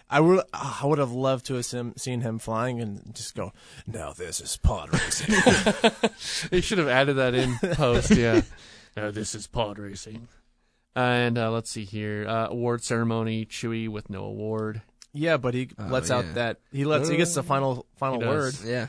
F: I would I would have loved to have seen, seen him flying and just go. Now this is pod racing.
E: They should have added that in post. Yeah. Now Uh, this is pod racing. And uh, let's see here. Uh, award ceremony. Chewie with no award.
F: yeah, but he
D: Oh,
F: lets
D: yeah. Uh,
F: out that he lets he gets the final final
E: He does.
F: word.
D: Yeah.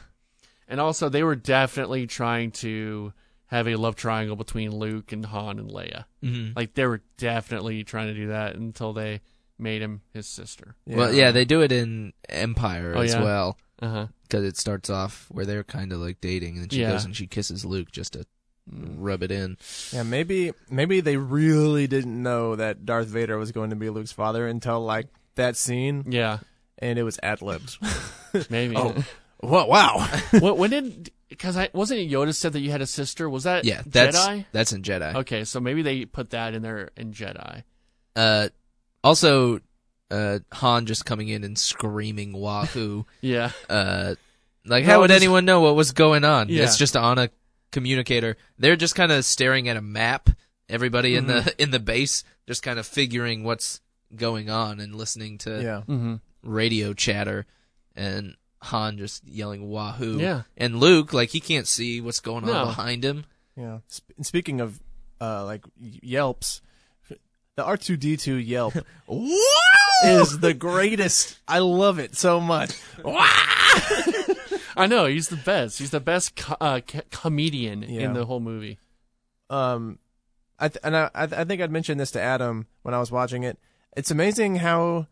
E: And also, they were definitely trying to have a love triangle between Luke and Han and Leia.
D: Mm-hmm.
E: Like they were definitely trying to do that until they made him his sister.
D: Well, yeah, they do it in Empire
E: Oh,
D: as
E: yeah?
D: well
E: Uh huh.
D: because it starts off where they're kind of like dating, and then she
E: Yeah. Mm.
D: goes and she kisses Luke just to rub it in.
F: Yeah, maybe maybe they really didn't know that Darth Vader was going to be Luke's father until like that scene,
E: Yeah,
F: and it was ad libs.
E: maybe.
D: Oh.
F: Whoa, wow!
E: What, when did? Because I wasn't it Yoda said that you had a sister. Was that
D: Yeah, that's
E: Uh, Jedi?
D: that's in Jedi.
E: Okay, so maybe they put that in there in Jedi.
D: Uh, also, uh, Han just coming in and screaming "Wahoo!"
E: Yeah,
D: uh, like
E: No,
D: how would
E: just-
D: anyone know what was going on?
E: Yeah.
D: It's just on a communicator. They're just kind of staring at a map. Everybody in the
E: Mm-hmm.
D: in the base just kind of figuring what's going on and listening to
F: yeah,
E: mm-hmm.
D: radio chatter and Han just yelling wahoo.
E: Yeah.
D: And Luke, like, he can't see what's going on
E: No.
D: behind him.
F: yeah. Sp- and speaking of uh, like yelps, the R two D two yelp is the greatest. I love it so much.
E: I know he's the best. He's the best co- uh, co- comedian
F: Yeah.
E: in the whole movie.
F: Um, I th- and I, I th- I think I'd mentioned this to Adam when I was watching it. It's amazing how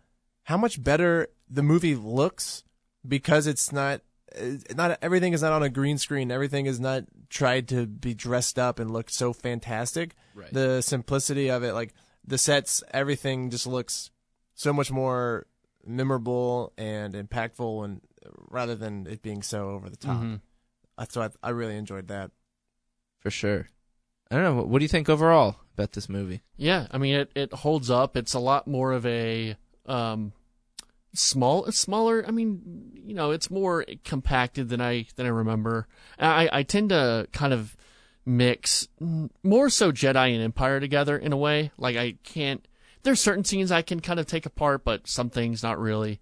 F: how much better the movie looks because it's not it's not everything is not on a green screen. Everything is not tried to be dressed up and look so fantastic.
D: Right.
F: The simplicity of it, like the sets, everything just looks so much more memorable and impactful, and uh, rather than it being so over the top.
D: Mhm.
F: That's why I, I really enjoyed that.
D: for sure. I don't know. What, what do you think overall about this movie?
E: Yeah, I mean it, it holds up. It's a lot more of a um small it's smaller. I mean, you know, it's more compacted than I than I remember. And I I tend to kind of mix mm, more so Jedi and Empire together in a way. Like I can't there's certain scenes I can kind of take apart, but some things not really.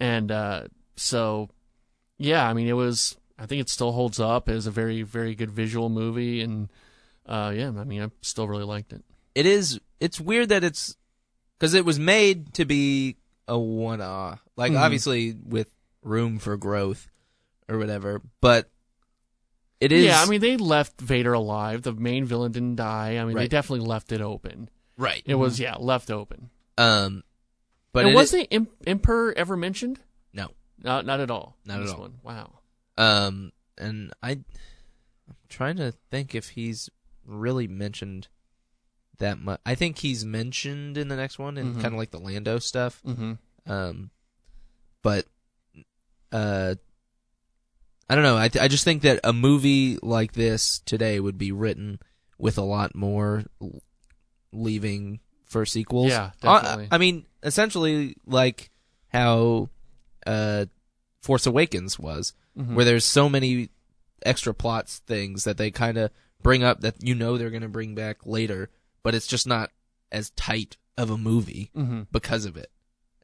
E: And uh so yeah, I mean it was I think it still holds up. It was a very very good visual movie and uh yeah, I mean I still really liked it.
D: It is. It's weird that it's because it was made to be a one-off, like
E: Mm-hmm.
D: obviously with room for growth or whatever. But it is.
E: Yeah, I mean they left Vader alive. The main villain didn't die. I mean they
D: Right.
E: definitely left it open.
D: right.
E: It was yeah left open.
D: Um,
E: But
D: but it
E: and
D: is-
E: was the Im- Emperor ever mentioned?
D: no.
E: No, not at all.
D: Not at
E: This
D: all.
E: One. Wow.
D: Um, and I, I'm trying to think if he's really mentioned that much. I think he's mentioned in the next one, and
E: Mhm.
D: kind of like the Lando stuff.
E: Mm-hmm.
D: Um, but uh, I don't know. I th- I just think that a movie like this today would be written with a lot more l- leaving for sequels.
E: Yeah,
D: Uh,
E: definitely.
D: I, mean, essentially like how uh, Force Awakens was,
E: Mm-hmm.
D: where there's so many extra plots things that they kind of bring up that you know they're going to bring back later, but it's just not as tight of a movie
E: Mm-hmm.
D: because of it.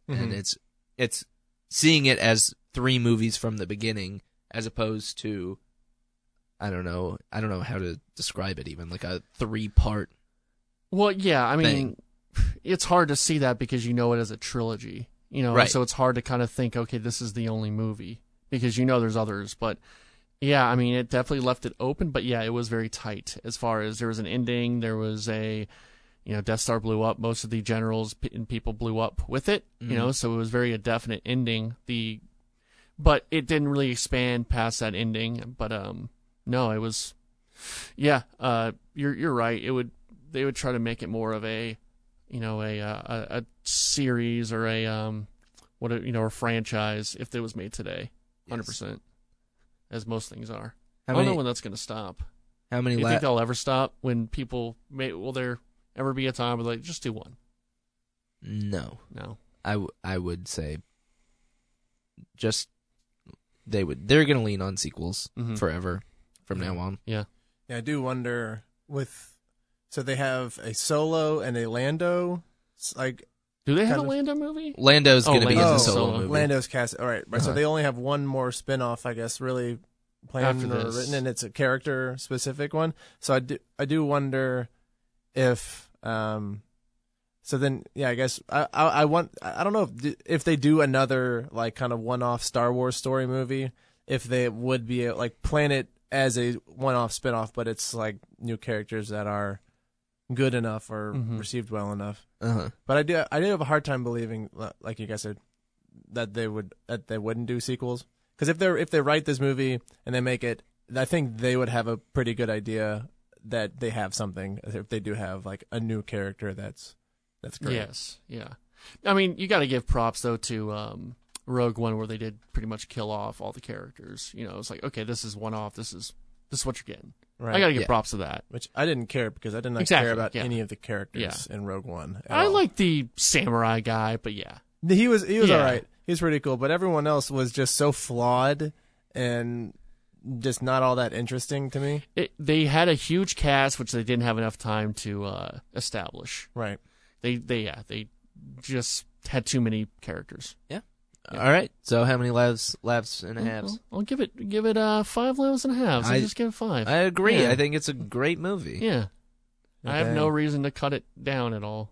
D: And it's it's seeing it as three movies from the beginning as opposed to I don't know I don't know how to describe it even like a three part
E: Well, yeah. I mean,
D: Thing.
E: it's hard to see that because you know it as a trilogy. You know,
D: Right.
E: so it's hard to kind of think, okay, this is the only movie because you know there's others, but. Yeah, I mean, it definitely left it open, but yeah, it was very tight as far as there was an ending. There was a, you know, Death Star blew up. Most of the generals p- and people blew up with it, you know, so it was very a definite ending. The, but it didn't really expand past that ending. But um, no, it was, yeah, uh, you're you're right. It would they would try to make it more of a, you know, a uh, a, a series or a um, what a, you know, a franchise if it was made today, hundred percent, as most things are. I
D: How
E: don't
D: many-
E: know Oh, when that's gonna stop.
D: how many
E: You
D: la-
E: think they'll ever stop? When people may, will there ever be a time where they just do one?
D: no
E: No.
D: I, w- I would say just they would they're going to lean on sequels
E: Mhm.
D: forever from now on
E: Yeah.
F: Yeah, I do wonder with so they have a solo and a Lando. It's like
E: Do they have
F: Kind
E: a
F: of-
E: Lando movie?
D: Lando's
E: Oh,
D: going to be in
E: Lando's
D: the
E: a
D: solo,
E: solo.
D: movie
F: Lando's cast. All right, right. So
D: Uh-huh.
F: they only have one more spin-off, I guess, really planned
E: After
F: or
E: this.
F: written, and it's a character specific one. So I do, I do wonder if um. So then, yeah, I guess I, I, I want I I don't know if if they do another like kind of one-off Star Wars story movie, if they would be like plan it as a one-off spin-off, but it's like new characters that are good enough or
E: Mhm.
F: received well enough.
D: uh-huh.
F: But I do I do have a hard time believing, li- like you guys said, that they would that they wouldn't do sequels. Because if they are if they write this movie and they make it, I think they would have a pretty good idea that they have something. If they do have like a new character, that's that's great.
E: Yes. Yeah. I mean, you got to give props though to um, Rogue One, where they did pretty much kill off all the characters. You know, it's like, okay, this is one off. This is this is what you're getting.
F: right.
E: I got to give
D: Yeah.
E: props to that.
F: Which I didn't care because I did not
E: Exactly,
F: care about
E: yeah.
F: any of the characters in Rogue One. at
E: I
F: all.
E: like the samurai guy, but yeah,
F: he was he was
E: Yeah.
F: all right. He was pretty cool, but everyone else was just so flawed and just not all that interesting to me.
E: it, they had a huge cast, which they didn't have enough time to uh, establish.
F: Right.
E: They, they, yeah, they just had too many characters.
D: all right so how many lives lives and a half
E: I'll, I'll give it, give it uh, five lows and a half. I
D: I-
E: just give it five.
D: I agree.
E: Yeah.
D: I think it's a great movie.
E: yeah, I have
F: Okay.
E: no reason to cut it down at all.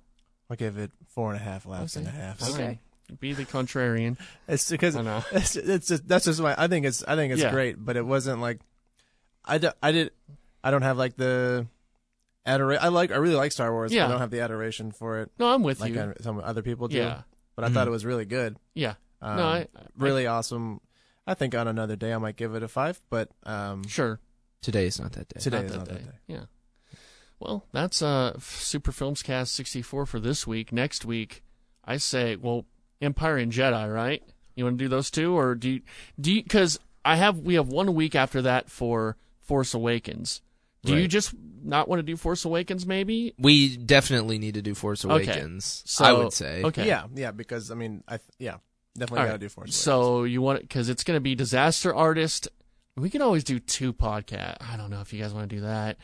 F: I'll give it four and a half laps and a half.
E: Okay. Be the contrarian.
F: It's because
E: I know.
F: it's, it's just that's just why I think it's I think it's
E: Yeah.
F: great, but it wasn't like I, do, I did I don't have like the adoration. I like. I really like Star Wars. but
E: Yeah.
F: I don't have the adoration for it
E: No, I'm with
F: like
E: you.
F: I- some other people do.
E: Yeah. Mm-hmm.
F: But I thought it was really good.
E: yeah.
F: Um,
E: no, I,
F: really awesome. I think on another day I might give it a five, but um,
E: sure.
D: Today is not that day.
F: today
E: Not
F: is
E: that
F: not
E: day.
F: that day.
E: Yeah. Well, that's uh F- Super Films Cast 64 for this week. Next week, I say, well, Empire and Jedi, right? You want to do those two or do you, do you cuz I have we have one week after that for Force Awakens. Do you
D: Right.
E: just not want to do Force Awakens maybe?
D: We definitely need to do Force
E: Okay.
D: Awakens.
E: So
D: I would say.
E: Okay.
F: Yeah, yeah, because I mean, I th- yeah, definitely
E: All
F: gotta
E: right.
F: do Force. Awakens.
E: So you want because it's going to be disaster artist. We can always do two podcast. I don't know if you guys want to do that.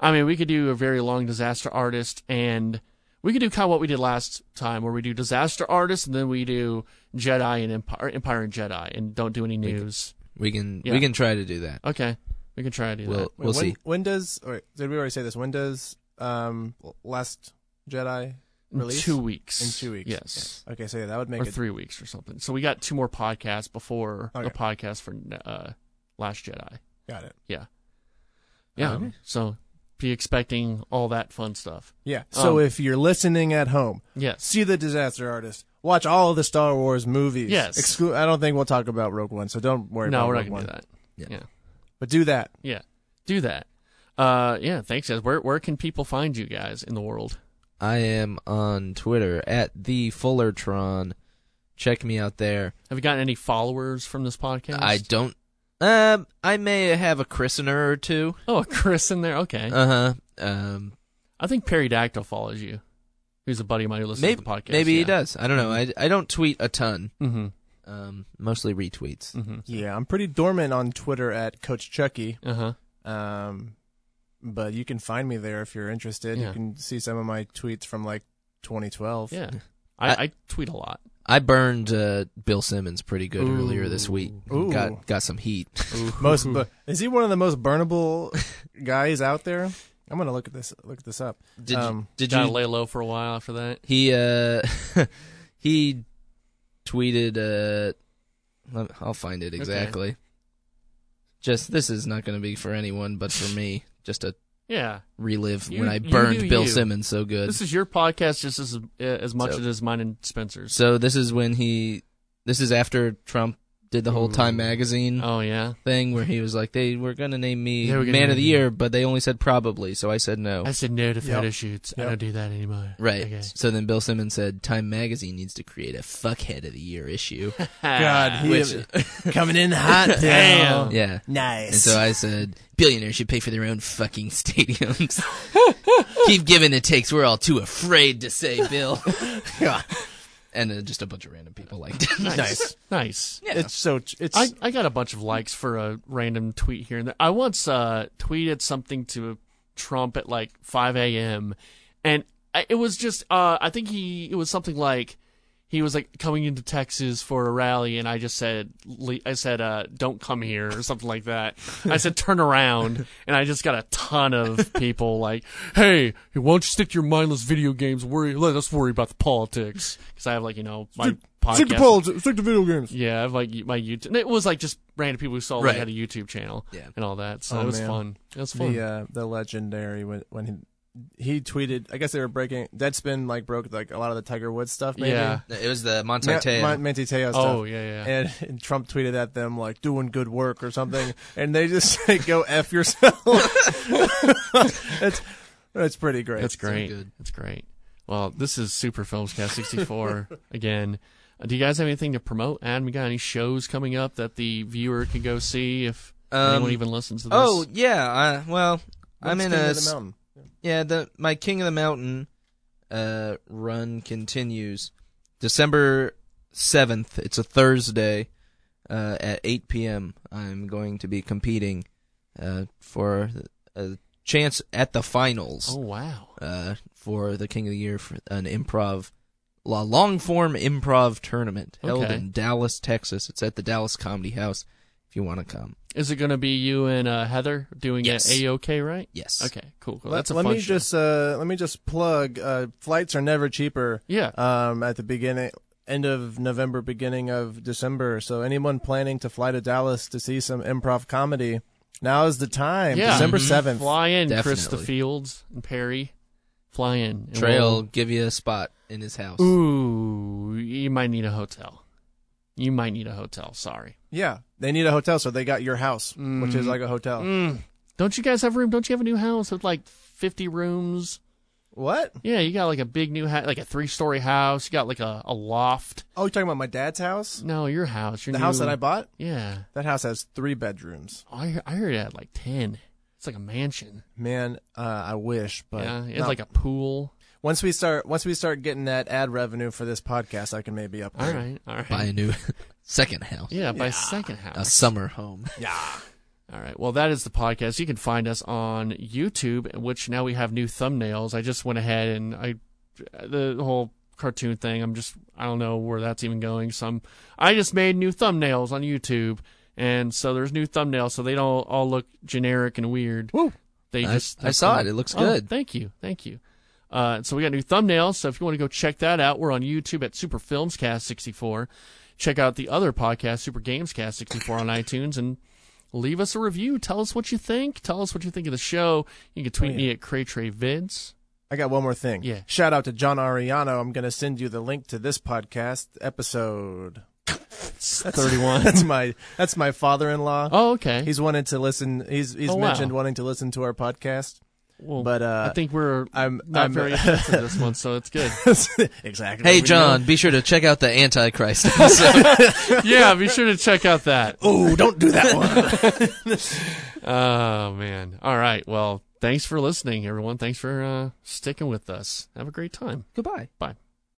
E: I mean, we could do a very long disaster artist, and we could do kind of what we did last time, where we do disaster artist, and then we do Jedi and Empire, Empire and Jedi, and don't do any news.
D: We can
E: Yeah.
D: we can try to do that.
E: Okay, we can try to do
D: We'll
E: that.
F: Wait,
D: we'll
F: when,
D: see.
F: When does? Or did we already say this? When does um Last Jedi
E: In
F: release?
E: two weeks.
F: In two weeks.
E: Yes.
F: Okay, so yeah, that would make
E: Or
F: it
E: three weeks or something. So we got two more podcasts before the
F: Okay.
E: podcast for uh, Last Jedi.
F: Got it.
E: Yeah. Um, So be expecting all that fun stuff.
F: Yeah. So
E: Um,
F: if you're listening at home,
E: Yes.
F: see the Disaster Artist. Watch all the Star Wars movies.
E: Yes.
F: Exclu- I don't think we'll talk about Rogue One, so don't worry
E: No,
F: about
E: we're not
F: Rogue
E: gonna
F: One.
E: do that.
F: But do that.
E: Yeah, do that. Uh, yeah. Thanks, guys. Where where can people find you guys in the world?
D: I am on Twitter at the Fullertron. Check me out there.
E: Have you gotten any followers from this podcast?
D: I don't. Um, I may have a christener or two.
E: oh, a Chris in there. Okay.
D: Uh huh. Um,
E: I think Perry Dactyl follows you. Who's a buddy of mine who listens
D: maybe
E: to the podcast?
D: maybe he
E: yeah. Mm-hmm.
D: does. I don't know. I, I don't tweet a ton.
E: hmm
D: Um, mostly retweets.
E: hmm
F: Yeah, I'm pretty dormant on Twitter at Coach Chucky.
E: Uh huh.
F: Um, but you can find me there if you're interested.
E: Yeah.
F: You can see some of my tweets from like 2012.
E: Yeah. I, I,
D: I-
E: tweet a lot.
D: I burned uh, Bill Simmons pretty good earlier this week.
F: Ooh.
D: Got got some heat.
F: Most, bu- is he one of the most burnable guys out there? I'm gonna look at this. Look this up.
D: did
F: Um,
D: you, did
E: Gotta
D: you
E: lay low for a while after that.
D: He uh he tweeted uh let- I'll find it exactly. Just this is not going to be for anyone but for me. Just to
E: Yeah.
D: relive
E: You-
D: when I
E: you do
D: burned Bill
E: you.
D: Simmons so good.
E: This is your podcast just as uh, as much
D: So-
E: as mine and Spencer's.
D: so this is when he this is after Trump did the whole Time
E: Ooh.
D: magazine
E: Oh yeah.
D: thing where he was like they were going to name me
E: They were gonna
D: man of
E: name
D: the
E: you.
D: year but they only said probably so I said no.
E: I said no to
F: Yep.
E: photo shoots. I
F: Yep.
E: don't do that anymore.
D: Right.
E: Okay.
D: So then Bill Simmons said Time magazine needs to create a fuckhead of the year issue.
F: God, he
D: Which-
F: coming in hot. now.
E: Ah, Damn.
D: yeah.
F: Nice.
D: And so I said, billionaires should pay for their own fucking stadiums. Keep giving it takes. We're all too afraid to say, Bill. and uh, just a bunch of random people liked it.
F: nice.
E: Nice.
F: It's so ch- it's
E: I, I got a bunch of likes for a random tweet here and there. I once uh, tweeted something to Trump at like 5 a.m. and I, it was just uh, I think he it was something like he was like coming into Texas for a rally and I just said le- I said uh, don't come here or something like that. I said turn around and I just got a ton of people like hey why don't you stick to your mindless video games worry let us worry about the politics because I have like you know my podcast
F: stick to polls. Stick to video games.
E: yeah, I've like my YouTube. and It was like just random people who saw we
D: Right.
E: had a YouTube channel
D: Yeah.
E: and all that. So
F: Oh,
E: it was
F: man.
E: fun. It was fun.
F: The uh, the legendary when when he he tweeted. I guess they were breaking Deadspin like broke like a lot of the Tiger Woods stuff. Maybe.
E: Yeah.
D: It was the Monte
F: Ma-
D: Teo.
F: Ma- Manti Te'o stuff.
E: Oh yeah, yeah.
F: And, and Trump tweeted at them like doing good work or something, and they just say, "Go f yourself." that's that's pretty great.
E: That's great.
D: good.
E: It's great. Well, this is Super Films Cast 64 again. Uh, do you guys have anything to promote? Adam, you got any shows coming up that the viewer can go see if
D: Um,
E: anyone even listens to this?
D: oh, yeah. Uh, well, I'm
F: When's
D: in
F: King
D: a.
F: of the
D: s-
F: mountain.
D: yeah, the, my King of the Mountain uh, run continues. December 7th, it's a Thursday uh, at 8 p.m. I'm going to be competing uh, for a chance at the finals.
E: oh wow.
D: uh, for the King of the Year for an improv, a long form improv tournament held
E: Okay.
D: in Dallas, Texas. It's at the Dallas Comedy House. If you want to come,
E: Is it going to be you and uh, Heather doing
D: Yes.
E: it AOK, right?
D: yes.
E: Okay, cool. cool.
F: Let-
E: That's a
F: let
E: fun
F: me
E: show.
F: just uh, let me just plug. Uh, flights are never cheaper.
E: Yeah.
F: Um, at the beginning, end of November, beginning of December. So anyone planning to fly to Dallas to see some improv comedy, Now is the time.
E: Yeah. Mm-hmm.
F: December
D: Mhm.
F: 7th.
E: Fly in, Krista
D: Definitely.
E: Fields and Perry. Fly in. and
D: Trail give you a spot in his house.
E: we'll- ooh, you might need a hotel. You might need a hotel. Sorry.
F: Yeah. They need a hotel, so they got your house, which is like a hotel.
E: Mm. Don't you guys have room? Don't you have a new house with like 50 rooms?
F: What?
E: Yeah, you got like a big new house, like a three story house. You got like a, a loft.
F: Oh, you're talking about my dad's house?
E: No, your house. Your
F: The
E: new-
F: house that I bought?
E: Yeah. Oh,
F: That house has three bedrooms.
E: I, hear- I heard it had like 10. It's like a mansion.
F: Man, uh, I wish, but
E: yeah. It's
F: no.
E: like a pool.
F: once we start once we start getting that ad revenue for this podcast, I can maybe
E: All
F: upgrade.
E: right. All right.
D: Buy a new second house.
E: Yeah, by second house.
D: A summer home.
E: All right. Well, that is the podcast. You can find us on YouTube, which now we have new thumbnails. I just went ahead and I the whole cartoon thing. I'm just I don't know where that's even going. So I'm, I just made new thumbnails on YouTube, and so there's new thumbnails, so they don't all look generic and weird.
F: Woo.
E: They
D: I-
E: just
D: I saw it. It looks
E: Oh,
D: good.
E: Thank you. Thank you. Uh, so we got new thumbnails. So if you want to go check that out, we're on YouTube at Super Films Cast 64. Check out the other podcast, Super Games Cast 64 on iTunes and leave us a review. Tell us what you think. Tell us what you think of the show. You can tweet
F: Oh,
E: me at CrayTrayVids.
F: I got one more thing.
E: Yeah.
F: Shout out to John Ariano. I'm going to send you the link to this podcast episode. That's, 31. That's my that's my father-in-law.
E: Oh, okay.
F: He's wanted to listen. He's he's
E: Oh, wow.
F: mentioned wanting to listen to our podcast.
E: Well,
F: but, uh,
E: I think we're
F: I'm-
E: not
F: I'm-
E: very interested in this one, so it's good.
F: exactly.
D: Hey, John, be sure to check out the Antichrist episode.
E: yeah, be sure to check out that.
F: Oh, don't do that one.
E: Oh man. All right. Well, thanks for listening, everyone. Thanks for uh, sticking with us. Have a great time.
D: Goodbye.
E: Bye.